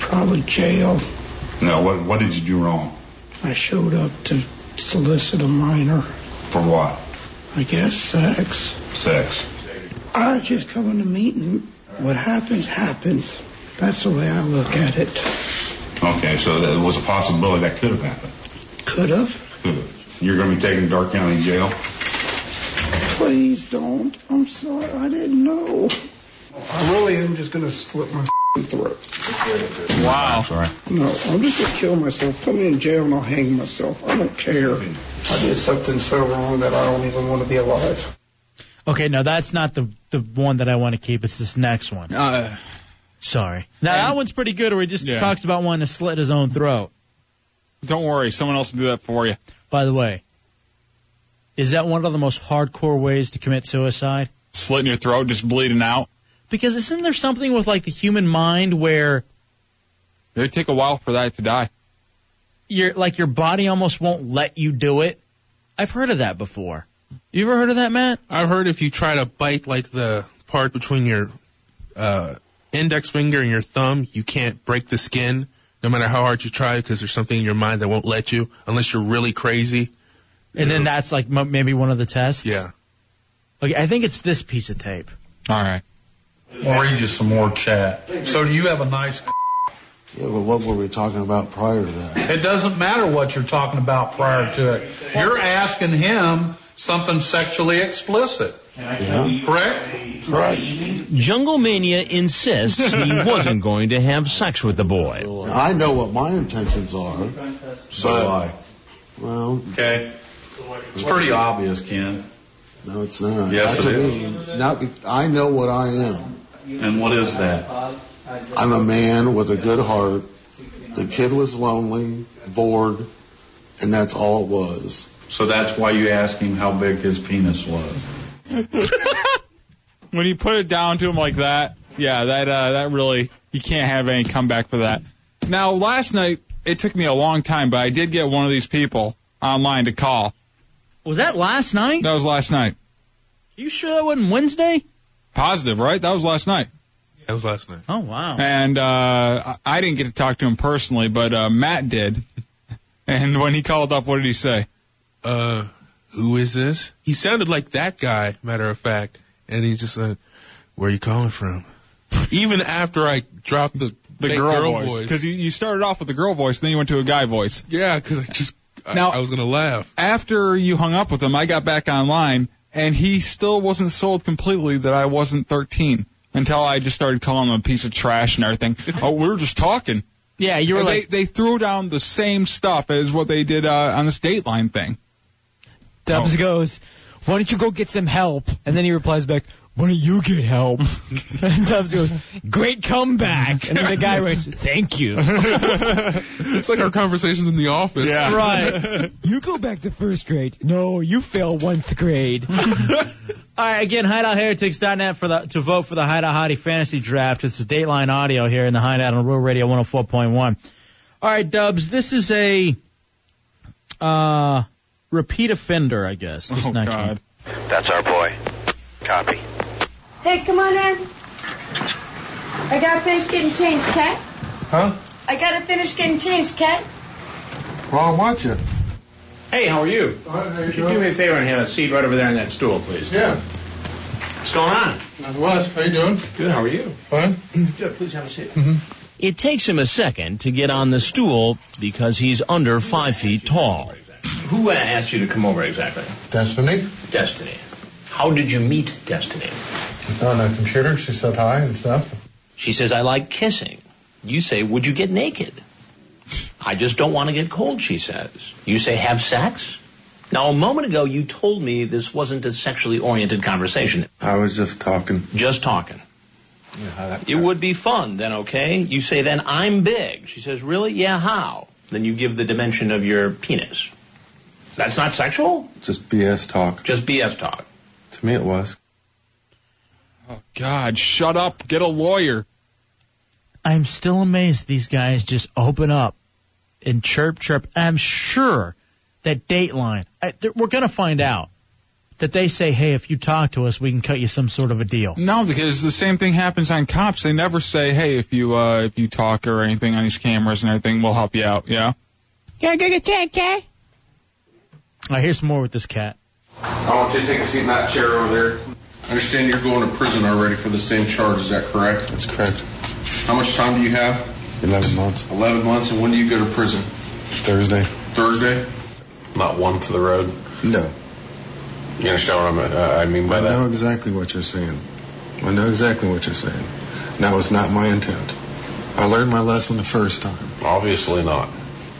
S36: Probably jail.
S34: No, what what did you do wrong?
S36: I showed up to solicit a minor,
S34: For what?
S36: I guess, sex.
S34: Sex.
S36: I was just coming to meeting. What happens, happens. That's the way I look at it.
S34: Okay, so that was a possibility that could have happened.
S36: Could have.
S34: Could have. You're going to be taken to Dark County Jail.
S36: Please don't. I'm sorry. I didn't know. I really am just going to slit my throat.
S4: Wow.
S34: sorry.
S36: No, I'm just gonna kill myself. Put me in jail and I'll hang myself. I don't care. I did something so wrong that I don't even want to be alive.
S3: Okay, now that's not the the one that I want to keep. It's this next one.
S4: Uh,
S3: Sorry. Now that one's pretty good, where he just
S4: Yeah.
S3: talks about wanting to slit his own throat.
S4: Don't worry, someone else will do that for you.
S3: By the way, is that one of the most hardcore ways to commit suicide?
S4: Slitting your throat, just bleeding out.
S3: Because isn't there something with like the human mind where
S4: They take a while for that to die.
S3: your like your body almost won't let you do it? I've heard of that before. You ever heard of that, Matt?
S12: I've heard if you try to bite like the part between your uh, index finger and your thumb, you can't break the skin, no matter how hard you try, because there's something in your mind that won't let you, unless you're really crazy.
S3: And then that's like m- maybe one of the tests.
S12: Yeah.
S3: Okay, I think it's this piece of tape.
S4: All right.
S19: I'll read you some more chat. So do you have a nice?
S34: Yeah, but what were we talking about prior to that?
S19: It doesn't matter what you're talking about prior to it. You're asking him something sexually explicit. Correct?
S10: Right. Jungle Mania insists he wasn't going to have sex with the boy.
S34: I know what my intentions are.
S19: So do I.
S34: Well,
S19: Okay. It's pretty obvious, Ken.
S34: no, it's not.
S19: Yes,
S34: Not to
S19: it
S34: me. Not be- I know what I am.
S19: And what is that?
S34: I'm a man with a good heart. The kid was lonely, bored, and that's all it was.
S19: So that's why you asked him how big his penis was.
S4: when you put it down to him like that, yeah, that uh, that really you can't have any comeback for that. Now, last night it took me a long time, but I did get one of these people online to call.
S3: Was that last night?
S4: That was last night.
S3: You sure that wasn't Wednesday?
S4: Positive, right? That was last night.
S12: That was last night.
S3: Oh wow.
S4: And uh, I I didn't get to talk to him personally, but uh, Matt did. And when he called up, what did he say?
S12: Uh, who is this? He sounded like that guy, matter of fact. And he just said, where are you calling from? Even after I dropped the,
S4: The
S12: fake
S4: girl, voice. Because you, you started off with the girl voice, then you went to a guy voice.
S12: Yeah, because I just, I,
S4: Now-
S12: I was going to laugh.
S4: After you hung up with him, I got back online, and he still wasn't sold completely that I wasn't 13 until I just started calling him a piece of trash and everything. oh, we were just talking.
S3: Yeah, you were
S4: And
S3: like,
S4: they, they threw down the same stuff as what they did uh, on this Dateline thing. Oh.
S11: Dubs goes, "Why don't you go get some help?" And then he replies back, "Why don't you get help?" and Dubs goes, "Great comeback." And then the guy writes, "Thank you."
S12: it's like our conversations in the office.
S11: Right. You go back to first grade. No, you fail once grade.
S3: All right, again, hideoutheretics.net for the to vote for the Hideout Hottie Fantasy Draft. It's the Dateline Audio here in the Hideout on Real Radio 104.1. All right, Dubs, this is a uh, repeat offender, I guess. This next one.
S5: That's our boy. Copy.
S18: Hey, come on in. I gotta finish getting changed, okay?
S34: Huh?
S18: I gotta finish getting changed, okay?
S34: Well, watch it.
S36: Hey, how are you? Could you do me a favor and have a seat right over there on that stool, please?
S34: Yeah.
S36: What's going on?
S34: Not much. How you doing?
S36: Good. How are you?
S34: Fine.
S36: Good. Please have a seat.
S10: It takes him a second to get on the stool because he's under five feet tall.
S36: Who uh, asked you to come over exactly?
S34: Destiny?
S36: Destiny. How did you meet Destiny?
S34: On a computer, she said hi and stuff.
S36: She says, I like kissing. You say, would you get naked? I just don't want to get cold, she says. You say, have sex? Now, a moment ago, you told me this wasn't a sexually oriented conversation.
S34: I was just talking.
S36: Just talking. It would be fun, then, okay? You say, then, I'm big. She says, really? Yeah, how? Then you give the dimension of your penis. That's not sexual?
S34: Just BS talk.
S36: Just BS talk.
S34: To me, it was.
S4: Oh, God, shut up. Get a lawyer.
S3: I'm still amazed these guys just open up and chirp chirp. I'm sure that Dateline, I, th- we're going to find out that they say, hey, if you talk to us, we can cut you some sort of a deal.
S4: No, because the same thing happens on cops. They never say, "Hey, if you uh, if you talk or anything on these cameras and everything, we'll help you out." Yeah.
S11: Gotta go get checked, okay?
S3: I hear some more with this cat.
S25: I want you to take a seat in that chair over there. I understand you're going to prison already for the same charge. Is that correct?
S34: That's correct.
S25: How much time do you have?
S34: 11 months.
S25: 11 months. And when do you go to prison?
S34: Thursday.
S25: Thursday? Not one for the road.
S34: No.
S25: You understand what I'm, uh, I mean by
S34: I
S25: that?
S34: know exactly what you're saying. I know exactly what you're saying. And that was not my intent. I learned my lesson the first time.
S25: Obviously not.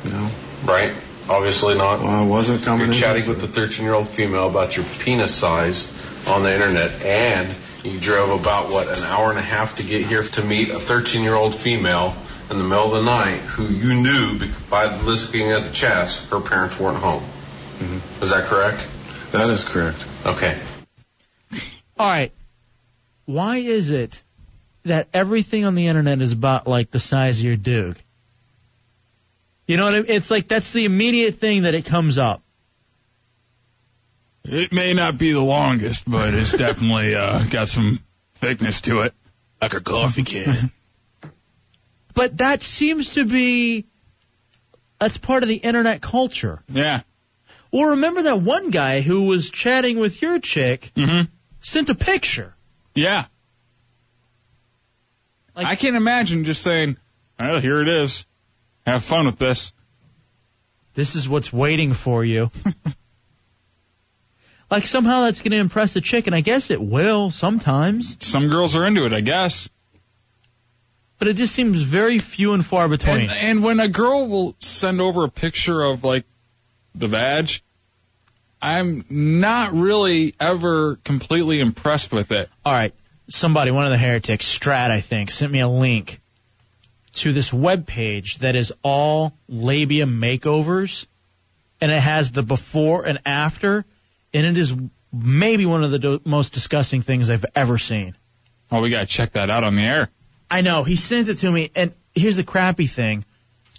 S34: No.
S25: Right? Obviously not.
S34: Well, I wasn't coming
S25: You're
S34: in-
S25: chatting with a 13 year old female about your penis size on the internet, and you drove about, what, an hour and a half to get here to meet a 13 year old female in the middle of the night who you knew be- by looking at the chats, her parents weren't home. Is that correct?
S34: Mm-hmm. That is correct.
S25: Okay.
S3: All right. Why is it that everything on the internet is about like the size of your dude? You know what I mean? It's like that's the immediate thing that it comes up.
S4: It may not be the longest, but it's definitely uh, got some thickness to it.
S12: Like a coffee can.
S3: But that seems to be that's part of the internet culture.
S4: Yeah.
S3: Well, remember that one guy who was chatting with your chick sent a picture.
S4: Yeah. I can't imagine just saying, well, here it is. Have fun with this.
S3: This is what's waiting for you. like somehow that's going to impress the chick, and I guess it will sometimes.
S4: Some girls are into it, I guess.
S3: But it just seems very few and far between.
S4: And, and when a girl will send over a picture of like the vag, I'm not really ever completely impressed with it.
S3: All right, somebody, one of the heretics, Strat, I think, sent me a link to this web page that is all labia makeovers, and it has the before and after, and it is maybe one of the do- most disgusting things I've ever seen.
S4: Oh, we gotta check that out on the air.
S3: I know he sends it to me, and here's the crappy thing: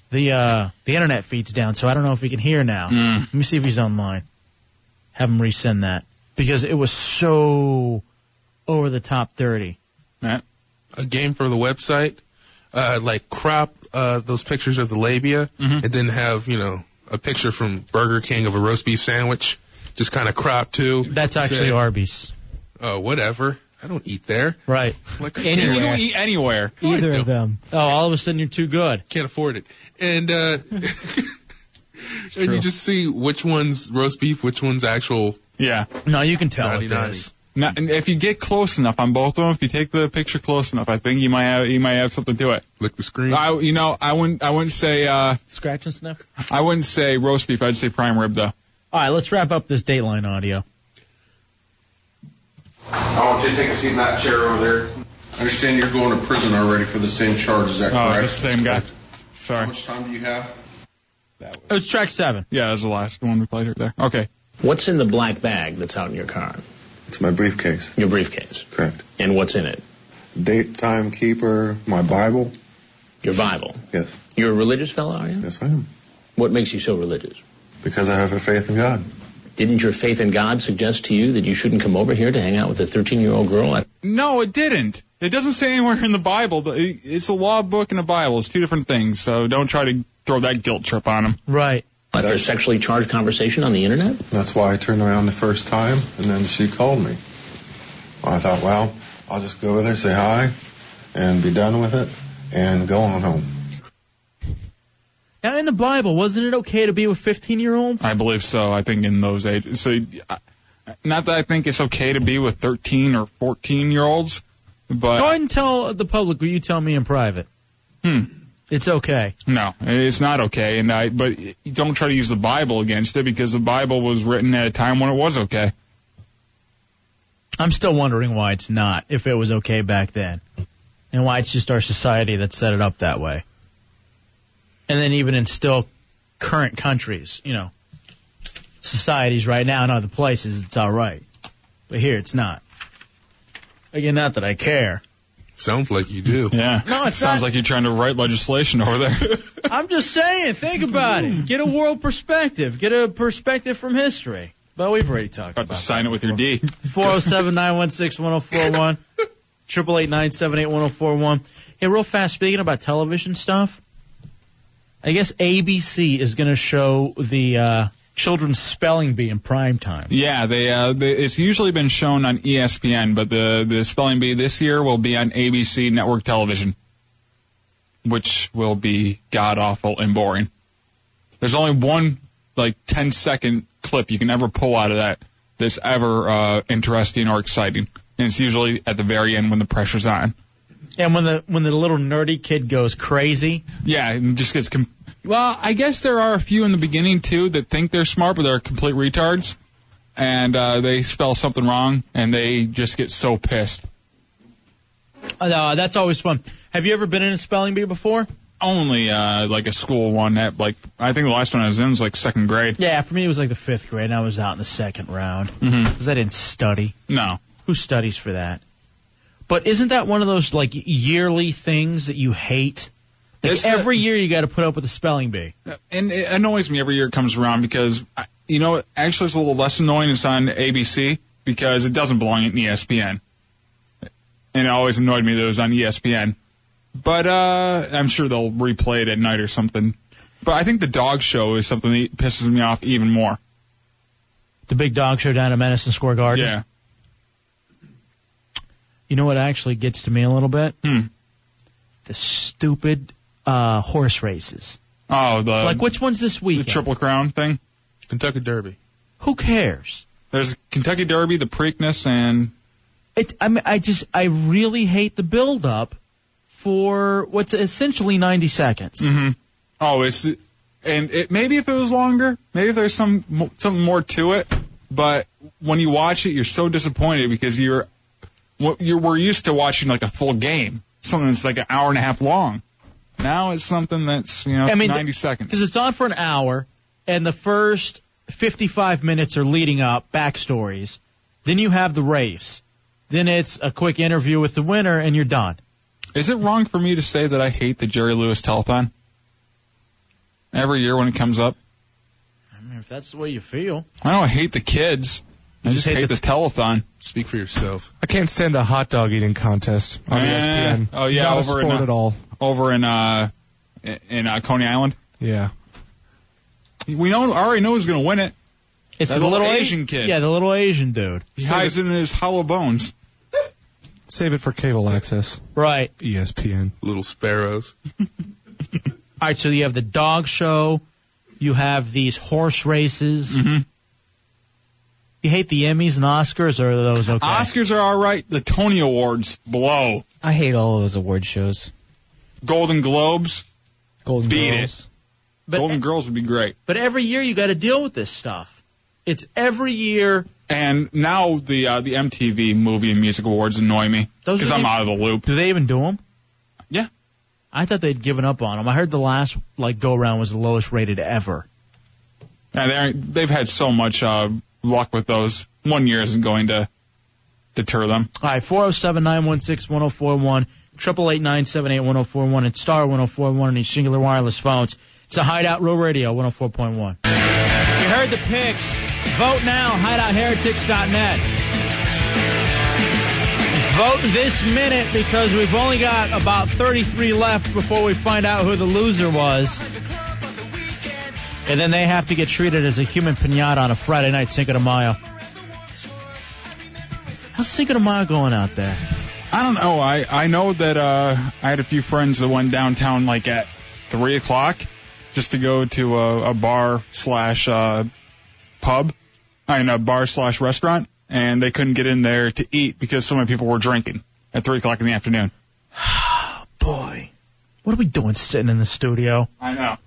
S3: the uh, the internet feed's down, so I don't know if he can hear now.
S4: Mm.
S3: Let me see if he's online. Have him resend that because it was so over the top dirty.
S12: a game for the website, uh, like crop uh, those pictures of the labia,
S3: Mm-hmm.
S12: and then have you know a picture from Burger King of a roast beef sandwich, just kind of crop too.
S3: That's actually Arby's.
S12: Oh, whatever. I don't eat there.
S3: Right.
S12: Like
S3: Anywhere.
S12: can't-
S3: You don't eat
S4: anywhere.
S3: Either of them. Oh, all of a sudden you're too good.
S12: Can't afford it. And uh, and you just see which one's roast beef, which one's actual.
S4: Yeah.
S3: No, you can tell
S12: it is.
S4: Now, and if you get close enough on both of them, if you take the picture close enough, I think you might have you might have something to it.
S12: Lick the screen.
S4: I, you know, I wouldn't I wouldn't say uh,
S3: Scratch and sniff.
S4: I wouldn't say roast beef. I'd say prime rib though.
S3: All right, let's wrap up this Dateline audio.
S25: I want you to take a seat in that chair over there. I understand you're going to prison already for the same charge. Is that
S4: Oh,
S25: correct?
S4: it's the same guy. Sorry.
S25: How much time do you have?
S3: It was track seven.
S4: Yeah, that was the last one we played right there. Okay.
S14: What's in the black bag that's out in your car?
S36: It's my briefcase.
S14: Your briefcase.
S36: Correct.
S14: And what's in it?
S36: Date, time, keeper, my Bible.
S14: Your Bible.
S36: Yes.
S14: You're a religious fellow, are you?
S36: Yes, I am.
S14: What makes you so religious?
S36: Because I have a faith in God.
S14: Didn't your faith in God suggest to you that you shouldn't come over here to hang out with a 13 year old girl? I-
S4: No, it didn't. It doesn't say anywhere in the Bible. that- It's a law book and a Bible. It's two different things. So don't try to throw that guilt trip on them.
S3: Right.
S14: After a sexually charged conversation on the internet?
S36: That's why I turned around the first time, and then she called me. I thought, well, I'll just go over there, say hi, and be done with it, and go on home.
S3: Now in the Bible, wasn't it okay to be with 15 year olds?
S4: I believe so. I think in those ages. So, I- not that I think it's okay to be with 13 or 14 year olds, but
S3: Go ahead and tell the public what you tell me in private.
S4: Hmm.
S3: It's okay.
S4: No, it's not okay. And I, but don't try to use the Bible against it because the Bible was written at a time when it was okay.
S3: I'm still wondering why it's not, if it was okay back then, and why it's just our society that set it up that way. And then even in still current countries, you know, societies right now in other places, it's all right, but here it's not. Again, not that I care.
S12: Sounds like you do.
S4: Yeah.
S3: No, it's
S4: sounds
S3: not-
S4: like you're trying to write legislation over there.
S3: I'm just saying, think about it. Get a world perspective. Get a perspective from history. But we've already talked oh
S4: Got to
S3: about
S4: sign it with your D.
S3: 407 916 1041. 888 978 1041. Hey, real fast, speaking about television stuff, I guess ABC is going to show the uh, children's spelling bee in prime time.
S4: Yeah, they, uh, they it's usually been shown on E ESPN, but the the spelling bee this year will be on ABC network television, which will be god awful and boring. There's only one like 10 second clip you can ever pull out of that that's ever uh, interesting or exciting, and it's usually at the very end when the pressure's on.
S3: And when the when the little nerdy kid goes crazy,
S4: Yeah, and just gets. Com- well, I guess there are a few in the beginning too that think they're smart, but they're complete retards, and uh, they spell something wrong, and they just get so pissed.
S3: uh, that's always fun. Have you ever been in a spelling bee before?
S4: Only uh, like a school one at like I think the last one I was in was like second grade.
S3: Yeah, for me it was like the fifth grade, and I was out in the second round
S4: Mhm.
S3: because I didn't study.
S4: No,
S3: Who studies for that? But isn't that one of those like yearly things that you hate? Like
S4: It's the-
S3: every year you got to put up with a spelling bee.
S4: Uh, and it annoys me every year it comes around because I, you know actually it's a little less annoying it's on ABC E E because it doesn't belong in ESPN. And it always annoyed me that it was on ESPN. But uh I'm sure they'll replay it at night or something. But I think the dog show is something that pisses me off even more.
S3: The big dog show down at Madison Square Garden.
S4: Yeah.
S3: You know what actually gets to me a little bit? The stupid uh, horse races.
S4: Oh, the
S3: like which one's this week?
S4: The Triple Crown thing?
S12: Kentucky Derby.
S3: Who cares?
S4: There's Kentucky Derby, the Preakness, and
S3: It, I mean, I just, I really hate the build up for what's essentially 90 seconds.
S4: hmm oh, it's and it maybe if it was longer, maybe if there's some mo- something more to it. But when you watch it, you're so disappointed because you're what you're we're used to watching like a full game, something that's like an hour and a half long. Now it's something that's you know
S3: I mean,
S4: 90 seconds.
S3: Because it's on for an hour, and the first 55 minutes are leading up, backstories. Then you have the race. Then it's a quick interview with the winner, and you're done.
S4: Is it wrong for me to say that I hate the Jerry Lewis telethon? Every year when it comes up,
S3: I mean, if that's the way you feel.
S4: I don't hate the kids. I just, hate, the, telethon.
S12: Speak for yourself.
S1: I can't stand the hot dog eating contest on E
S4: Eh,
S1: ESPN.
S4: oh, yeah,
S1: Not a
S4: over
S1: sport
S4: in, uh,
S1: at all.
S4: Over in uh in uh, Coney Island,
S1: Yeah.
S4: we know already know who's gonna win it.
S3: It's
S4: That
S3: the little A-
S4: Asian kid.
S3: Yeah, the little Asian dude.
S4: He hides in his hollow bones.
S1: Save it for cable access. E
S3: Right.
S1: ESPN.
S12: Little sparrows.
S3: All right, so you have the dog show. You have these horse races. Mm-hmm. You hate the Emmys and Oscars, or are those okay?
S4: Oscars are all right. The Tony Awards blow.
S11: I hate all of those award shows.
S4: Golden Globes
S11: Golden
S4: beat
S11: Girls.
S4: it. Golden Girls would be great.
S3: But every year you got to deal with this stuff. It's every year.
S4: And now the uh, the MTV Movie and Music Awards annoy me
S3: Those
S4: because
S3: are
S4: I'm
S3: the-
S4: out of the loop.
S3: Do they even do them?
S4: Yeah.
S3: I thought they'd given up on them. I heard the last like go round was the lowest rated ever.
S4: And they're- they've had so much uh, luck with those. One year isn't going to deter them.
S3: All right, four zero seven nine one six one zero four one, triple eight nine seven eight one zero four one, and star one zero four one on these singular wireless phones. It's a Hideout Row Radio one zero four point one. You heard the picks. Vote now, hideoutheretics.net. Vote this minute because we've only got about 33 left before we find out who the loser was. And then they have to get treated as a human pinata on a Friday night Cinco de Mayo. How's Cinco de Mayo going out there?
S4: I don't know. I I know that uh, I had a few friends that went downtown like at three o'clock just to go to a, a bar slash uh, pub, I mean a bar slash restaurant, and they couldn't get in there to eat because so many people were drinking at three o'clock in the afternoon.
S3: Boy, what are we doing sitting in the studio?
S4: I know.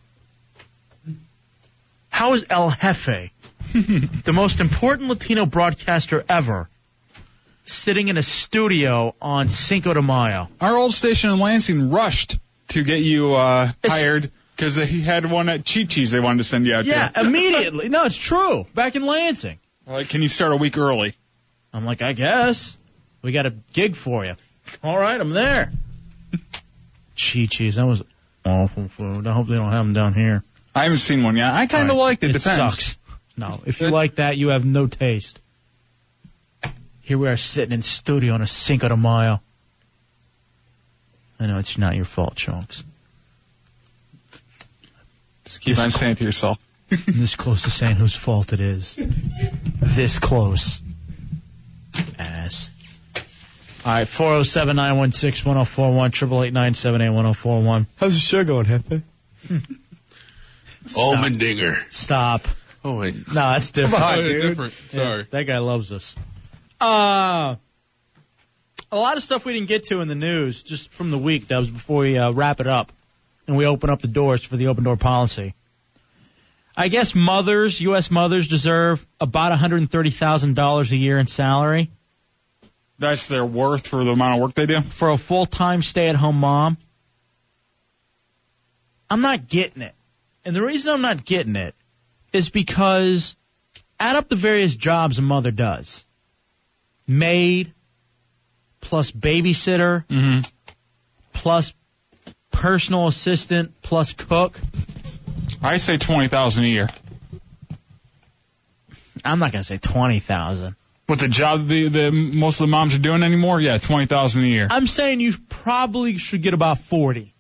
S3: How is El Jefe, the most important Latino broadcaster ever, sitting in a studio on Cinco de Mayo?
S4: Our old station in Lansing rushed to get you uh, hired because he had one at Chi Chi's they wanted to send you out
S3: Yeah,
S4: to.
S3: immediately. No, it's true. Back in Lansing.
S4: Like, can you start a week early?
S3: I'm like, I guess. We got a gig for you. All right, I'm there. Chi Chi's, that was awful food. I hope they don't have them down here.
S4: I haven't seen one yet. I kind of
S3: All right.
S4: liked it.
S3: It
S4: depends.
S3: sucks. No, if you like that, you have no taste. Here we are sitting in studio on a Cinco de Mayo. I know it's not your fault, Chunks.
S4: Just keep on saying it to yourself.
S3: I'm this close to saying whose fault it is. This close. Ass. All right, four zero seven nine one six one zero four one triple eight nine seven eight one zero four one.
S1: How's the show going, Hefe?
S12: Almondinger.
S3: Stop.
S12: Oh, wait.
S3: No, that's different.
S12: Oh, it's different. Sorry.
S3: Yeah, that guy loves us. Uh, a lot of stuff we didn't get to in the news just from the week, Dubs, before we uh, wrap it up and we open up the doors for the open door policy. I guess mothers, U.S. mothers, deserve about $130,000 a year in salary
S4: That's their worth for the amount of work they do.
S3: for a full time stay at home mom. I'm not getting it. And the reason I'm not getting it is because add up the various jobs a mother does maid, plus babysitter, plus personal assistant, plus cook.
S4: I say twenty thousand a year.
S3: I'm not going to say 20,000.
S4: What the job the, the most of the moms are doing anymore? Yeah, twenty thousand a year.
S3: I'm saying you probably should get about 40.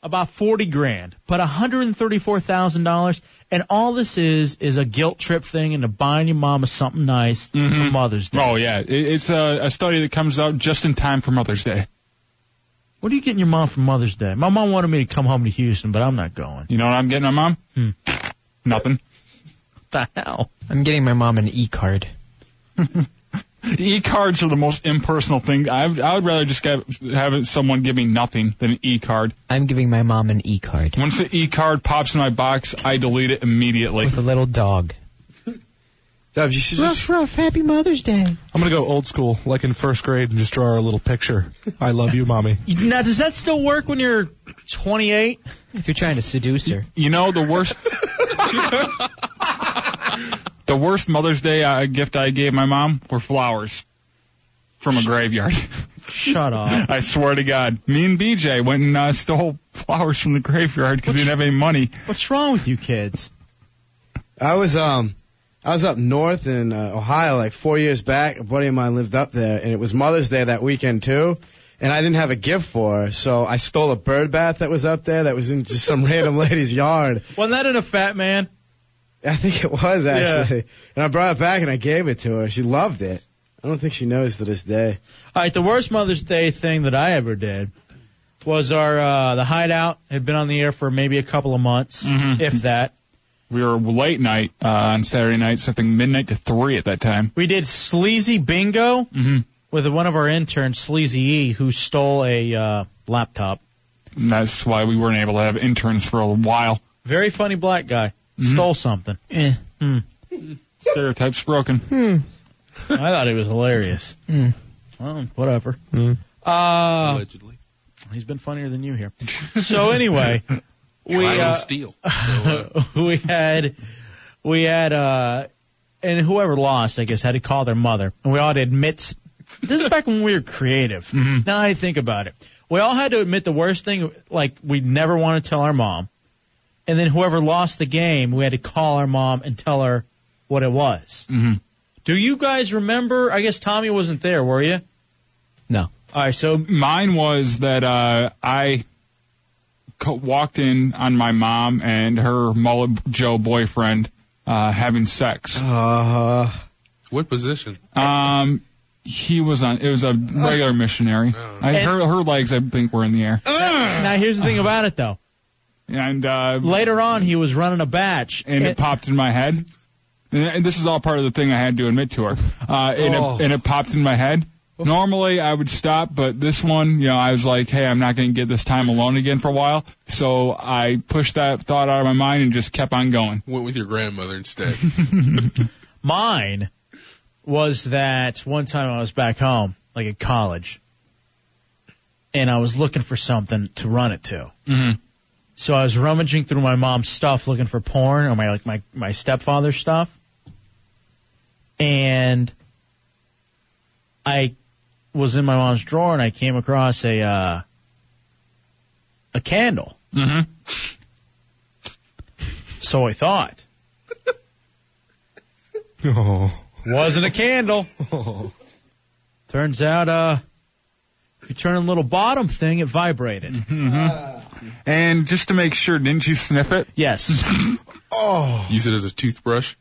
S3: About 40 grand. But $134,000. And all this is, is a guilt trip thing into buying your mama something nice
S11: Mm-hmm.
S3: for Mother's Day.
S4: Oh yeah, it, it's a, a study that comes out just in time for Mother's Day.
S3: What are you getting your mom for Mother's Day? My mom wanted me to come home to Houston, but I'm not going.
S4: You know what I'm getting my mom? Nothing.
S3: Hmm. the hell?
S11: I'm getting my mom an e-card.
S4: E cards are the most impersonal thing. I, I would rather just get, have someone give me nothing than an e card.
S11: I'm giving my mom an e card.
S4: Once the e card pops in my box, I delete it immediately. With
S11: a little dog.
S4: Dubs, you should
S11: Ruff, ruff. Happy Mother's Day.
S1: I'm gonna go old school, like in first grade, and just draw her a little picture. I love you, mommy.
S3: Now, does that still work when you're 28?
S11: If you're trying to seduce her.
S4: You know the worst. the worst Mother's Day uh, gift I gave my mom were flowers from a graveyard.
S3: Shut up.
S4: I swear to God, me and BJ went and uh, stole flowers from the graveyard because we didn't have any money.
S3: What's wrong with you kids?
S7: I was um I was up north in uh, Ohio like four years back. A buddy of mine lived up there, and it was Mother's Day that weekend too. And I didn't have a gift for her, so I stole a bird bath that was up there that was in just some random lady's yard.
S3: Wasn't that in a fat man?
S7: I think it was
S3: Yeah.
S7: actually. And I brought it back and I gave it to her. She loved it. I don't think she knows to this day.
S3: All right, the worst Mother's Day thing that I ever did was our uh, the hideout had been on the air for maybe a couple of months,
S11: Mm-hmm.
S3: if that.
S4: We were late night uh, on Saturday night, something midnight to three at that time. Mm-hmm.
S3: We did sleazy bingo with one of our interns, Sleazy E, who stole a uh, laptop.
S4: And that's why we weren't able to have interns for a while. Mm-hmm.
S3: Very funny black guy stole something. Eh. Hmm.
S4: Stereotypes broken.
S3: I thought it was hilarious.
S11: Hmm.
S3: Well, whatever. Uh, Allegedly. He's been funnier than you here. So anyway, we
S12: I don't
S3: uh,
S12: steal.
S3: we had we had uh and whoever lost, I guess, had to call their mother, and we all had to admit. This is back when we were creative. Now I think about it, we all had to admit the worst thing, like we never want to tell our mom, and then whoever lost the game, we had to call our mom and tell her what it was.
S4: Mhm.
S3: Do you guys remember? I guess Tommy wasn't there, were you?
S11: No.
S3: All right, so
S4: mine was that uh, I co- walked in on my mom and her mullet Joe boyfriend uh, having sex. Uh,
S12: What position?
S4: um, he was on. It was a regular missionary. I, her her legs, I think, were in the air.
S3: Hmm. Now here's the thing about it though.
S4: And uh,
S3: later on, he was running a batch,
S4: and it, popped in my head. And this is all part of the thing I had to admit to her. Uh, and,
S3: Oh.
S4: it, and it popped in my head. Normally I would stop, but this one, you know, I was like, hey, I'm not going to get this time alone again for a while. So I pushed that thought out of my mind and just kept on going.
S12: Went with your grandmother instead.
S3: Mine was that one time I was back home, like at college, and I was looking for something to run it to.
S4: Mm-hmm.
S3: So I was rummaging through my mom's stuff looking for porn or my like my my stepfather's stuff. And I was in my mom's drawer and I came across a uh a candle.
S4: Mm-hmm.
S3: So I thought.
S1: Oh.
S3: Wasn't a candle. Turns out uh if you turn a little bottom thing it vibrated.
S4: And just to make sure, didn't you sniff it?
S3: Yes.
S4: oh.
S12: Use it as a toothbrush.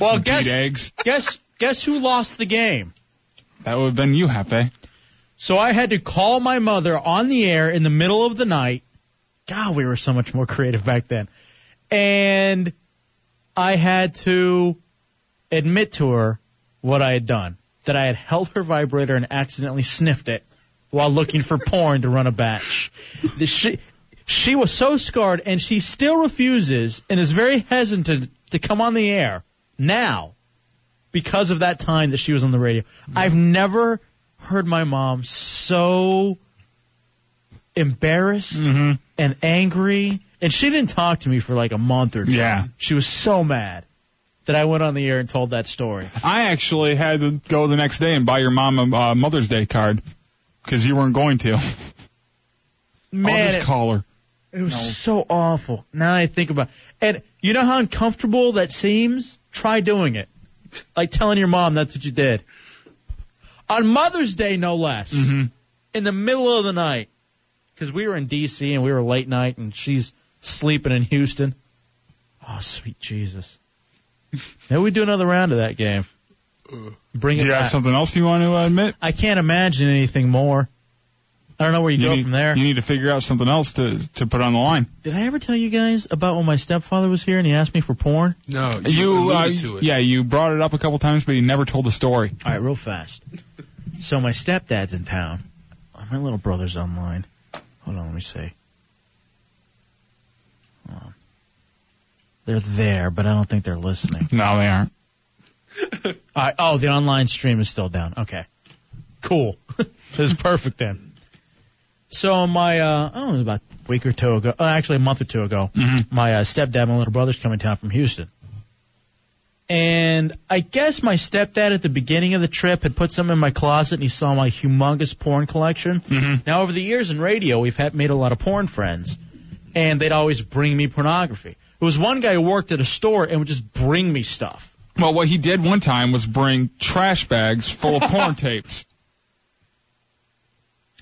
S3: Well, guess
S4: eggs.
S3: guess guess who lost the game?
S4: That would have been you, Hefe.
S3: So I had to call my mother on the air in the middle of the night. God, we were so much more creative back then. And I had to admit to her what I had done. That I had held her vibrator and accidentally sniffed it while looking for porn to run a batch. The- She, she was so scarred and she still refuses and is very hesitant to come on the air now because of that time that she was on the radio. I've never heard my mom so embarrassed and angry. And she didn't talk to me for like a month or two.
S4: Yeah.
S3: She was so mad that I went on the air and told that story.
S4: I actually had to go the next day and buy your mom a uh, Mother's Day card because you weren't going to.
S3: Man,
S4: I'll just
S3: it-
S4: call her.
S3: It was so awful. Now that I think about it. And you know how uncomfortable that seems? Try doing it. like telling your mom that's what you did. On Mother's Day, no less,
S4: Mm-hmm.
S3: in the middle of the night, because we were in D.C. and we were late night, and she's sleeping in Houston. Oh, sweet Jesus! Maybe we do another round of that game. Bring it
S4: Uh, Do you have
S3: back.
S4: something else you want to uh, admit?
S3: I can't imagine anything more. I don't know where you, go
S4: need,
S3: from there.
S4: You need to figure out something else to to put on the line.
S3: Did I ever tell you guys about when my stepfather was here and he asked me for porn?
S12: No,
S4: you, uh,
S3: alluded to it.
S4: yeah, you brought it up a couple times, but you never told the story.
S3: All right, real fast. So my stepdad's in town. Oh, My little brother's online. Hold on, let me see. Hold on. They're there, but I don't think they're listening.
S4: No, they aren't.
S3: All right, oh, the online stream is still down. Okay. Cool. this is perfect then. So my, uh, oh, it was about a week or two ago, uh, actually a month or two ago,
S4: Mm-hmm.
S3: my uh, stepdad, my little brother's coming down from Houston. And I guess my stepdad at the beginning of the trip had put some in my closet and he saw my humongous porn collection. Now over the years in radio, we've had made a lot of porn friends and they'd always bring me pornography. There was one guy who worked at a store and would just bring me stuff.
S4: Well, what he did one time was bring trash bags full of porn tapes.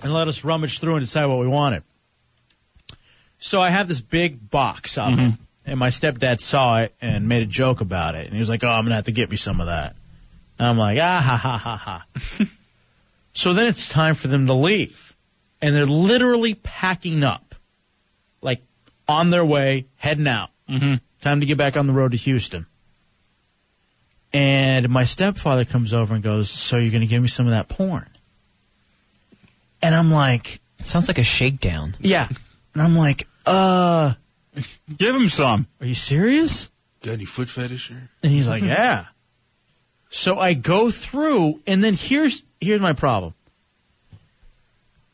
S3: and let us rummage through and decide what we wanted. So I have this big box of it, and my stepdad saw it and made a joke about it, and he was like, "Oh, I'm gonna have to get me some of that." And I'm like, "Ah ha ha ha ha." so then it's time for them to leave, and they're literally packing up, like on their way, heading out. Mm-hmm. Time to get back on the road to Houston. And my stepfather comes over and goes, "So you're gonna give me some of that porn?" And I'm like,
S11: sounds like a shakedown.
S3: Yeah. And I'm like, uh.
S4: Give him some.
S3: Are you serious?
S12: Got any foot fetish? Here?
S3: And he's like, yeah. So I go through, and then here's here's my problem.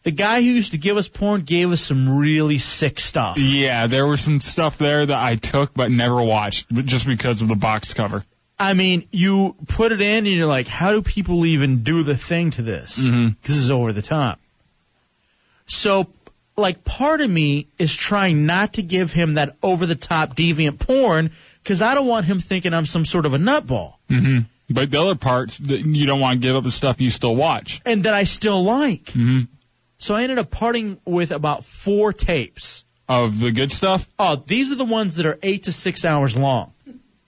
S3: The guy who used to give us porn gave us some really sick stuff.
S4: Yeah, there was some stuff there that I took but never watched, but just because of the box cover.
S3: I mean, you put it in and you're like, how do people even do the thing to this?
S4: Mm-hmm.
S3: This is over the top. So, like, part of me is trying not to give him that over the top deviant porn because I don't want him thinking I'm some sort of a nutball
S4: hmm But the other parts, that you don't want to give up the stuff you still watch.
S3: and that I still like.
S4: hmm
S3: So I ended up parting with about four tapes.
S4: Of the good stuff?
S3: Oh, these are the ones that are eight to six hours long.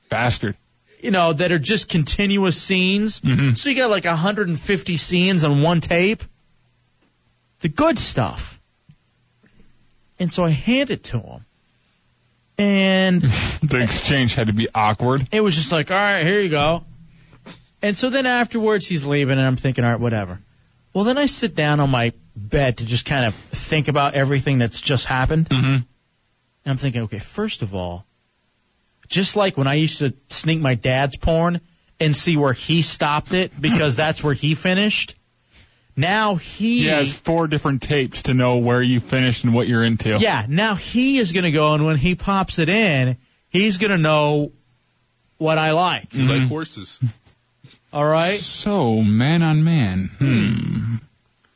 S4: Bastard.
S3: You know, that are just continuous scenes.
S5: Mm.
S3: So you got like 150 scenes on one tape. The good stuff. And so I hand it to him. And
S4: the exchange had to be awkward.
S3: It was just like, all right, here you go. And so then afterwards, he's leaving, and I'm thinking, all right, whatever. Well, then I sit down on my bed to just kind of think about everything that's just happened. Mm-hmm. And I'm thinking, okay, first of all, just like when I used to sneak my dad's porn and see where he stopped it because that's where he finished. Now he
S4: He has four different tapes to know where you finished and what you're into.
S3: yeah, now he is going to go, and when he pops it in, he's going to know what I like. Mm-hmm.
S12: You like horses?
S3: All right.
S4: So, man on man. Hmm.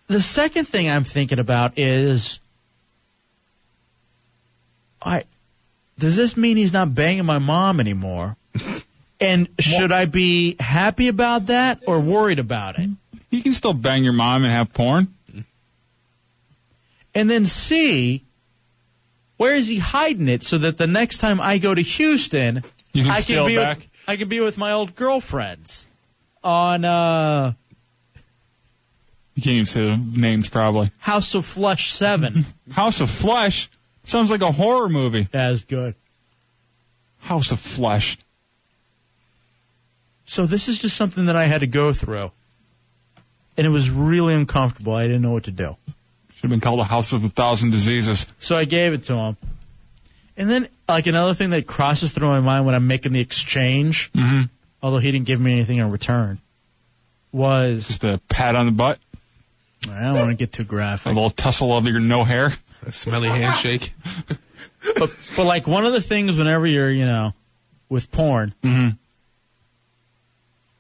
S3: The second thing I'm thinking about is, I does this mean he's not banging my mom anymore? And should I be happy about that or worried about it?
S4: You can still bang your mom and have porn.
S3: And then C, where is he hiding it so that the next time I go to Houston,
S4: You can
S3: I
S4: steal
S3: can be
S4: back.
S3: With, I can be with my old girlfriends on uh,
S4: You can't even say the names probably.
S3: House of Flush Seven.
S4: House of Flesh sounds like a horror movie.
S3: That is good.
S4: House of Flesh.
S3: So this is just something that I had to go through. And it was really uncomfortable. I didn't know what to do.
S4: Should have been called a House of a Thousand Diseases.
S3: So I gave it to him. And then, like, another thing that crosses through my mind when I'm making the exchange,
S4: Mhm.
S3: although he didn't give me anything in return, was.
S4: Just a pat on the butt.
S3: I don't want to get too
S4: A
S3: graphic.
S4: little tussle of your no hair.
S12: A smelly handshake.
S3: but, but, like, one of the things whenever you're, you know, with porn,
S4: Mhm.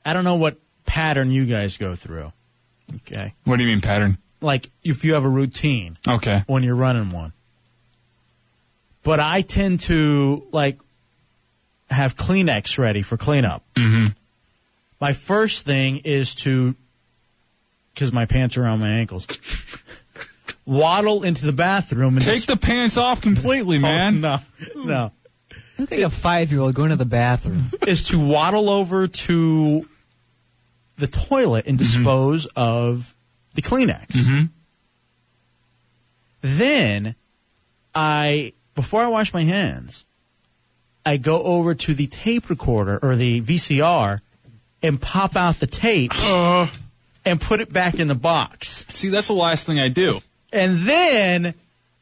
S3: I don't know what pattern you guys go through. Okay.
S4: What do you mean pattern?
S3: Like, if you have a routine.
S4: Okay.
S3: when you're running one. But I tend to like have Kleenex ready for cleanup.
S4: Mm-hmm.
S3: my first thing is to, because my pants are around my ankles, waddle into the bathroom and Oh,
S4: Take the pants off completely, man.
S3: no, no.
S11: Look like a five year old going to the bathroom.
S3: is to waddle over to the toilet and
S4: Mm-hmm.
S3: dispose of the Kleenex. Then I, before I wash my hands, I go over to the tape recorder or the VCR and pop out the tape and put it back in the box.
S4: Uh. See, that's the last thing I do.
S3: And then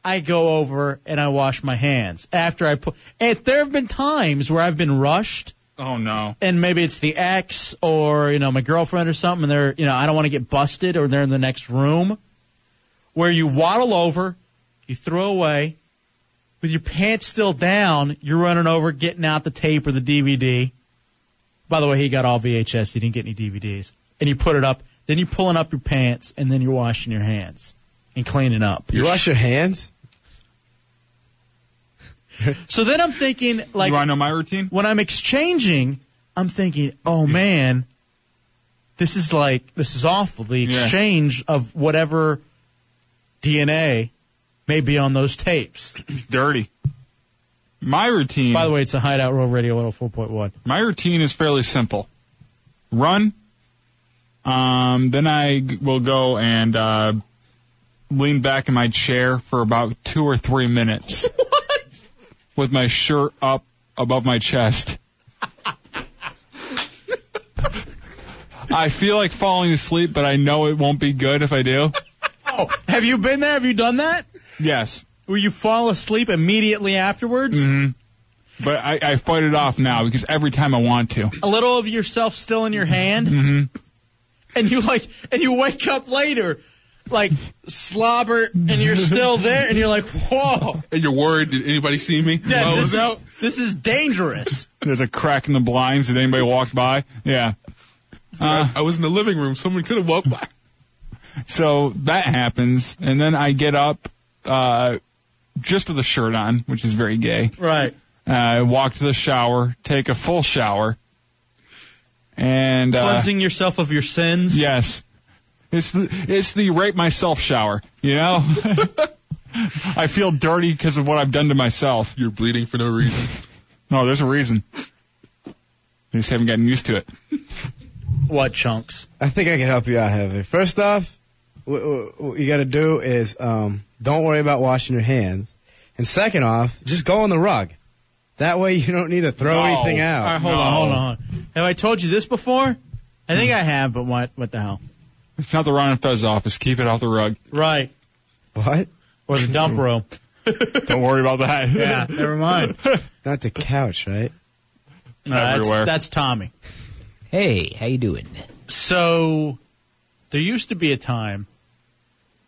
S3: I go over and I wash my hands after I put. And there have been times where I've been rushed
S4: Oh no.
S3: and maybe it's the ex or you know my girlfriend or something and they're you know i don't want to get busted or they're in the next room where you waddle over you throw away with your pants still down you're running over getting out the tape or the dvd by the way he got all vhs he didn't get any dvds and you put it up then you're pulling up your pants and then you're washing your hands and cleaning up
S7: You wash your hands?
S3: so then i'm thinking like
S4: you want to know my routine?
S3: when I'm exchanging, I'm thinking, oh man, this is like, this is awful. The exchange of whatever DNA may be on those tapes.
S4: It's dirty. My routine.
S3: By the way, it's a Hideout Roll Radio 104.1.
S4: My routine is fairly simple. Run. Um, then I g- will go and uh, lean back in my chair for about two or three minutes. With my shirt up above my chest. I feel like falling asleep, but I know it won't be good if I do.
S3: Oh, have you been there? Have you done that?
S4: Yes.
S3: Where you fall asleep immediately afterwards?
S4: hmm But I, I fight it off now because every time I want to.
S3: A little of yourself still in your hand?
S4: hmm
S3: and you like and you wake up later like slobber and you're still there and you're like whoa
S12: And you're worried, did anybody see me?
S3: yeah,
S12: Oh,
S3: this,
S12: is that-
S3: is, this is dangerous
S4: There's a crack in the blinds. Did anybody walk by? Yeah. Uh,
S12: I was in the living room. Someone could have walked by.
S4: so that happens, and then I get up uh, just with a shirt on, which is very gay.
S3: right
S4: Uh, I walk to the shower, take a full shower, and uh,
S3: cleansing yourself of your sins
S4: yes, it's the it's the rape myself shower. You know, I feel dirty because of what I've done to myself.
S12: You're bleeding for no reason.
S4: No, there's a reason. They just haven't gotten used to it.
S3: what chunks
S7: I think I can help you out, Heavy. First off, what, what you got to do is um, don't worry about washing your hands. And second off, just go on the rug. That way you don't need to throw
S4: No.
S7: anything out.
S3: all right hold on hold on hold on. have i told you this before i think i have but what what the hell
S4: It's not the Ron and Fez office. Keep it off the rug.
S3: right
S7: What?
S3: or the dump room
S4: Don't worry about that.
S3: yeah never mind
S7: Not the couch, right?
S3: No, that's-
S4: Everywhere.
S3: that's tommy
S11: Hey, how you doing?
S3: So there used to be a time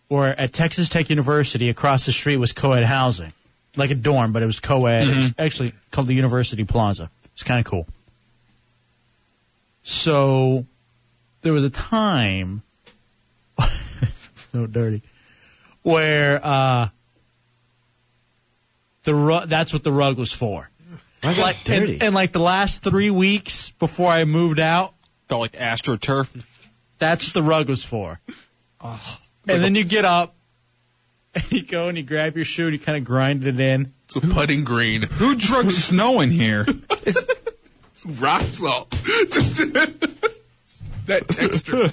S3: where at Texas Tech University across the street was co-ed housing, like a dorm, but it was co-ed.
S4: Mm-hmm.
S3: It was actually called the University Plaza. It's kind of cool. So there was a time, so dirty, where uh, the rug, that's what the rug was for.
S7: Why's
S3: Like,
S7: that dirty?
S3: And, and like the last three weeks before I moved out,
S4: Felt like AstroTurf.
S3: that's what the rug was for.
S12: Oh.
S3: and then you get up and you go and you grab your shoe and you kind of grind it in.
S12: It's a putting green.
S4: Who drugged snow in here?
S12: It's rock salt. Just that texture.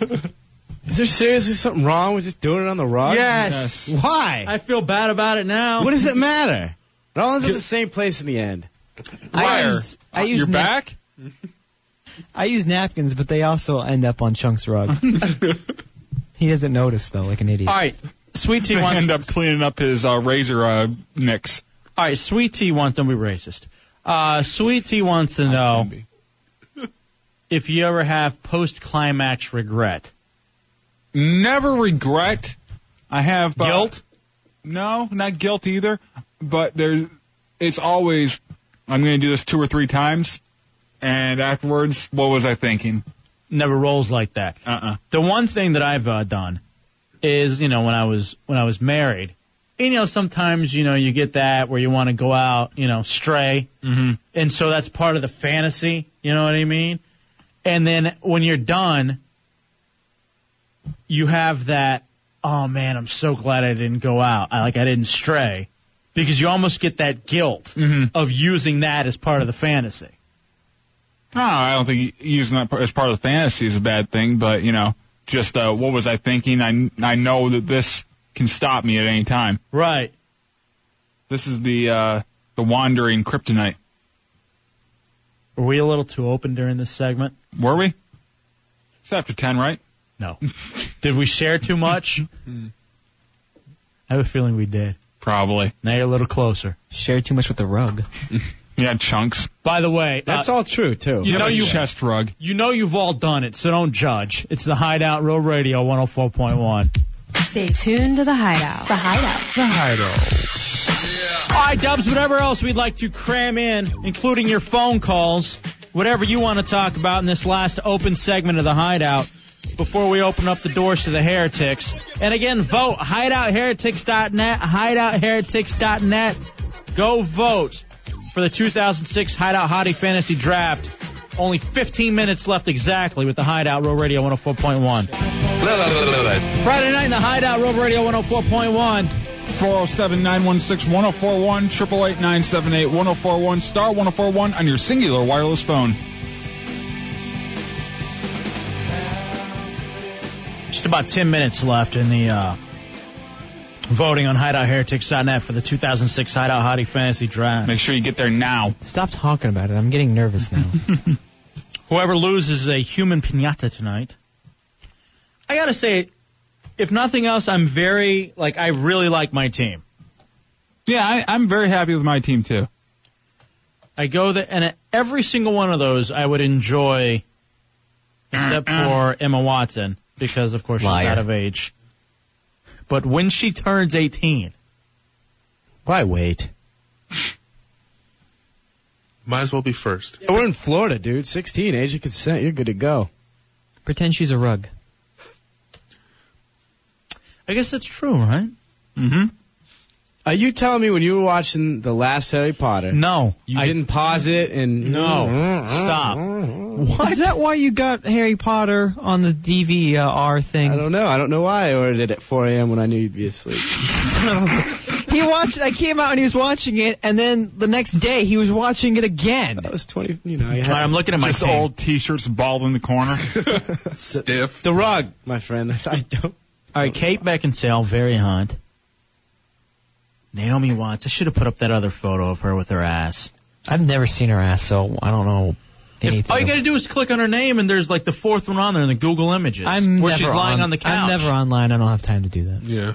S7: Is there seriously something wrong with just doing it on the rug?
S3: Yes.
S7: Why?
S3: I feel bad about it now.
S7: what does it matter? It all ends up the same place in the end.
S11: I
S4: Where?
S11: use, I
S4: Uh,
S11: use
S4: your
S11: na-
S4: back?
S11: I use napkins, but they also end up on Chunk's rug. he doesn't notice though, like an idiot.
S3: All right. Sweet Tea
S4: They
S3: wants.
S4: end up cleaning up his uh, razor uh, nicks.
S3: all right. Sweet Tea wants. Don't be racist. Uh, Sweet Tea wants to know if you ever have post climax regret.
S4: Never regret. I have uh,
S3: Guilt?
S4: No, not guilt either. But there, it's always I'm going to do this two or three times, and afterwards, what was I thinking?
S3: Never rolls like that.
S4: Uh-uh.
S3: the one thing that I've uh, done is, you know, when I was when I was married, you know, sometimes you know you get that where you want to go out, you know, stray,
S4: Mm-hmm.
S3: and so that's part of the fantasy. You know what I mean? And then when you're done, you have that, oh man, I'm so glad I didn't go out. I like I didn't stray. Because you almost get that guilt
S4: Mm-hmm.
S3: of using that as part of the fantasy.
S4: No, I don't think using that as part of the fantasy is a bad thing, but you know, just uh, what was I thinking? I I know that this can stop me at any time.
S3: Right.
S4: This is the uh, the wandering kryptonite.
S3: Were we a little too open during this segment?
S4: Were we? It's after ten, right?
S3: No. did we share too much? I have a feeling we did.
S4: Probably.
S3: Now you're a little closer.
S11: Share too much with the rug.
S4: yeah, chunks.
S3: By the way,
S11: That's
S3: uh,
S11: all true, too.
S3: You
S11: How
S3: know
S11: about
S3: you
S4: chest rug.
S3: You know you've all done it, so don't judge. It's the Hideout Real Radio 104.1.
S13: Stay tuned to the hideout. The hideout.
S4: The hideout.
S3: All right, Dubs, whatever else we'd like to cram in, including your phone calls, whatever you want to talk about in this last open segment of the Hideout before we open up the doors to the heretics. And again, vote hideoutheretics.net, hideoutheretics.net. Go vote for the 2006 Hideout Hottie Fantasy Draft. Only 15 minutes left exactly with the Hideout Row Radio 104.1. Friday night in the Hideout Row Radio 104.1.
S4: 407 916 1041 888 978 1041 star 1041 on your singular wireless phone.
S3: Just about 10 minutes left in the uh, voting on hideoutheretics.net for the 2006 Hideout Hottie Fantasy Draft.
S4: Make sure you get there now.
S11: Stop talking about it. I'm getting nervous now.
S3: Whoever loses a human pinata tonight. I gotta say, if nothing else, I'm very, like, I really like my team.
S4: Yeah, I, I'm very happy with my team too.
S3: I go there, and at every single one of those I would enjoy, except for Emma Watson, because of course
S11: Liar.
S3: she's out of age. But when she turns 18,
S11: Why wait?
S12: Might as well be first.
S7: We're in Florida, dude. 16, age of consent. You're good to go.
S11: Pretend she's a rug.
S3: I guess that's true, right?
S4: Mm-hmm.
S7: Are you telling me when you were watching the last Harry Potter?
S3: No,
S7: you didn't pause it and
S3: No. Stop.
S11: What? Is that why you got Harry Potter on the DVR thing?
S7: I don't know. I don't know why I ordered it at 4 a.m. when I knew you'd be asleep.
S11: he watched. I came out and he was watching it, and then the next day he was watching it again. That
S7: was 20. You know, I
S3: All right, I'm looking at my
S4: Just
S3: team.
S4: old t-shirts balled in the corner.
S12: Stiff.
S7: The rug, my friend. I don't.
S3: All right, Kate Beckinsale, very hot. Naomi Watts. I should have put up that other photo of her with her ass.
S11: I've never seen her ass, so I don't know anything.
S3: All you got to do is click on her name, and there's like the fourth one on there in the Google Images,
S11: I'm
S3: where
S11: never
S3: she's lying on, the couch.
S11: I'm never online. I don't have time to do that.
S12: Yeah.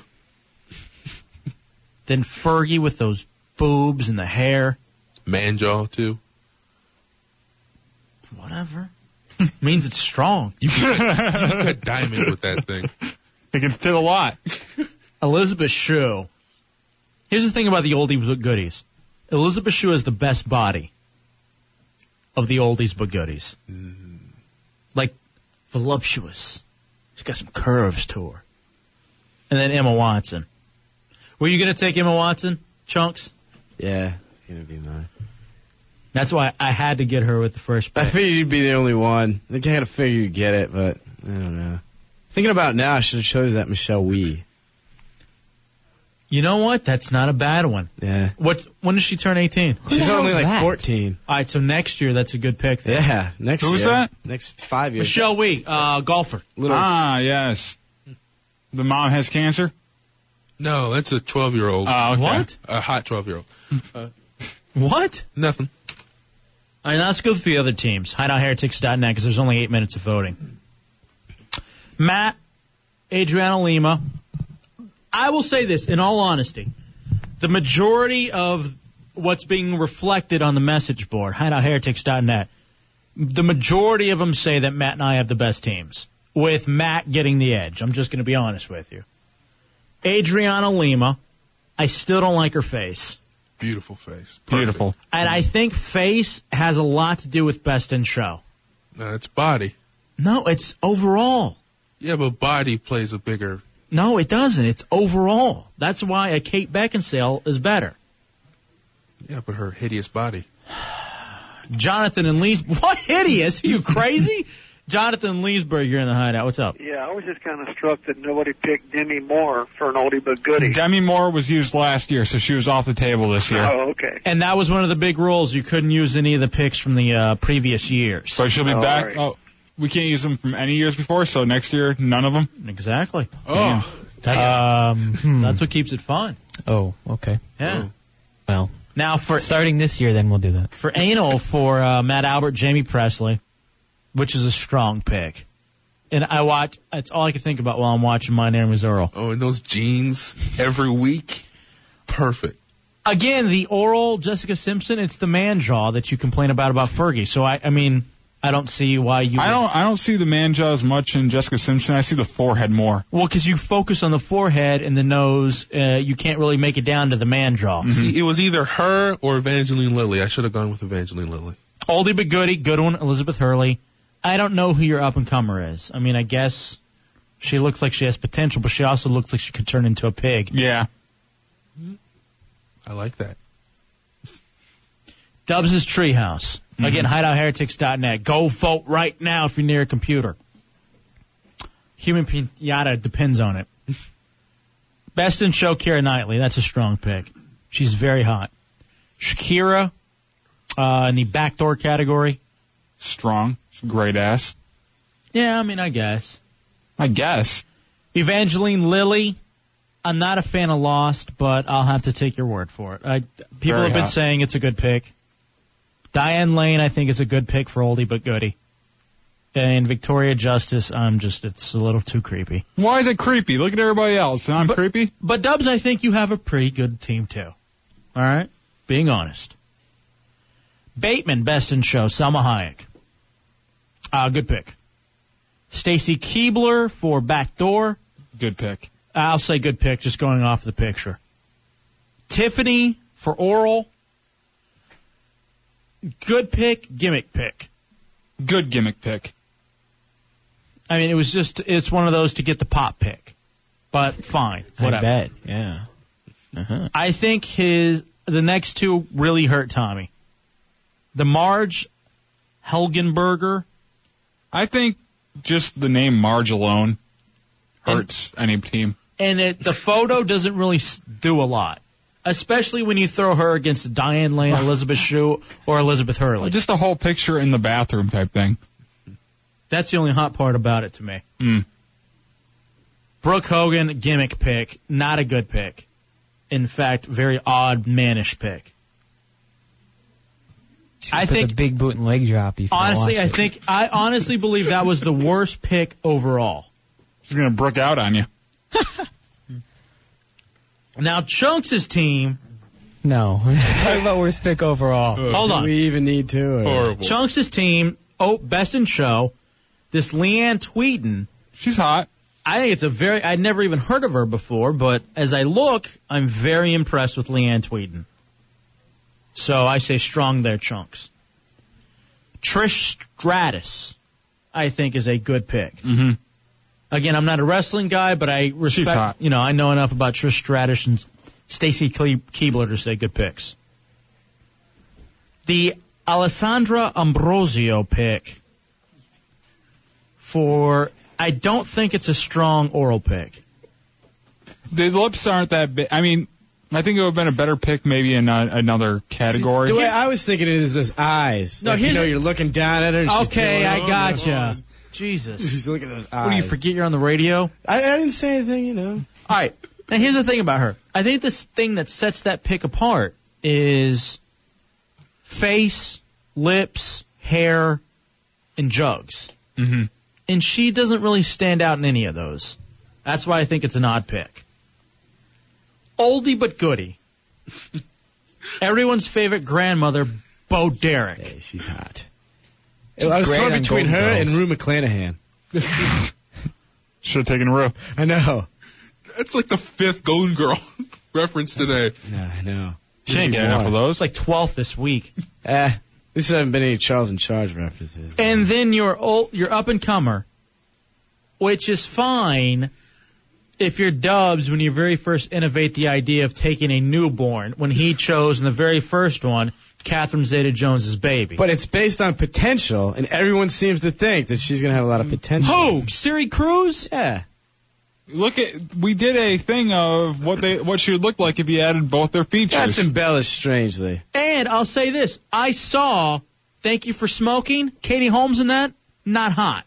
S3: Then Fergie with those boobs and the hair.
S12: Man jaw too.
S3: Whatever. Means it's strong.
S12: You could, you could cut diamond with that thing.
S4: It can fit a lot.
S3: Elizabeth Shue. Here's the thing about the oldies but goodies. Elizabeth Shue has the best body of the oldies but goodies.
S4: Mm-hmm.
S3: Like voluptuous. She's got some curves to her. And then Emma Watson. Were you gonna take Emma Watson, Chunks?
S7: Yeah, it's gonna be mine.
S3: That's why I had to get her with the first
S7: I
S3: pick.
S7: figured you'd be the only one. I kind of figured you'd get it, but I don't know. Thinking about it now, I should have chose that Michelle Wee.
S3: You know what? That's not a bad one.
S7: Yeah.
S3: What? When does she turn 18?
S7: She's only like 14.
S3: All right, so next year that's a good pick. Then.
S7: Yeah, next
S4: Who's
S7: year.
S4: that?
S7: Next five years.
S3: Michelle Wee, uh, golfer.
S7: Little-
S4: Ah, yes. The mom has cancer.
S12: No, that's a 12 year old.
S4: Ah, okay.
S3: Oh, What?
S12: a hot 12 year old.
S3: What?
S12: Nothing.
S3: All right, now let's go through the other teams. Hideoutheretics.net because there's only eight minutes of voting. Matt, Adriana Lima. I will say this in all honesty. The majority of what's being reflected on the message board, hideoutheretics.net, the majority of them say that Matt and I have the best teams, with Matt getting the edge. I'm just going to be honest with you. Adriana Lima, I still don't like her face.
S12: Beautiful face. Perfect.
S4: Beautiful.
S3: And I think face has a lot to do with best in show.
S12: No, Uh, it's body.
S3: No, it's overall.
S12: Yeah, but body plays a bigger.
S3: No, it doesn't. It's overall. That's why a Kate Beckinsale is better.
S12: Yeah, but her hideous body.
S3: Jonathan and Lees. What hideous? Are you crazy? Jonathan Leesburg, you're in the hideout. What's up?
S2: Yeah, I was just kind of struck that nobody picked Demi Moore for an oldie but goodie.
S4: Demi Moore was used last year, so she was off the table this year.
S2: Oh, okay.
S3: And that was one of the big rules. You couldn't use any of the picks from the uh, previous years.
S4: So she'll be back. Oh, we can't use them from any years before, so next year, none of them.
S3: Exactly.
S4: Oh, hmm.
S3: Um, That's what keeps it fun.
S11: Oh, okay.
S3: Yeah.
S11: Well,
S3: now for
S11: starting this year, then we'll do that.
S3: For anal, for uh, Matt Albert, Jamie Presley, which is a strong pick. And I watch. That's all I can think about while I'm watching My Name Is Earl.
S12: Oh, and those jeans every week. Perfect.
S3: Again, the oral Jessica Simpson. It's the man jaw that you complain about about Fergie. So I, I mean, I don't see why you.
S4: I
S3: would-
S4: don't. I don't see the man jaw as much in Jessica Simpson. I see the forehead more.
S3: Well, because you focus on the forehead and the nose, uh, you can't really make it down to the man jaw.
S12: Mm-hmm. See, it was either her or Evangeline Lilly. I should have gone with Evangeline Lilly.
S3: Oldie but goodie, good one, Elizabeth Hurley. I don't know who your up and comer is. I mean, I guess she looks like she has potential, but she also looks like she could turn into a pig.
S4: Yeah.
S12: I like that.
S3: Dubs' Treehouse.
S12: Mm-hmm.
S3: Again, hideoutheretics.net. Go vote right now if you're near a computer. Human pinata depends on it. Best in show, Kira Knightley. That's a strong pick. She's very hot. Shakira uh, in the backdoor category.
S4: Strong. Great ass.
S3: Yeah, I mean, I guess.
S4: I guess.
S3: Evangeline Lilly. I'm not a fan of Lost, but I'll have to take your word for it. I, people
S4: Very
S3: have been
S4: hot.
S3: saying it's a good pick. Diane Lane, I think, is a good pick for oldie but goodie. And Victoria Justice, I'm just, it's a little too creepy.
S4: Why is it creepy? Look at everybody else, and I'm creepy.
S3: But Dubs, I think you have a pretty good team too. All right, being honest. Bateman, best in show. Selma Hayek, uh, good pick. Stacy Keebler for backdoor.
S4: Good pick.
S3: I'll say good pick, just going off the picture. Tiffany for oral. Good pick, gimmick pick.
S4: Good gimmick pick.
S3: I mean, it was just, it's one of those to get the pop pick. But fine, whatever.
S11: I bet. Yeah. Uh-huh.
S3: I think his the next two really hurt Tommy. The Marge Helgenberger.
S4: I think just the name Marge alone hurts any team.
S3: and it, the photo doesn't really s- do a lot, especially when you throw her against Diane Lane, Elizabeth Shue, or Elizabeth Hurley.
S4: Just the whole picture in the bathroom type thing.
S3: That's the only hot part about it to me.
S4: Mm.
S3: Brooke Hogan gimmick pick, not a good pick. In fact, very odd mannish pick. I
S11: Put
S3: think
S11: the big boot and leg drop. You
S3: honestly, I
S11: watch it.
S3: think I honestly believe that was the worst pick overall.
S4: She's gonna brook out on you.
S3: Now Chunks' team,
S11: no. Talk about worst pick overall.
S3: Hold on.
S7: Do we even need to? or-
S3: Chunks' team, oh, best in show. This Leanne Tweeden.
S4: She's hot.
S3: I think it's a very, I'd never even heard of her before, but as I look, I'm very impressed with Leanne Tweeden. So I say strong there, Chunks. Trish Stratus, I think, is a good pick.
S4: Mm-hmm.
S3: Again, I'm not a wrestling guy, but I respect,
S4: hot.
S3: you know, I know enough about Trish Stratus and Stacy Cle- Keebler to say good picks. The Alessandra Ambrosio pick for, I don't think it's a strong oral pick.
S4: The lips aren't that big. I mean, I think it would have been a better pick maybe in uh, another category.
S7: The way I was thinking it is those eyes.
S3: No,
S7: Like, you
S3: here's
S7: know,
S3: a-
S7: you're looking down at her. And she's
S3: Okay,
S7: doing
S3: I
S7: it. Oh
S3: gotcha. Jesus.
S7: She's looking at those eyes.
S3: What do you forget you're on the radio?
S7: I, I didn't say anything, you know.
S3: All right. Now here's the thing about her. I think this thing that sets that pick apart is face, lips, hair, and jugs.
S4: Mm-hmm.
S3: And she doesn't really stand out in any of those. That's why I think it's an odd pick. Oldie but goodie. Everyone's favorite grandmother, Bo Derek.
S7: she's hot. I was torn between her and Rue McClanahan.
S4: Should have taken Rue.
S7: I know.
S12: That's like the fifth Golden Girl reference today.
S7: No, I know.
S4: Can't get enough of
S3: It's like 12th this week.
S7: Eh, at least there haven't been any Charles in Charge references.
S3: And then your old, your up and comer, which is fine, if you're Dubs, when you very first innovate the idea of taking a newborn, when he chose in the very first one, Catherine Zeta Jones's baby.
S7: But it's based on potential, and everyone seems to think that she's going to have a lot of potential.
S3: Who? Siri Cruz?
S7: Yeah.
S4: Look at we did a thing of what they what she would look like if you added both their features.
S7: That's embellished strangely.
S3: And I'll say this I saw Thank You for Smoking, Katie Holmes in that, not hot.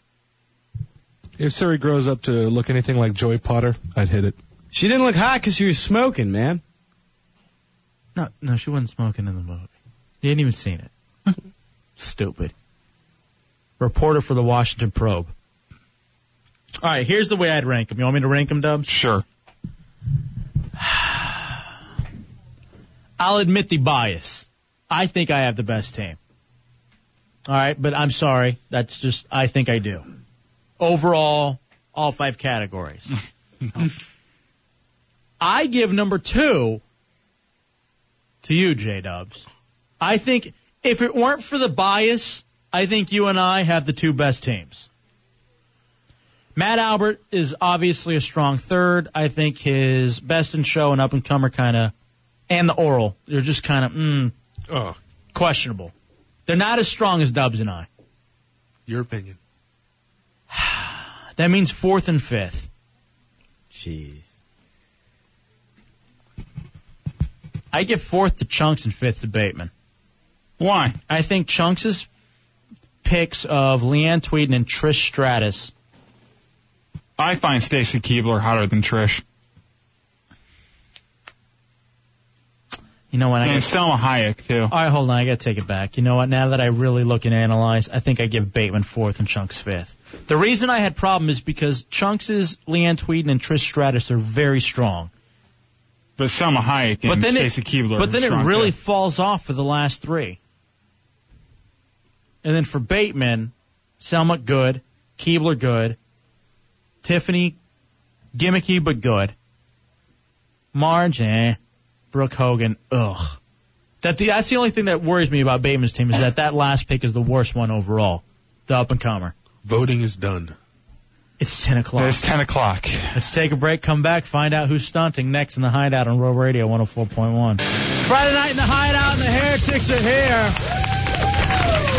S1: If Siri grows up to look anything like Joy Potter, I'd hit it.
S7: She didn't look hot because she was smoking, man.
S3: No, no, she wasn't smoking in the movie. You ain't even seen it. Stupid. Reporter for the Washington Probe. All right, here's the way I'd rank them. You want me to rank them, Dubs?
S4: Sure.
S3: I'll admit the bias. I think I have the best team. All right, but I'm sorry. That's just, I think I do. Overall, all five categories. I give number two to you, J Dubs. I think if it weren't for the bias, I think you and I have the two best teams. Matt Albert is obviously a strong third. I think his best in show and up and comer kind of, and the oral, they're just kind of mm, questionable. They're not as strong as Dubs and I.
S12: Your opinion.
S3: That means fourth and fifth.
S7: Jeez.
S3: I give fourth to Chunks and fifth to Bateman.
S4: Why?
S3: I think Chunks' picks of Leanne Tweeden and Trish Stratus.
S4: I find Stacy Keebler hotter than Trish.
S3: You know what? I
S4: And
S3: gotta-
S4: Selma Hayek too.
S3: All right, hold on. I got to take it back. You know what? Now that I really look and analyze, I think I give Bateman fourth and Chunks fifth. The reason I had problem is because Chunks's Leanne Tweeden and Trish Stratus are very strong.
S4: But Selma Hayek
S3: But
S4: and
S3: then it-
S4: Stacy Keebler.
S3: But then
S4: are
S3: it
S4: strong,
S3: really
S4: too.
S3: falls off for the last three. And then for Bateman, Selma good, Keebler good, Tiffany gimmicky but good, Marge eh, Brooke Hogan ugh. That the, that's the only thing that worries me about Bateman's team is that that last pick is the worst one overall, the up and comer.
S12: Voting is done.
S3: It's ten o'clock.
S4: It's ten o'clock.
S3: Let's take a break, come back, find out who's stunting next in the Hideout on Row Radio 104.1. Friday night in the Hideout, and the Heretics are here.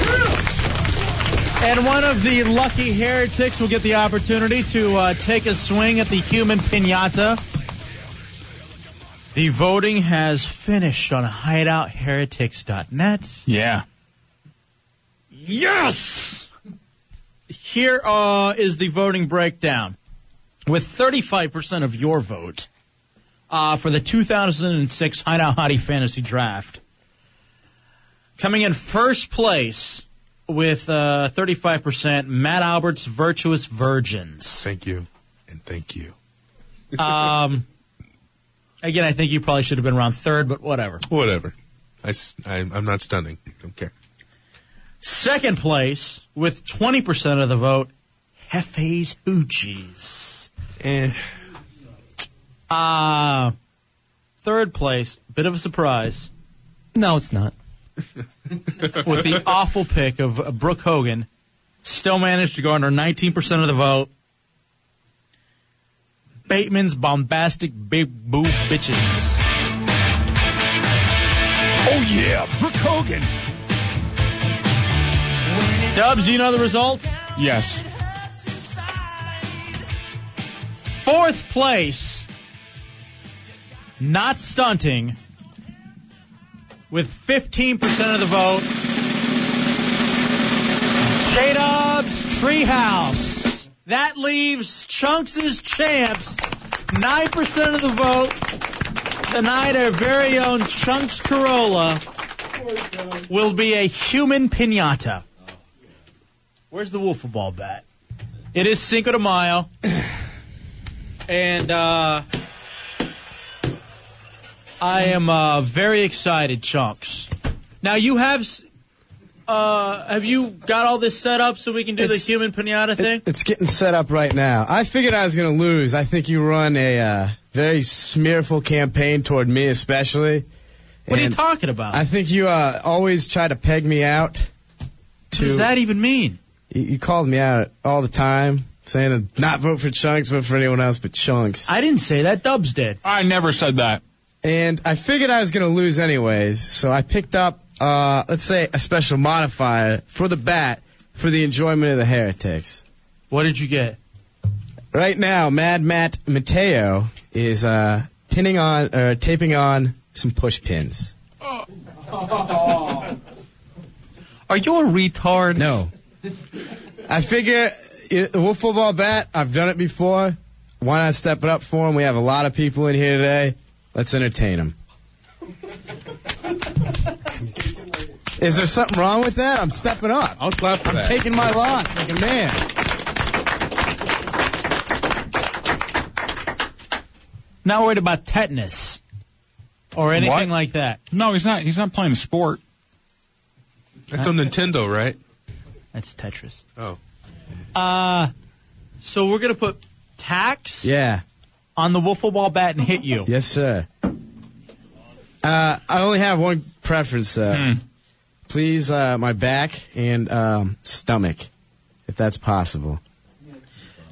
S3: And one of the lucky heretics will get the opportunity to uh, take a swing at the human pinata. The voting has finished on hideoutheretics.net.
S4: Yeah.
S3: Yes! Here uh, is the voting breakdown. With 35% of your vote uh, for the 2006 Hideout Hottie Fantasy Draft. Coming in first place with uh, 35%, Matt Albert's Virtuous Virgins.
S12: Thank you. And thank you.
S3: Um, again, I think you probably should have been around third, but whatever.
S12: Whatever. I, am not stunning. Don't care.
S3: Second place with 20% of the vote, Hefe's Hoochies.
S12: Eh.
S3: Uh, third place, bit of a surprise,
S11: No, it's not.
S3: with the awful pick of uh, Brooke Hogan, still managed to garner 19% of the vote. Bateman's bombastic big boob bitches.
S13: Oh yeah, Brooke Hogan.
S3: Dubs, do you know the results?
S4: Yes.
S3: Fourth place, not stunting, with 15% of the vote. J Dubs Treehouse. That leaves Chunks as champs, 9% of the vote. Tonight, our very own Chunks Corolla will be a human pinata. Where's the wiffle ball bat? It is Cinco de Mayo. And uh, I am uh, very excited, Chunks. Now you have, s- uh, have you got all this set up so we can do
S7: It's-
S3: the human pinata thing?
S7: It- it's getting set up right now. I figured I was going to lose. I think you run a uh, very smearful campaign toward me, especially.
S3: what are you
S7: And
S3: talking about?
S7: I think you uh, always try to peg me out. To,
S3: what does that even mean?
S7: You, you called me out all the time. Saying to not vote for Chunks, but for anyone else but Chunks.
S3: I didn't say that. Dubs did.
S4: I never said that.
S7: And I figured I was going to lose anyways, so I picked up, uh, let's say, a special modifier for the bat for the enjoyment of the heretics.
S3: What did you get?
S7: Right now, Mad Matt Mateo is uh, pinning on or taping on some push pins.
S9: oh.
S3: Are you a retard?
S7: No. I figure it, the Wolf football bat. I've done it before. Why not step it up for him? We have a lot of people in here today. Let's entertain them. Is there something wrong with that? I'm stepping up.
S12: I'll clap for
S7: I'm
S12: that.
S7: taking my loss like a man.
S3: Not worried about tetanus or anything
S4: What?
S3: like that.
S4: No, he's not. He's not playing a sport.
S12: That's on Nintendo, right?
S3: That's Tetris.
S12: Oh.
S3: Uh, so we're gonna put tax
S7: Yeah.
S3: on the wiffle ball bat and hit you.
S7: Yes, sir. Uh, I only have one preference, though.
S3: Hmm.
S7: Please, uh, my back and um, stomach, if that's possible.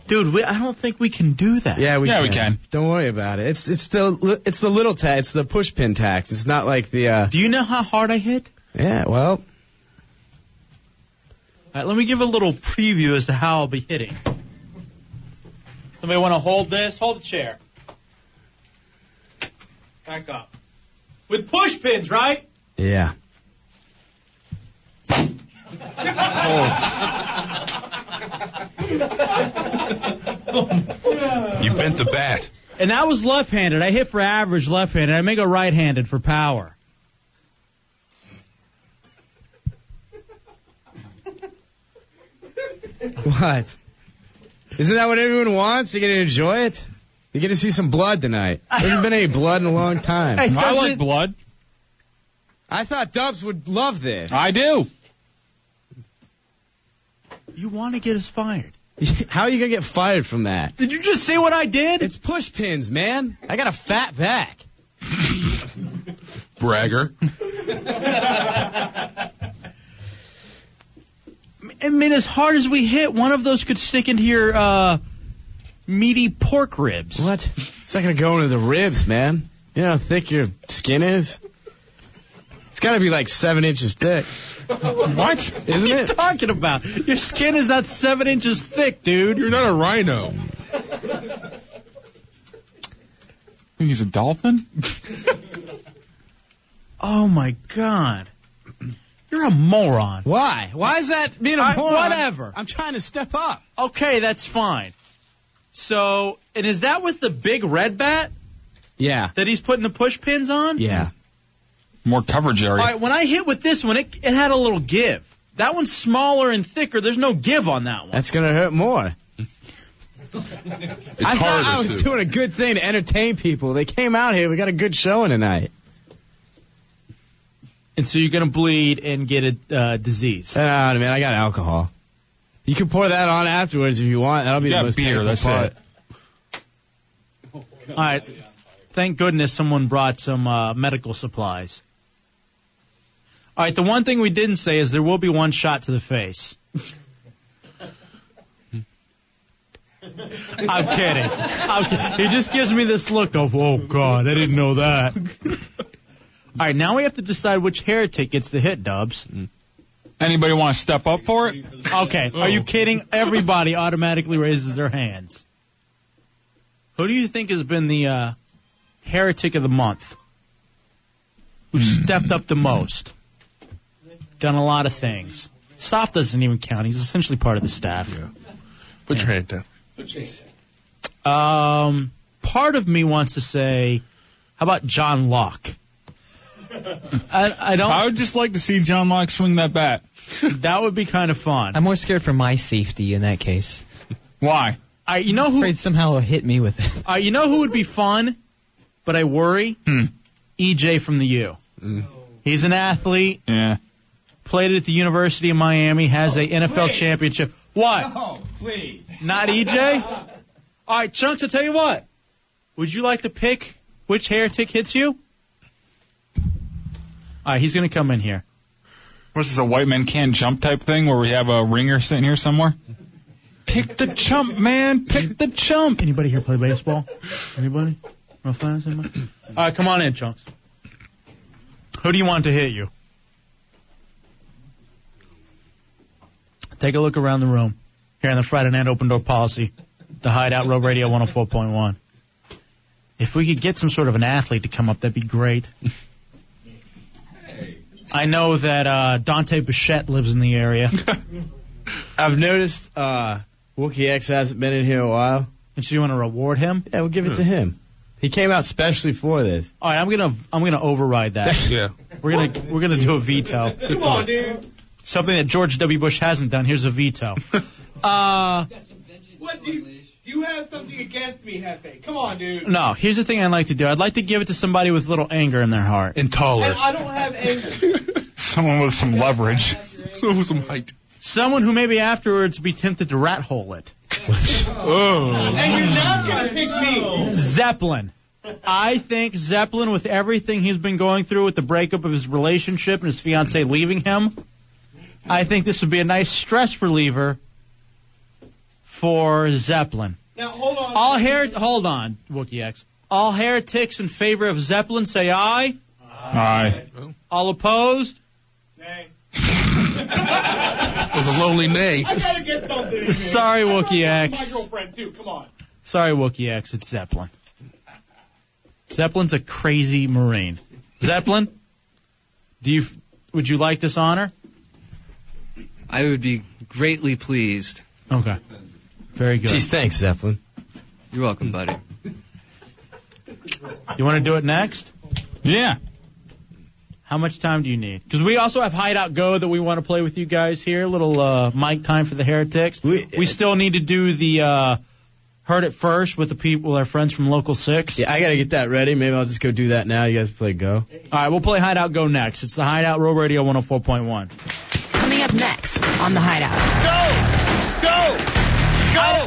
S3: Dude, we, I don't think we can do that.
S7: Yeah, we can. Don't worry about it. It's it's the it's the little tax. It's the push pin tax. It's not like the. Uh,
S3: Do you know how hard I hit?
S7: yeah. Well,
S3: All right, let me give a little preview as to how I'll be hitting. Somebody want to hold this? Hold the chair. Back up. With push pins, right?
S7: yeah.
S12: Oh. You bent the bat.
S3: And that was left-handed. I hit for average left-handed. I make a right-handed for power.
S7: What? Isn't that what everyone wants? You get to enjoy it. You get to see some blood tonight. There hasn't been any blood in a long time.
S4: I like blood.
S7: I thought Dubs would love this.
S4: I do.
S3: You want to get us fired.
S7: How are you gonna get fired from that?
S3: Did you just see what I did?
S7: It's push pins, man. I got a fat back.
S12: Bragger.
S3: I mean, as hard as we hit, one of those could stick into your uh, meaty pork ribs.
S7: What? It's not gonna go into the ribs, man. You know how thick your skin is. It's gotta be like seven inches thick.
S4: What?
S7: Isn't
S3: What are you
S7: it?
S3: talking about? Your skin is not seven inches thick, dude.
S12: You're not a rhino.
S4: He's a dolphin.
S3: Oh my god. You're a moron.
S7: Why? Why is that being a
S3: I-
S7: moron?
S3: whatever.
S7: I'm trying to step up.
S3: Okay, that's fine. So, and is that with the big red bat
S7: Yeah.
S3: that he's putting the push pins on?
S7: Yeah.
S4: More coverage
S3: All
S4: area.
S3: right, when I hit with this one, it, it had a little give. That one's smaller and thicker. There's no give on that one.
S7: That's gonna hurt more.
S12: It's
S7: I
S12: harder
S7: thought I was
S12: to.
S7: doing a good thing to entertain people. They came out here. We got a good showing tonight.
S3: And so you're going to bleed and get a uh, disease.
S7: Oh, man, I got alcohol. You can pour that on afterwards if you want. That'll be
S4: Yeah,
S7: the most
S4: beer,
S7: painful
S4: that's
S7: part.
S4: it.
S3: All right. Thank goodness someone brought some uh, medical supplies. All right. The one thing we didn't say is there will be one shot to the face. I'm kidding. I'm kidding. He just gives me this look of, oh God, I didn't know that. All right, now we have to decide which heretic gets the hit, Dubs.
S4: Anybody want to step up for it?
S3: Okay, are you kidding? Everybody automatically raises their hands. Who do you think has been the uh, heretic of the month? Who stepped up the most? Done a lot of things. Soft doesn't even count. He's essentially part of the staff.
S12: Put your hand down.
S3: Um, part of me wants to say, how about John Locke? I, I
S4: I
S3: don't.
S4: would just like to see John Locke swing that bat.
S3: That would be kind of fun.
S11: I'm more scared for my safety in that case.
S4: Why?
S3: I, you know who?
S11: Afraid somehow it'll hit me with it.
S3: Uh, you know who would be fun, but I worry?
S4: Hmm.
S3: EJ from the U. He's an athlete,
S4: Yeah.
S3: played at the University of Miami, has a NFL championship. What?
S34: Oh, please.
S3: Not EJ? All right, Chunks, I'll tell you what. Would you like to pick which heretic hits you? All right, he's going to come in here.
S4: What's this, a white man can't jump type thing where we have a ringer sitting here somewhere? Pick the chump, man. Pick the chump.
S3: Anybody here play baseball? Anybody? Real fast, anybody? All right, come on in, Chunks. Who do you want to hit you? Take a look around the room here on the Friday Night Open Door Policy, the Hideout Road Radio 104.1. If we could get some sort of an athlete to come up, that'd be great. I know that uh, Dante Bichette lives in the area.
S7: I've noticed uh, Wookie X hasn't been in here a while.
S3: And so you want to reward him?
S7: Yeah, we'll give it to him. He came out specially for this.
S3: All right, I'm gonna I'm gonna override that.
S12: Yeah.
S3: We're gonna we're gonna do a veto.
S12: Come on,
S3: dude. Something that George W. Bush hasn't done. Here's a veto. Uh,
S9: What do you, do you have something against me, Hefe? Come on, dude.
S3: no, here's the thing I'd like to do. I'd like to give it to somebody with a little anger in their heart.
S4: And taller.
S9: And I don't have anger.
S4: Someone with some leverage.
S3: Someone with some height. Someone who maybe afterwards would be tempted to rat hole it.
S5: Oh.
S9: and you're not gonna pick me.
S3: Zeppelin. I think Zeppelin, with everything he's been going through with the breakup of his relationship and his fiancee leaving him, I think this would be a nice stress reliever for Zeppelin.
S9: Now hold on.
S3: All her- hold on, Wookie X. All heretics in favor of Zeppelin say aye.
S4: Aye.
S3: All opposed?
S12: It was a lonely nay.
S9: I gotta get something. in here.
S3: Sorry,
S9: I brought
S3: Wookie
S9: this
S3: X.
S9: to My girlfriend too. Come on.
S3: Sorry, Wookie X, it's Zeppelin. Zeppelin's a crazy Marine. Zeppelin, do you would you like this honor?
S15: I would be greatly pleased.
S3: Okay. Very good.
S15: Jeez,
S7: thanks, Zeppelin.
S15: You're welcome, buddy.
S3: You want to do it next?
S4: Yeah.
S3: How much time do you need? Because we also have Hideout Go that we want to play with you guys here. Little uh, mic time for the heretics. We,
S7: uh,
S3: still need to do the uh, heard it first with the people, our friends from Local Six.
S7: Yeah, I gotta get that ready. Maybe I'll just go do that now. You guys play go.
S3: All right, we'll play Hideout Go next. It's the Hideout Row Radio 104.1.
S13: Coming up next on the Hideout.
S3: Go!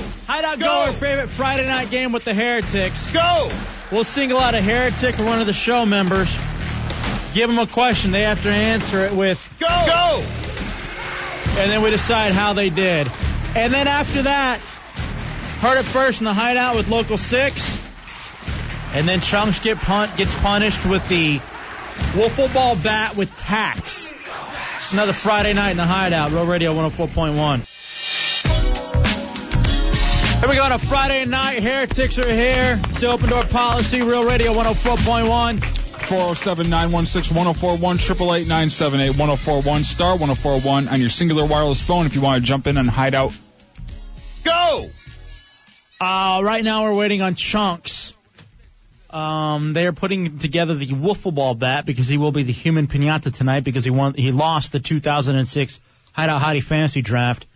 S3: Go! Hideout Go! Our favorite Friday night game with the Heretics. Go! We'll single out a heretic or one of the show members. Give them a question. They have to answer it with Go! Go! And then we decide how they did. And then after that, heard it first in the Hideout with Local 6. And then Chunks get pun- gets punished with the Wiffle Ball bat with tax. It's another Friday night in the Hideout. Real Radio 104.1. Here we go on a Friday night. Heretics are here. It's the open door policy. Real Radio 104.1.
S4: 407 916 1041 888 978 1041 star 1041 on your singular wireless phone if you want to jump in and hide out.
S3: Go! Uh, right now we're waiting on Chunks. Um, they are putting together the wiffle ball bat because he will be the human pinata tonight because he won. He lost the 2006 Hideout Hottie Fantasy Draft,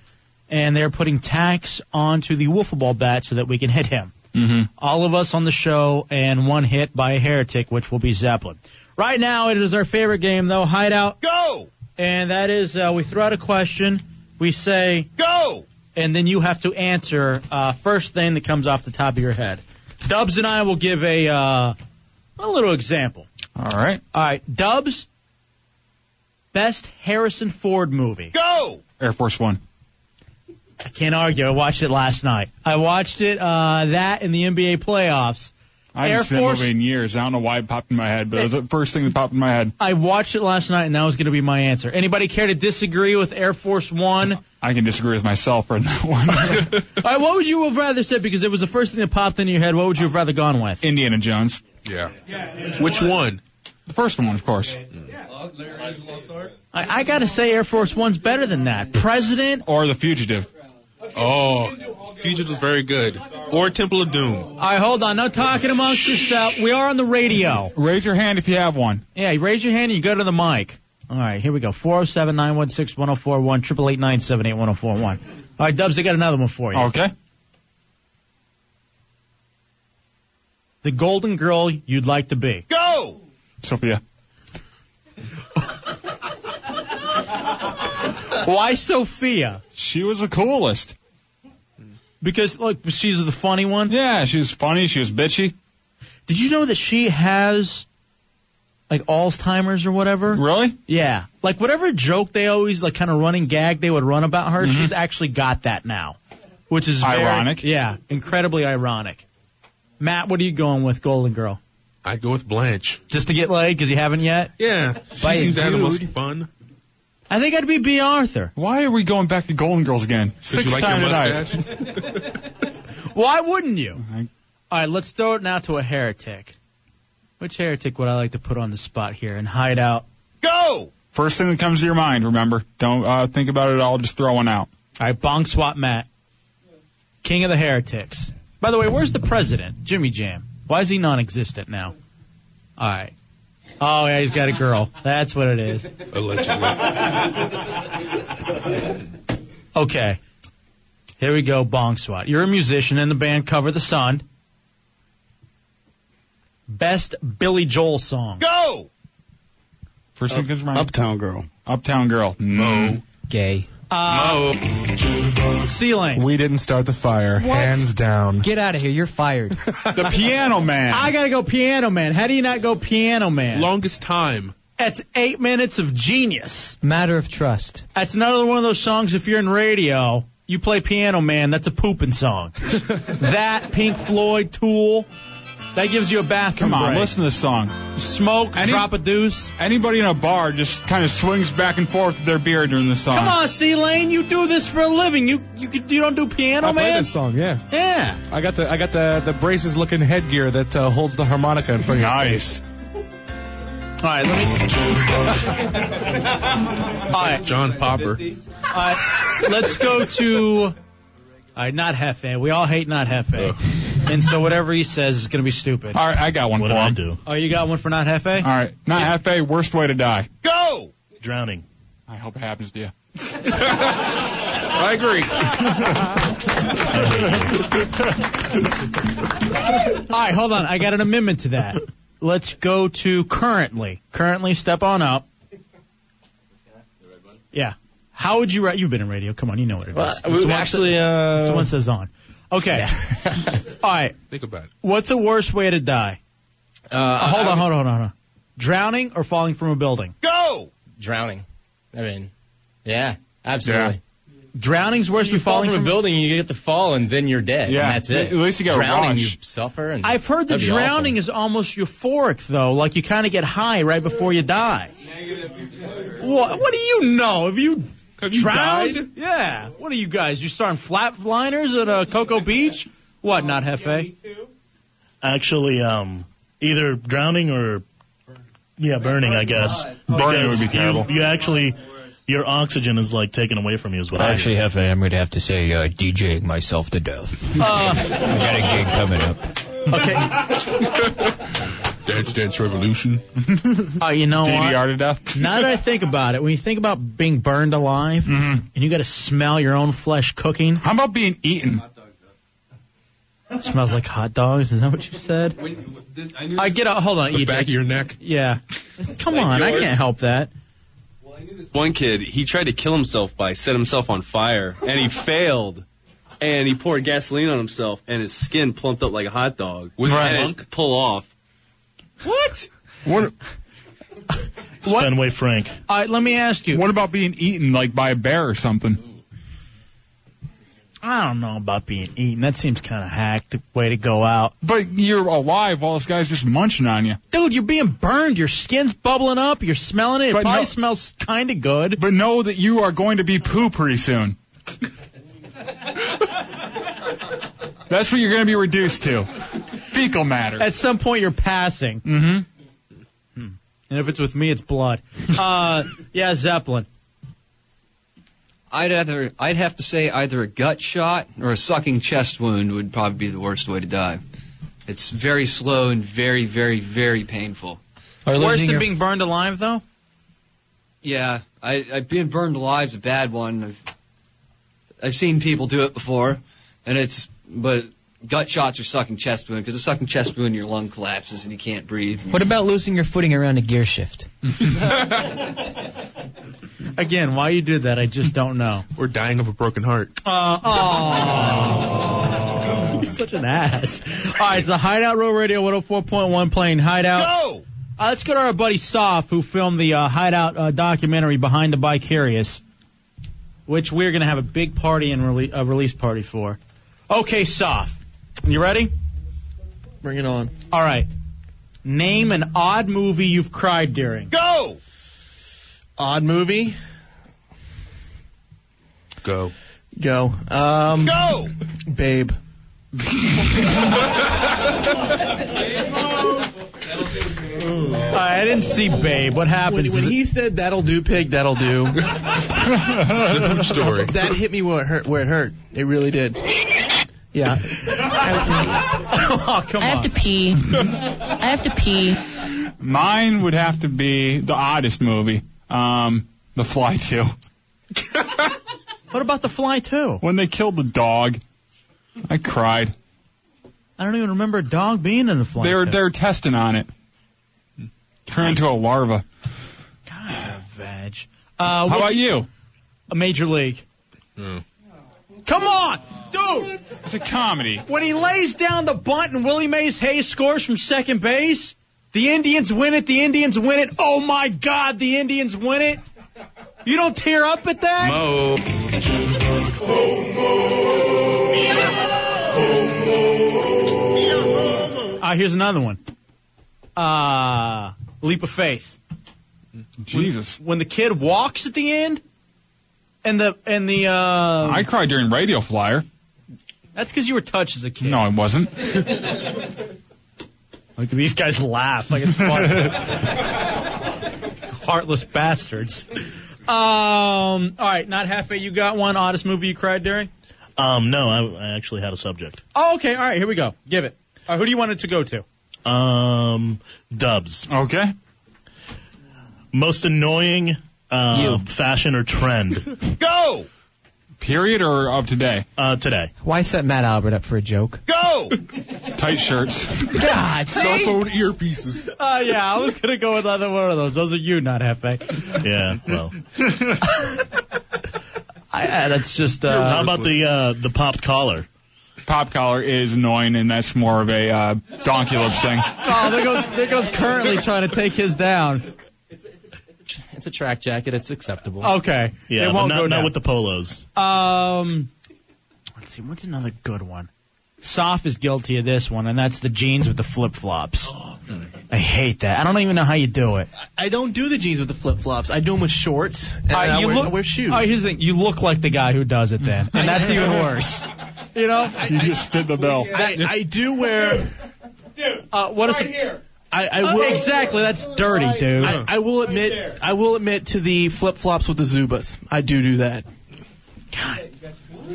S3: and they are putting tax onto the wiffle ball bat so that we can hit him.
S4: Mm-hmm.
S3: all of us on the show and one hit by a heretic, which will be Zeppelin. Right now, it is our favorite game, though. Hideout. Go! And that is, uh, we throw out a question, we say, Go! And then you have to answer uh, first thing that comes off the top of your head. Dubs and I will give a, uh, a little example.
S4: All right.
S3: All right, Dubs, best Harrison Ford movie.
S4: Go! Air Force One.
S3: I can't argue. I watched it last night. I watched it, uh, that in the NBA playoffs.
S4: I haven't
S3: Air
S4: seen
S3: Force
S4: that movie in years. I don't know why it popped in my head, but it was the first thing that popped in my head.
S3: I watched it last night, and that was going to be my answer. Anybody care to disagree with Air Force One? All
S4: I can disagree with myself on that one.
S3: right, what would you have rather said? Because it was the first thing that popped into your head. What would you have rather gone with?
S4: Indiana Jones.
S12: Yeah.
S4: Which one? The first one, of course.
S3: I, I got to say, Air Force One's better than that. President.
S4: Or The Fugitive.
S12: Oh, Fugitive was very good. Or Temple of Doom.
S3: All right, hold on. No talking amongst yourself. We are on the radio.
S4: Raise your hand if you have one.
S3: Yeah, you raise your hand and you go to the mic. All right, here we go. 407 916 1041, 888 978 1041. All right, Dubs, I got another one for you.
S4: Okay.
S3: The golden girl you'd like to be. Go!
S4: Sophia.
S3: Why Sophia?
S4: She was the coolest.
S3: Because look, she's the funny one.
S4: Yeah, she was funny. She was bitchy.
S3: Did you know that she has like Alzheimer's or whatever?
S4: Really?
S3: Yeah. Like whatever joke they always like kind of running gag they would run about her, she's actually got that now. which is very-
S4: Mm-hmm. Ironic.
S3: yeah, incredibly ironic. Matt, what are you going with, Golden Girl?
S12: I go with Blanche.
S3: Just to get laid because you haven't yet.
S12: Yeah,
S3: By a
S12: she seems to have the most
S3: dude.
S12: fun.
S3: I think I'd be B. Arthur.
S4: Why are we going back to Golden Girls again? Six
S12: you like your
S4: time tonight.
S12: mustache?
S3: Why wouldn't you? All right, let's throw it now to a heretic. Which heretic would I like to put on the spot here and hide out? Go!
S4: First thing that comes to your mind, remember. Don't uh, think about it at all. Just throw one out.
S3: All right, Bong Swap Matt, King of the Heretics. By the way, where's the president, Jimmy Jam? Why is he non-existent now? All right. Oh yeah, he's got a girl. That's what it is. Okay. Here we go, Bong Swat. You're a musician in the band Cover the Sun. Best Billy Joel song. Go!
S4: First thing comes to mind.
S7: Uptown Girl.
S4: Uptown Girl. Mm. No.
S11: Gay.
S3: Uh, Ceiling.
S1: We didn't start the fire.
S3: What?
S1: Hands down.
S11: Get out of here. You're fired.
S4: The Piano Man.
S3: I gotta go Piano Man. How do you not go Piano Man?
S12: Longest time.
S3: That's eight minutes of genius.
S11: Matter of trust.
S3: That's another one of those songs if you're in radio, you play Piano Man, that's a pooping song. that, Pink Floyd, Tool, that gives you a bathroom
S4: Come on,
S3: break.
S4: listen to this song.
S3: Smoke,
S4: Any-
S3: drop a deuce.
S4: Anybody in a bar just kind of swings back and forth with their beer during this song.
S3: Come on, C Lane, you do this for a living. You you could- you don't do Piano
S1: I played
S3: Man.
S1: that song, yeah.
S3: Yeah.
S1: I got the I got the the braces looking headgear that uh, holds the harmonica in front of your
S4: Nice.
S3: All right, let me. All right,
S12: John Popper.
S3: all right, let's go to. All right, not Hefe. We all hate not Hefe, and so whatever he says is gonna be stupid.
S4: All right, I got one for him.
S10: do?
S3: Oh, you got one for not Hefe?
S4: All right, not halfway. Worst way to die.
S3: Go.
S10: Drowning.
S4: I hope it happens to you.
S12: I agree.
S3: All right, hold on. I got an amendment to that. Let's go to currently. Currently, step on up. Yeah. How would you write? You've been in radio. Come on, you know what it is.
S10: Well,
S3: It's the
S10: we
S3: one-
S10: actually,
S3: it's
S10: uh,
S3: the one says on. Okay. All right.
S12: Think about it.
S3: What's the worst way to die? Uh, hold on, hold on, hold on, hold on. Drowning or falling from a building?
S12: Go.
S6: Drowning. I mean, yeah, absolutely.
S3: Drowning's worse than
S6: You fall
S3: falling
S6: from a
S3: from
S6: building, you get to fall, and then you're dead.
S4: Yeah.
S6: and that's it.
S4: At least you got
S6: drowning.
S4: washed.
S6: You suffer. And
S3: I've heard that
S6: that'd be awful.
S3: drowning is almost euphoric though, like you kind of get high right before you die. What? What do you know? Have you
S12: Have you
S3: drowned?
S12: died?
S3: Yeah. What are you guys? You starting flatliners at uh, Cocoa Beach? What? Not Hefe?
S19: Actually, um, either drowning or yeah, burning. I guess
S4: Burning would be
S19: Because you-
S4: terrible.
S19: You, actually, your oxygen is like taken away from you. Is what I
S10: Actually, Hefe, I'm going to have to say uh, DJing myself to death.
S3: Uh,
S10: I got a gig coming up.
S3: okay.
S12: Dance Dance Revolution.
S3: Oh, you know what?
S4: DDR to death.
S3: Now that I think about it, when you think about being burned alive
S4: Mhm.
S3: and you got to smell your own flesh cooking,
S4: How about being eaten?
S3: it smells like hot dogs. Is that what you said? I get out. Hold on,
S12: The
S3: EJ.
S12: back of your neck.
S3: Yeah. Come
S32: Like
S3: on, I
S32: yours?
S3: can't help that.
S32: One kid, he tried to kill himself by set himself on fire, and he failed. And he poured gasoline on himself, and his skin plumped up like a hot dog.
S12: Was he
S32: and it
S12: drunk?
S32: pull off.
S3: What?
S4: What?
S3: What?
S19: Fenway Frank.
S3: All right, let me ask you.
S4: What about being eaten like by a bear or something?
S3: I don't know about being eaten. That seems kind of hacked way to go out.
S4: But you're alive while this guy's just munching on you.
S3: Dude, you're being burned. Your skin's bubbling up. You're smelling it. It
S4: But
S3: probably
S4: no-
S3: smells kind of good.
S4: But know that you are going to be poo pretty soon. That's what you're going to be reduced to. Fecal matter.
S3: At some point, you're passing. Hmm.
S4: Mm-hmm.
S3: And if it's with me, it's blood. Uh, yeah, Zeppelin.
S15: I'd either I'd have to say either a gut shot or a sucking chest wound would probably be the worst way to die. It's very slow and very very very painful.
S11: Or
S3: Worse
S11: losing
S3: than
S11: your,
S3: being burned alive, though?
S15: Yeah, I, I being burned alive is a bad one. I've, I've seen people do it before, and it's but gut shots are sucking chest wound because a sucking chest wound your lung collapses and you can't breathe.
S11: what about losing your footing around a gear shift?
S3: Again, why you did that, I just don't know.
S12: We're dying of a broken heart.
S3: Uh, oh. You're such an ass. All right, it's the Hideout Row Radio 104.1 playing Hideout.
S12: Go.
S3: Uh, let's go to our buddy Soft, who filmed the uh, Hideout uh, documentary Behind the Bicarious. which we're going to have a big party and rele- a release party for. Okay, Soph, you ready? Bring it on. All right. Name an odd movie you've cried during. Go.
S5: Odd movie.
S12: Go.
S5: Go. Um,
S12: Go!
S5: Babe.
S3: I didn't see Babe. What happened?
S5: When, when he said "That'll do, pig. That'll do." the
S12: poop story.
S5: That hit me where it hurt. Where it hurt. It really did. Yeah.
S3: oh, come
S5: I have to pee. I have to pee.
S4: Mine would have to be the oddest movie, um, The Fly 2.
S3: what about The Fly 2?
S4: When they killed the dog, I cried.
S3: I don't even remember a dog being in the fly.
S4: They were they were testing on it. Turned into a larva.
S3: Vag. Uh,
S4: How about you? Hmm.
S3: A major league. Come on, dude!
S4: It's a comedy.
S3: When he lays down the bunt and Willie Mays Hayes scores from second base, the Indians win it. The Indians win it. Oh my God, the Indians win it. You don't tear up at that.
S32: Mo.
S3: Uh, here's another one. Uh, leap of faith.
S4: Jesus.
S3: When, when the kid walks at the end, and the and the uh,
S4: I cried during Radio Flyer.
S3: that's because you were touched as a kid.
S4: No, I wasn't.
S3: Like these guys laugh like it's funny. Heartless bastards. Um. All right, not halfway. You got one oddest movie you cried during?
S19: Um, no, I, I actually had a subject.
S3: Oh, okay. All right, here we go. Give it. Uh, who do you want it to go to?
S19: Um, dubs.
S4: Okay.
S19: Most annoying uh, fashion or trend
S3: Go.
S4: Period or of today?
S19: uh, today.
S11: Why set Matt Albert up for a joke?
S3: Go.
S4: Tight shirts.
S11: God,
S12: Cell
S11: see?
S12: phone earpieces.
S3: Uh, yeah, I was gonna go with another one of those. Those are you, not Hefe.
S19: Yeah, well.
S3: I, uh, that's just. Uh,
S19: How about the uh, the popped collar?
S4: Pop collar is annoying, and that's more of a uh, donkey lips thing.
S3: oh, there goes there goes currently trying to take his down.
S6: It's a track jacket. It's acceptable.
S3: Okay.
S19: Yeah,
S3: it
S19: but
S3: won't
S19: not,
S3: go
S19: not
S3: down.
S19: with the polos.
S3: Um, let's see. What's another good one? Soph is guilty of this one, and that's the jeans with the flip flops. I hate that. I don't even know how you do it.
S5: Oh, I don't do the jeans with the flip flops. I do them with shorts. And
S3: All right,
S5: I,
S3: you
S5: wear,
S3: look-
S5: I wear shoes.
S3: all right, here's the thing. You look like the guy who does it then, and that's even worse. You know.
S4: You just fit the bill.
S5: I, I do wear.
S3: Uh, what is
S9: Right here.
S5: I, I will.
S3: Oh, exactly? That's dirty, dude.
S5: I, I will admit. I will admit to the flip flops with the Zubas. I do do that.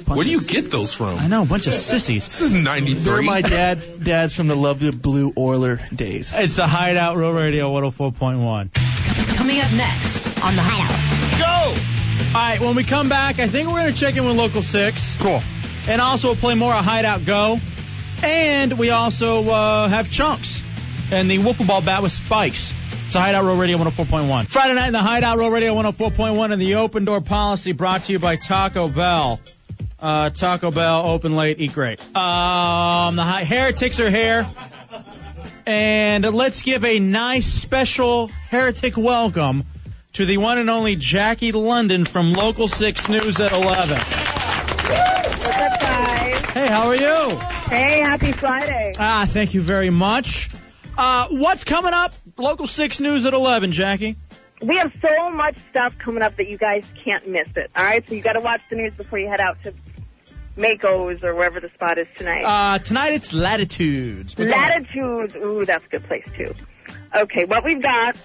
S12: Where do you get those from?
S3: I know a bunch of sissies.
S12: This is
S5: They're
S12: 93.
S5: my dad. Dad's from the Love the Blue Oiler days.
S3: It's the Hideout Real Radio 104.1.
S13: Coming up next on the Hideout.
S3: Go! All right, when we come back, I think we're going to check in with Local 6. Cool. And also we'll play more of Hideout Go. And we also uh, have Chunks and the Whoopable Ball Bat with Spikes. It's a Hideout Row Radio 104.1. Friday night in the Hideout Row Radio 104.1 and the Open Door Policy brought to you by Taco Bell. Uh, Taco Bell, open late, eat great. Um, the hi- heretics are here. And let's give a nice special heretic welcome to the one and only Jackie London from Local 6 News at 11.
S16: What's up, guys?
S3: Hey, how are you?
S16: Hey, happy Friday.
S3: Ah, thank you very much. Uh, what's coming up? Local 6 News at 11, Jackie.
S16: We have so much stuff coming up that you guys can't miss it. All right, so you got to watch the news before you head out to Mako's or wherever the spot is tonight.
S3: Uh, tonight it's Latitudes. We're going-
S16: Latitudes, ooh, that's a good place too. Okay, what we've got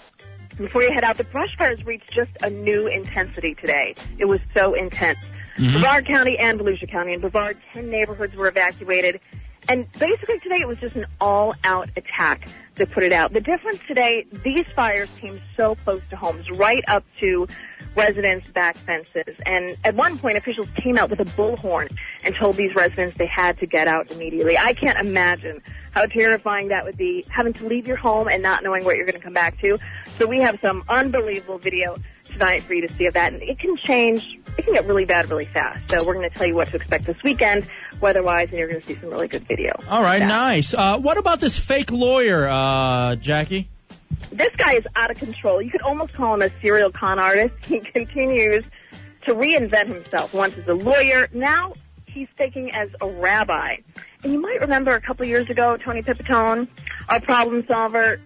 S16: before you head out, the brush fires reached just a new intensity today. It was so intense. Brevard County and Volusia County. In Brevard, 10 neighborhoods were evacuated. And basically today it was just an all-out attack that put it out. The difference today, these fires came so close to homes, right up to residents' back fences. And at one point, officials came out with a bullhorn and told these residents they had to get out immediately. I can't imagine how terrifying that would be, having to leave your home and not knowing what you're going to come back to. So we have some unbelievable video tonight for you to see of that. And it can change, it can get really bad really fast. So we're going to tell you what to expect this weekend, weather-wise, and you're going to see some really good video.
S3: All right, nice. Uh, what about this fake lawyer, uh, Jackie?
S16: This guy is out of control. You could almost call him a serial con artist. He continues to reinvent himself. Once as a lawyer, now he's speaking as a rabbi. And you might remember a couple years ago, Tony Pipitone, our problem solver,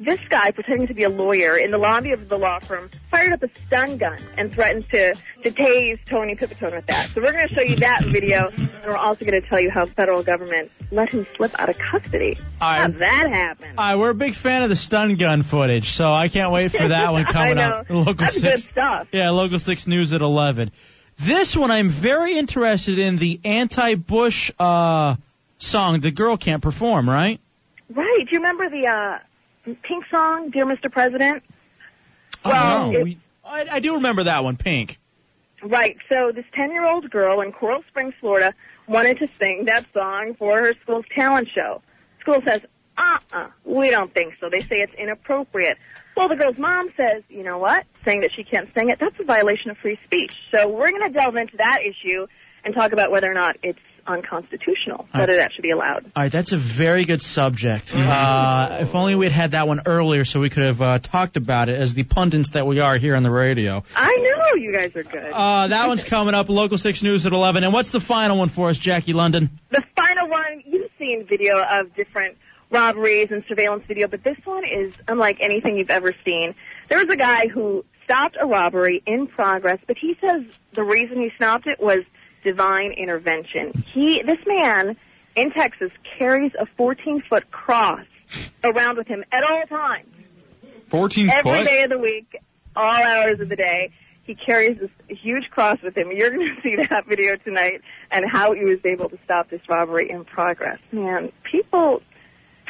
S16: this guy pretending to be a lawyer in the lobby of the law firm fired up a stun gun and threatened to, to tase Tony Pipitone with that. So we're going to show you that video, and we're also going to tell you how the federal government let him slip out of custody. How'd that happen?
S3: All right, we're a big fan of the stun gun footage, so I can't wait for that one coming
S16: I
S3: up.
S16: know.
S3: Local
S16: That's
S3: six,
S16: good stuff.
S3: Yeah, local six news at eleven. This one I'm very interested in the anti-Bush uh, song. The girl can't perform, right?
S16: Right. Do you remember the uh, Pink song, Dear Mr. President?
S3: oh,
S16: it-
S3: we- I, I do remember that one, Pink.
S16: Right. So this 10 year old girl in Coral Springs, Florida, wanted to sing that song for her school's talent show. School says, uh uh we don't think so. They say it's inappropriate. Well, the girl's mom says, you know what? Saying that she can't sing it, that's a violation of free speech. So we're going to delve into that issue and talk about whether or not it's unconstitutional, whether that should be allowed.
S3: All right, that's a very good subject. Uh, if only we'd had that one earlier, so we could have uh, talked about it as the pundits that we are here on the radio.
S16: I know you guys are good.
S3: Uh, that one's coming up. Local six news at eleven. And what's the final one for us, Jackie London?
S16: The final one, you've seen video of different robberies and surveillance video, but this one is unlike anything you've ever seen. There was a guy who stopped a robbery in progress, but he says the reason he stopped it was divine intervention. He, this man in Texas carries a 14 foot cross around with him at all times.
S4: 14
S16: Every
S4: foot?
S16: day of the week, all hours of the day. He carries this huge cross with him. You're going to see that video tonight and how he was able to stop this robbery in progress. Man, people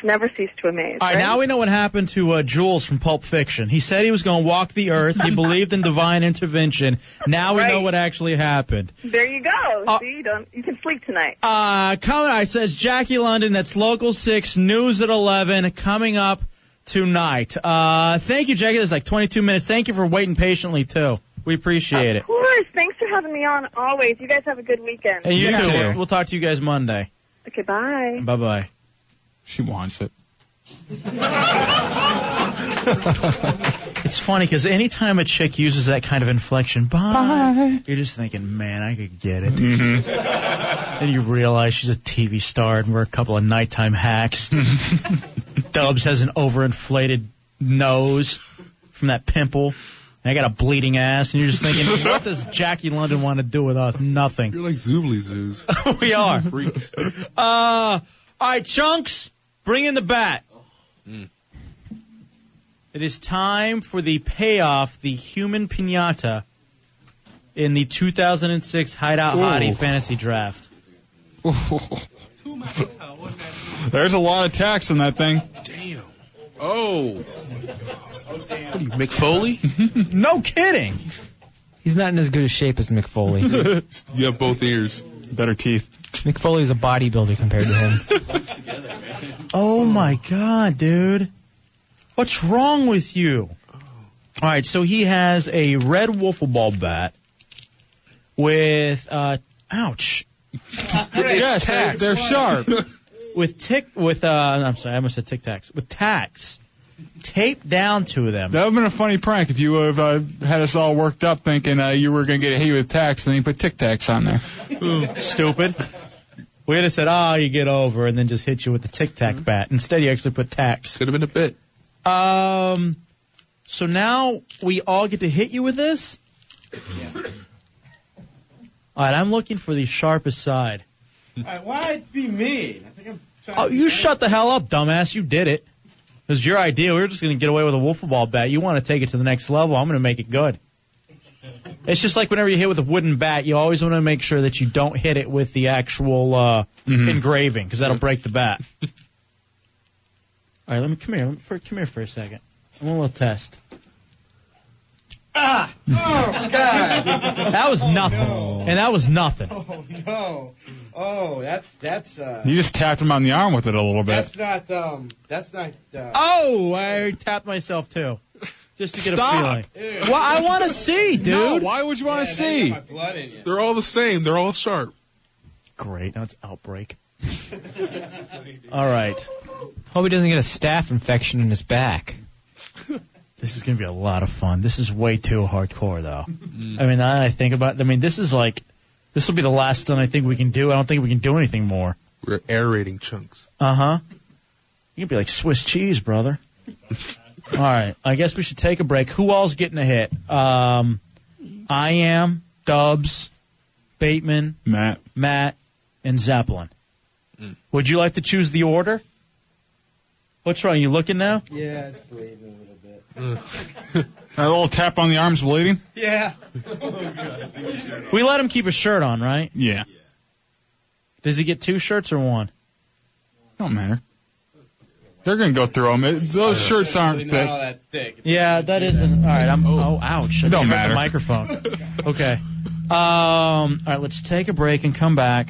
S16: never cease to amaze.
S3: All right, now we know what happened to uh, Jules from Pulp Fiction. He said he was going to walk the earth. He believed in divine intervention. Now we know what actually happened.
S16: There you go. see, you, don't, you can sleep tonight.
S3: Uh, coming, it says Jackie London. That's Local 6 News at 11 coming up tonight. Uh, thank you, Jackie. That's like 22 minutes. Thank you for waiting patiently, too. We appreciate it.
S16: Of course. Thanks for having me on always. You guys have a good weekend.
S3: And you too. We'll- We'll talk to you guys Monday.
S16: Okay, bye.
S3: Bye bye.
S4: She wants it.
S3: It's funny because anytime a chick uses that kind of inflection, bye, you're just thinking, man, I could get it. then you realize she's a TV star and we're a couple of nighttime hacks. Dubs has an overinflated nose from that pimple. And I got a bleeding ass, and you're just thinking, what does Jackie London want to do with us? Nothing. You're
S12: like Zoobly Zoos.
S3: we are. uh, all right, Chunks, bring in the bat. It is time for the payoff, the human pinata, in the 2006 Hideout
S4: Ooh.
S3: Hottie Fantasy Draft.
S4: There's a lot of tax in that thing.
S12: Oh.
S4: McFoley?
S3: no kidding.
S11: He's not in as good a shape as McFoley.
S12: you have both ears.
S4: Better teeth.
S11: McFoley's a bodybuilder compared to him.
S3: Oh
S4: Hmm.
S3: my god, dude. What's wrong with you? All right, so he has a red wiffle ball bat with uh ouch. yes, they're, they're sharp. with tick with uh I'm sorry, I almost said tic tacs. With tacks taped down to them.
S4: That would have been a funny prank if you would have uh, had us all worked up thinking uh, you were going to get hit with tax, and then you put Tic Tacs on there.
S3: Stupid. We'd have said, "Ah, you get over," and then just hit you with the tic
S4: Hmm.
S3: tac bat. Instead, you actually put tax.
S12: Could have been a bit.
S3: Um. So now we all get to hit you with this. All right, I'm looking for the sharpest side.
S9: Alright, why'd be mean? I think I'm trying
S3: Oh,
S9: to
S3: you shut the hell up, dumbass! You did it. It was your idea. We were just gonna get away with a wiffle ball bat. You want to take it to the next level? I'm gonna make it good. It's just like whenever you hit with a wooden bat, you always want to make sure that you don't hit it with the actual uh, engraving because that'll break the bat. All right, let me come here. Let me, for, come here for a second. I want a little test.
S9: Ah! Oh, God!
S3: That
S4: Oh,
S3: was nothing, and that was nothing.
S9: Oh, no. Oh, that's, that's, uh,
S4: You just tapped him on the arm with it a little bit.
S9: that's not, um, that's not, uh,
S3: Oh, I tapped myself too, just to get
S4: Stop.
S3: a feeling. Well, I want to see, dude.
S4: No, why would you want to see?
S12: They're all the same. They're all sharp.
S3: Great. Now it's outbreak. All right.
S11: Hope he doesn't get a staph infection in his back.
S3: This is gonna be a lot of fun. This is way too hardcore though.
S4: Mm.
S3: I mean, now that I think about. I mean, this is like, this will be the last one I think we can do. I don't think we can do anything more.
S12: We're aerating chunks.
S3: Uh
S4: Uh-huh.
S3: huh. You could be like Swiss cheese, brother. all right. I guess we should take a break. Who all's getting a hit? Um, I am Dubs, Bateman,
S4: Matt,
S3: Matt, and Zeppelin.
S4: Mm.
S3: Would you like to choose the order? What's wrong? You looking now?
S9: Yeah, it's
S4: A little tap on the arms bleeding?
S9: Yeah.
S3: We let him keep his shirt on, right?
S4: Yeah.
S3: Does he get two shirts or one?
S4: Don't matter. They're going to go through them. those shirts aren't thick.
S3: Yeah, that isn't. All right, I'm. Oh, ouch! I
S4: Don't
S3: hit
S4: matter.
S3: The microphone. Okay. Um. All right, let's take a break and come back.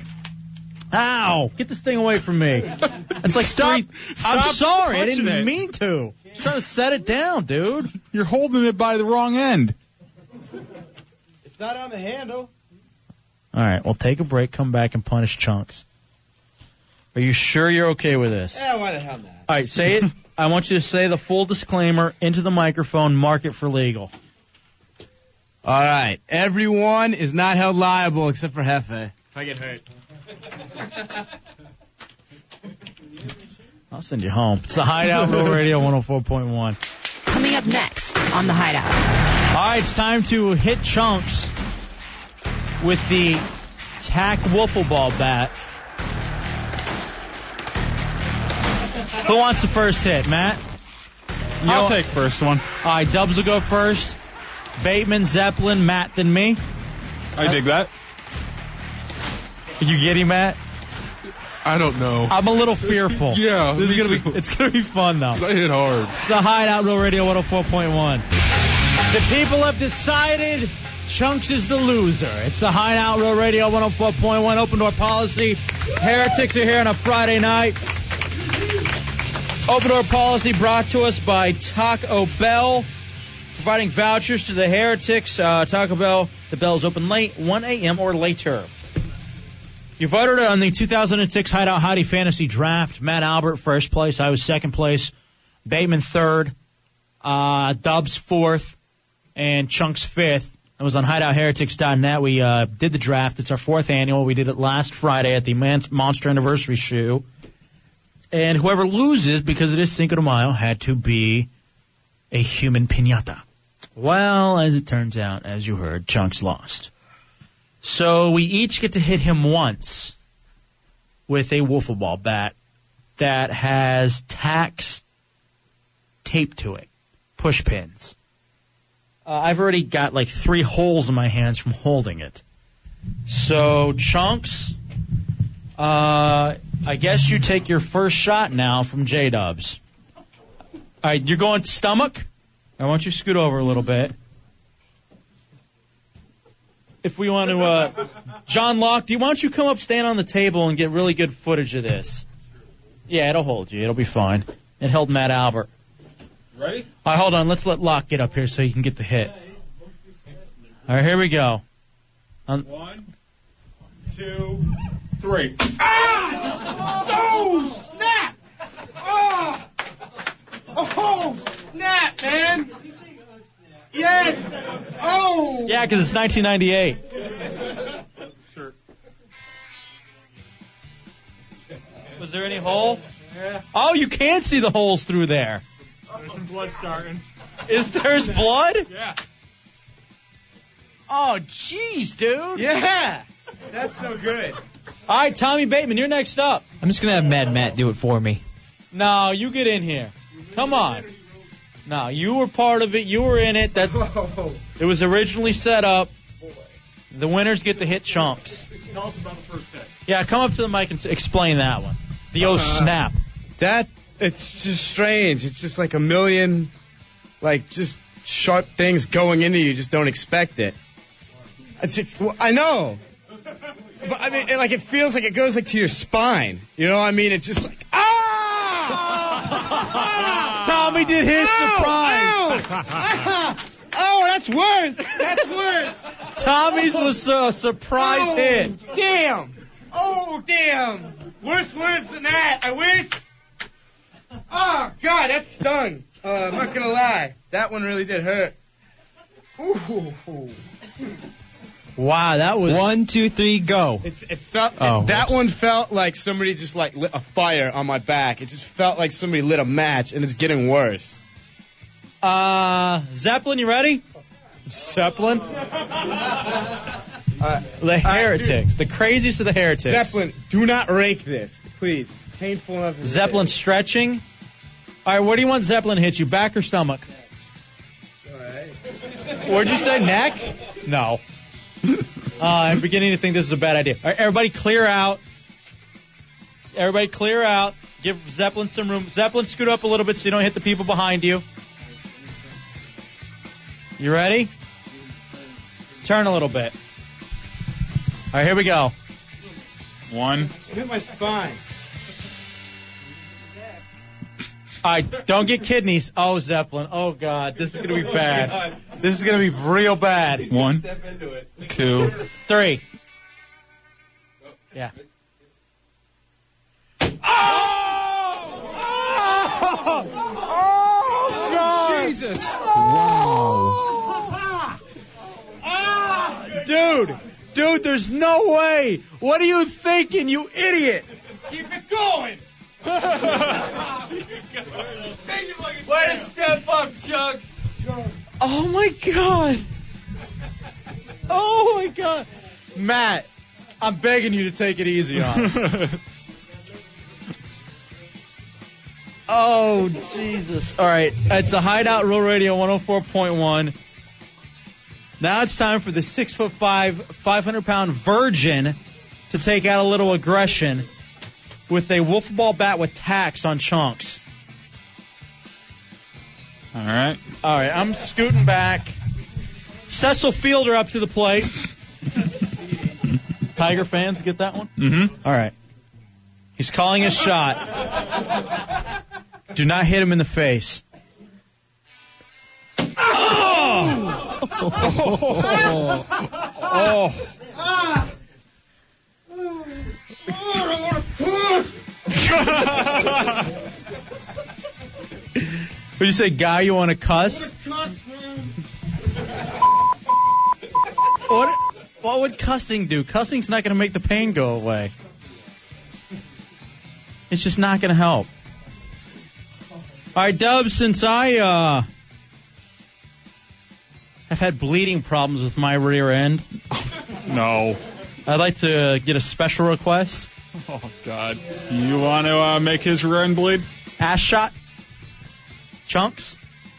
S3: Ow! Get this thing away from me. It's like stop. Three, I'm
S4: stop
S3: sorry. I
S4: clutching
S3: didn't
S4: it.
S3: mean to. I was trying to set it down, dude.
S4: You're holding it by the wrong end.
S9: It's not on the handle.
S3: All right, we'll take a break, come back, and punish chunks. Are you sure you're okay with this?
S9: Yeah, why the hell not?
S3: All right, say it. I want you to say the full disclaimer into the microphone. Mark it for legal.
S7: All right. Everyone is not held liable except for Hefe.
S9: If I get hurt.
S3: I'll send you home. It's the Hideout Row Radio 104.1.
S13: Coming up next on the Hideout.
S3: All right, it's time to hit chunks with the tack wiffle ball bat. Who wants the first hit, Matt?
S4: I'll take first one.
S3: All right, Dubs will go first. Bateman, Zeppelin, Matt, then me.
S4: I dig that.
S3: Did you get him, Matt?
S12: I don't know.
S3: I'm a little fearful.
S12: Yeah,
S3: this is
S12: me
S3: gonna
S12: too.
S3: be it's gonna be fun though.
S12: I hit hard.
S3: It's the Hideout Real Radio 104.1. The people have decided Chunks is the loser. It's the Hideout Real Radio 104.1 Open Door Policy. Heretics are here on a Friday night. Open Door Policy brought to us by Taco Bell. Providing vouchers to the heretics. Uh, Taco Bell, the bell's open late, 1 a.m. or later. You voted on the 2006 Hideout Hottie Fantasy Draft. Matt Albert, first place. I was second place. Bateman third, uh, Dubs fourth, and Chunks fifth. It was on hideoutheretics.net. We uh, did the draft. It's our fourth annual. We did it last Friday at the Man- Monster Anniversary Show. And whoever loses, because it is Cinco de Mayo, had to be a human pinata. Well, as it turns out, as you heard, Chunks lost. So we each get to hit him once with a wiffle ball bat that has tax taped to it, push pins. Uh, I've already got like three holes in my hands from holding it. So chunks, uh, I guess you take your first shot now from J Dubs. All right, you're going stomach. I want you to scoot over a little bit. If we want to, uh, John Locke, do you, why don't you come up, stand on the table, and get really good footage of this? Yeah, it'll hold you. It'll be fine. It held Matt Albert.
S9: Ready?
S3: All right, hold on. Let's let Locke get up here so he can get the hit. All right, here we go. Um,
S9: One, two, three. Ah! Oh, snap! Ah! Oh, snap, man! Yes! Oh!
S3: yeah, because it's 1998. Was there any hole?
S9: Yeah.
S3: Oh, you can see the holes through there.
S9: There's some blood starting.
S3: Is there's blood?
S9: Yeah.
S3: Oh, jeez, dude.
S9: Yeah! That's no good.
S3: All right, Tommy Bateman, you're next up.
S11: I'm just gonna have Mad Matt do it for me.
S3: No, you get in here. Come on. No, you were part of it. You were in it. That it was originally set up. The winners get to hit chunks.
S9: Tell us about the first hit.
S3: Yeah, come up to the mic and t- explain that one. The oh
S7: Uh,
S3: snap.
S7: That it's just strange. It's just like a million, like just sharp things going into you. You just don't expect it. It's just, well, I know, but I mean, it, like it feels like it goes like to your spine. You know what I mean? It's just like ah!
S3: Tommy did his
S7: surprise. Oh, that's worse. That's worse.
S3: Tommy's was a surprise
S9: Oh,
S3: hit.
S9: Damn. Oh, damn. Worse, worse than that. I wish. Oh, God. God, that stung. Uh, I'm not gonna lie, that one really did hurt. Ooh.
S3: Wow, that was
S11: one, two, three, go.
S9: It's, it felt
S11: Oh,
S7: that one felt like somebody just like lit a fire on my back. It just felt like somebody lit a match, and it's getting worse.
S3: Uh, Zeppelin, you ready? Zeppelin. Uh,
S5: The heretics. the craziest of the heretics.
S9: Uh, Zeppelin, do not rake this, please. Painful enough. as it
S3: Zeppelin
S9: is.
S3: stretching. All right, where do you want Zeppelin to hit you? Back or stomach? What'd you say? Neck? No. uh, I'm beginning to think this is a bad idea. All right, everybody clear out. Everybody clear out. Give Zeppelin some room. Zeppelin, scoot up a little bit so you don't hit the people behind you. You ready? Turn a little bit. All right, here we go. One.
S9: It hit my spine.
S3: All right, don't get kidneys. Oh, Zeppelin. Oh, God. This is going to be bad. This is going to be real bad. One, two, three. Yeah.
S13: Oh!
S9: Oh, God!
S13: Jesus!
S3: Dude, dude, there's no way. What are you thinking, you idiot?
S9: Keep it going! Way to step up, Chucks!
S3: Oh, my God. Oh, my God. Matt, I'm begging you to take it easy on it. Oh, Jesus. All right. It's a hideout, Rural Radio 104.1. Now it's time for the six foot five, 500 pound virgin to take out a little aggression with a wolf ball bat with tacks on chunks. All right. All right. I'm scooting back. Cecil Fielder up to the plate. Tiger fans get that one? Mm hmm. All right. He's calling his shot. Do not hit him in the face. Oh! Oh. What you say, guy? You want to cuss? What? What would cussing do? Cussing's not going to make the pain go away. It's just not going to help. All right, Dub. Since I uh, have had bleeding problems with my rear end, no, I'd like to get a special request.
S4: Oh God! You want to uh, make his run bleed?
S3: Ass shot, chunks,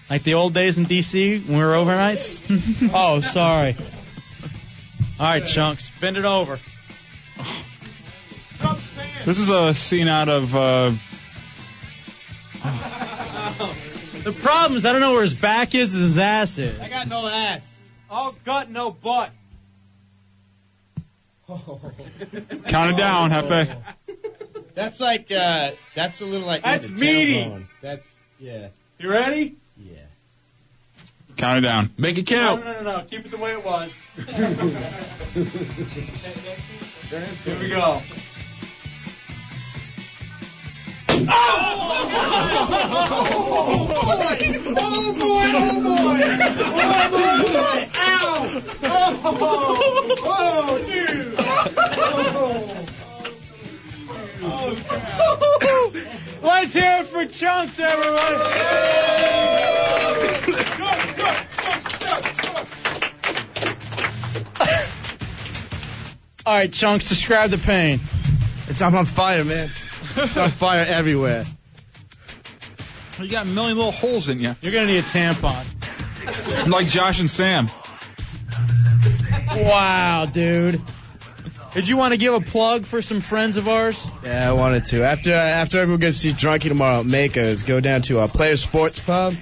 S3: like the old days in D.C. when we were overnights. oh, sorry. All right, chunks, bend it over.
S4: This is a scene out of. Uh,
S3: The problem is I don't know where his back is and his ass is.
S9: I got no ass. Oh, got no butt.
S4: Count it down, Hefe.
S7: That's like uh, that's a little like
S9: That's
S7: the
S9: meaty.
S7: tailbone. That's yeah.
S9: You ready?
S4: Count it down. Make it count.
S9: No, no, no, no. Keep it the way it was. Here we go.
S13: Oh boy! Oh boy! Oh boy! Ow! Oh! Oh, dude!
S9: Let's hear it for Chunks, everyone.
S3: All right, chunks, describe the pain.
S7: It's I'm on fire, man. It's on fire everywhere.
S4: You got a million little holes in you.
S3: You're gonna need a tampon.
S4: Like Josh and Sam.
S3: Wow, dude. Did you want to give a plug for some friends of ours?
S7: Yeah, I wanted to. After uh, after everyone goes to see Drunky tomorrow at Mako's, go down to uh, Player Sports Pub.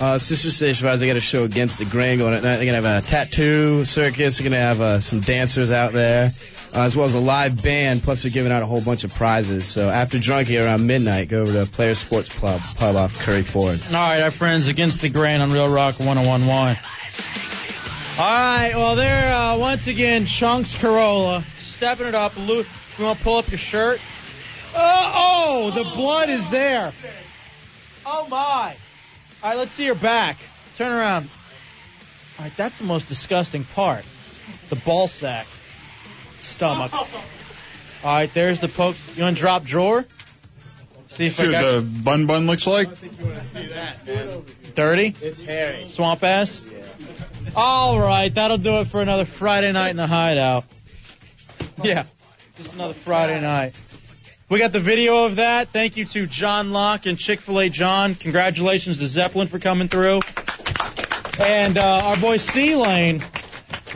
S7: Uh, Sister Station Rise, they got a show against the Gringo, and at night they're going to have a tattoo circus. They're going to have uh, some dancers out there, uh, as well as a live band. Plus, they're giving out a whole bunch of prizes. So after Drunky, around midnight, go over to Player Sports Pub, pub off Curry Ford.
S3: All right, our friends against the grain on Real Rock 1011. All right, well, there, uh, once again, Chunks Corolla stepping it up. Lou, you want to pull up your shirt? Uh, oh, the blood is there. Oh my! All right, let's see her back. Turn around. All right, that's the most disgusting part. The ball sack, stomach. All right, there's the poke. You want to drop drawer? See if
S4: See
S3: I
S4: what
S3: got
S4: the bun bun looks like?
S3: dirty.
S7: It's hairy.
S3: Swamp ass. All right, that'll do it for another Friday night in the hideout. Yeah, just another Friday night. We got the video of that. Thank you to John Locke and Chick Fil A John. Congratulations to Zeppelin for coming through, and uh, our boy C Lane.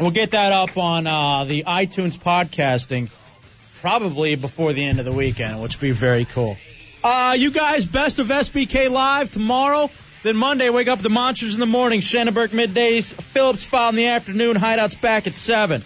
S3: We'll get that up on uh, the iTunes podcasting probably before the end of the weekend, which would be very cool. Uh, you guys, best of SBK Live tomorrow. Then Monday, wake up the monsters in the morning. Shannaburg middays. Phillips file in the afternoon. Hideouts back at 7.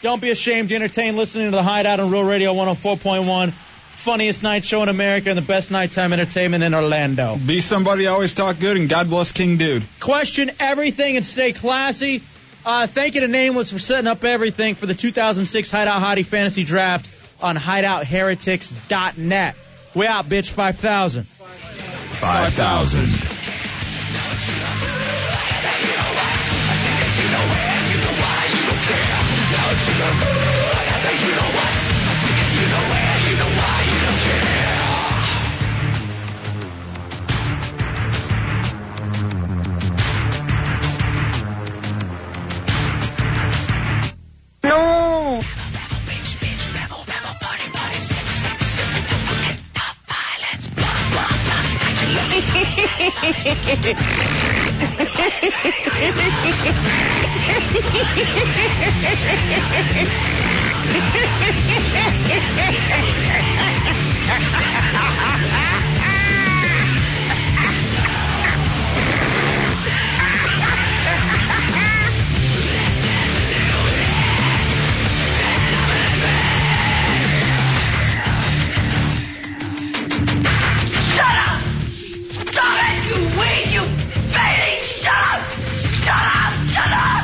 S3: Don't be ashamed to entertain listening to the Hideout on Real Radio 104.1. Funniest night show in America and the best nighttime entertainment in Orlando.
S4: Be somebody always talk good and God bless King Dude.
S3: Question everything and stay classy. Uh, thank you to Nameless for setting up everything for the 2006 Hideout Hottie Fantasy Draft on hideoutheretics.net. We out, bitch, 5,000.
S5: 5,000. No! Stop it, you weed, you baby! Shut up! Shut up! Shut up!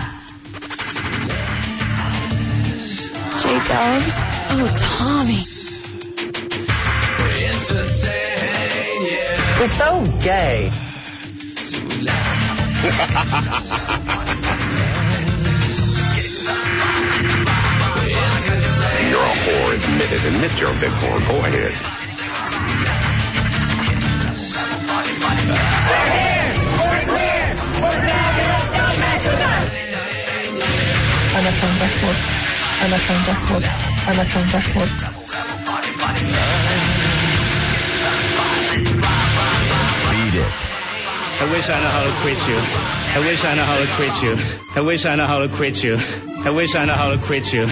S5: J Dubs? Oh, Tommy. You're so gay.
S14: You're a whore, admit it. Admit you're a big whore. Go ahead.
S5: I'm a transex lord. I'm a transex lord. I'm a transex lord.
S16: Beat it. I wish I know how to quit you. I wish I know how to quit you. I wish I know how to quit you. I wish I know how to quit you.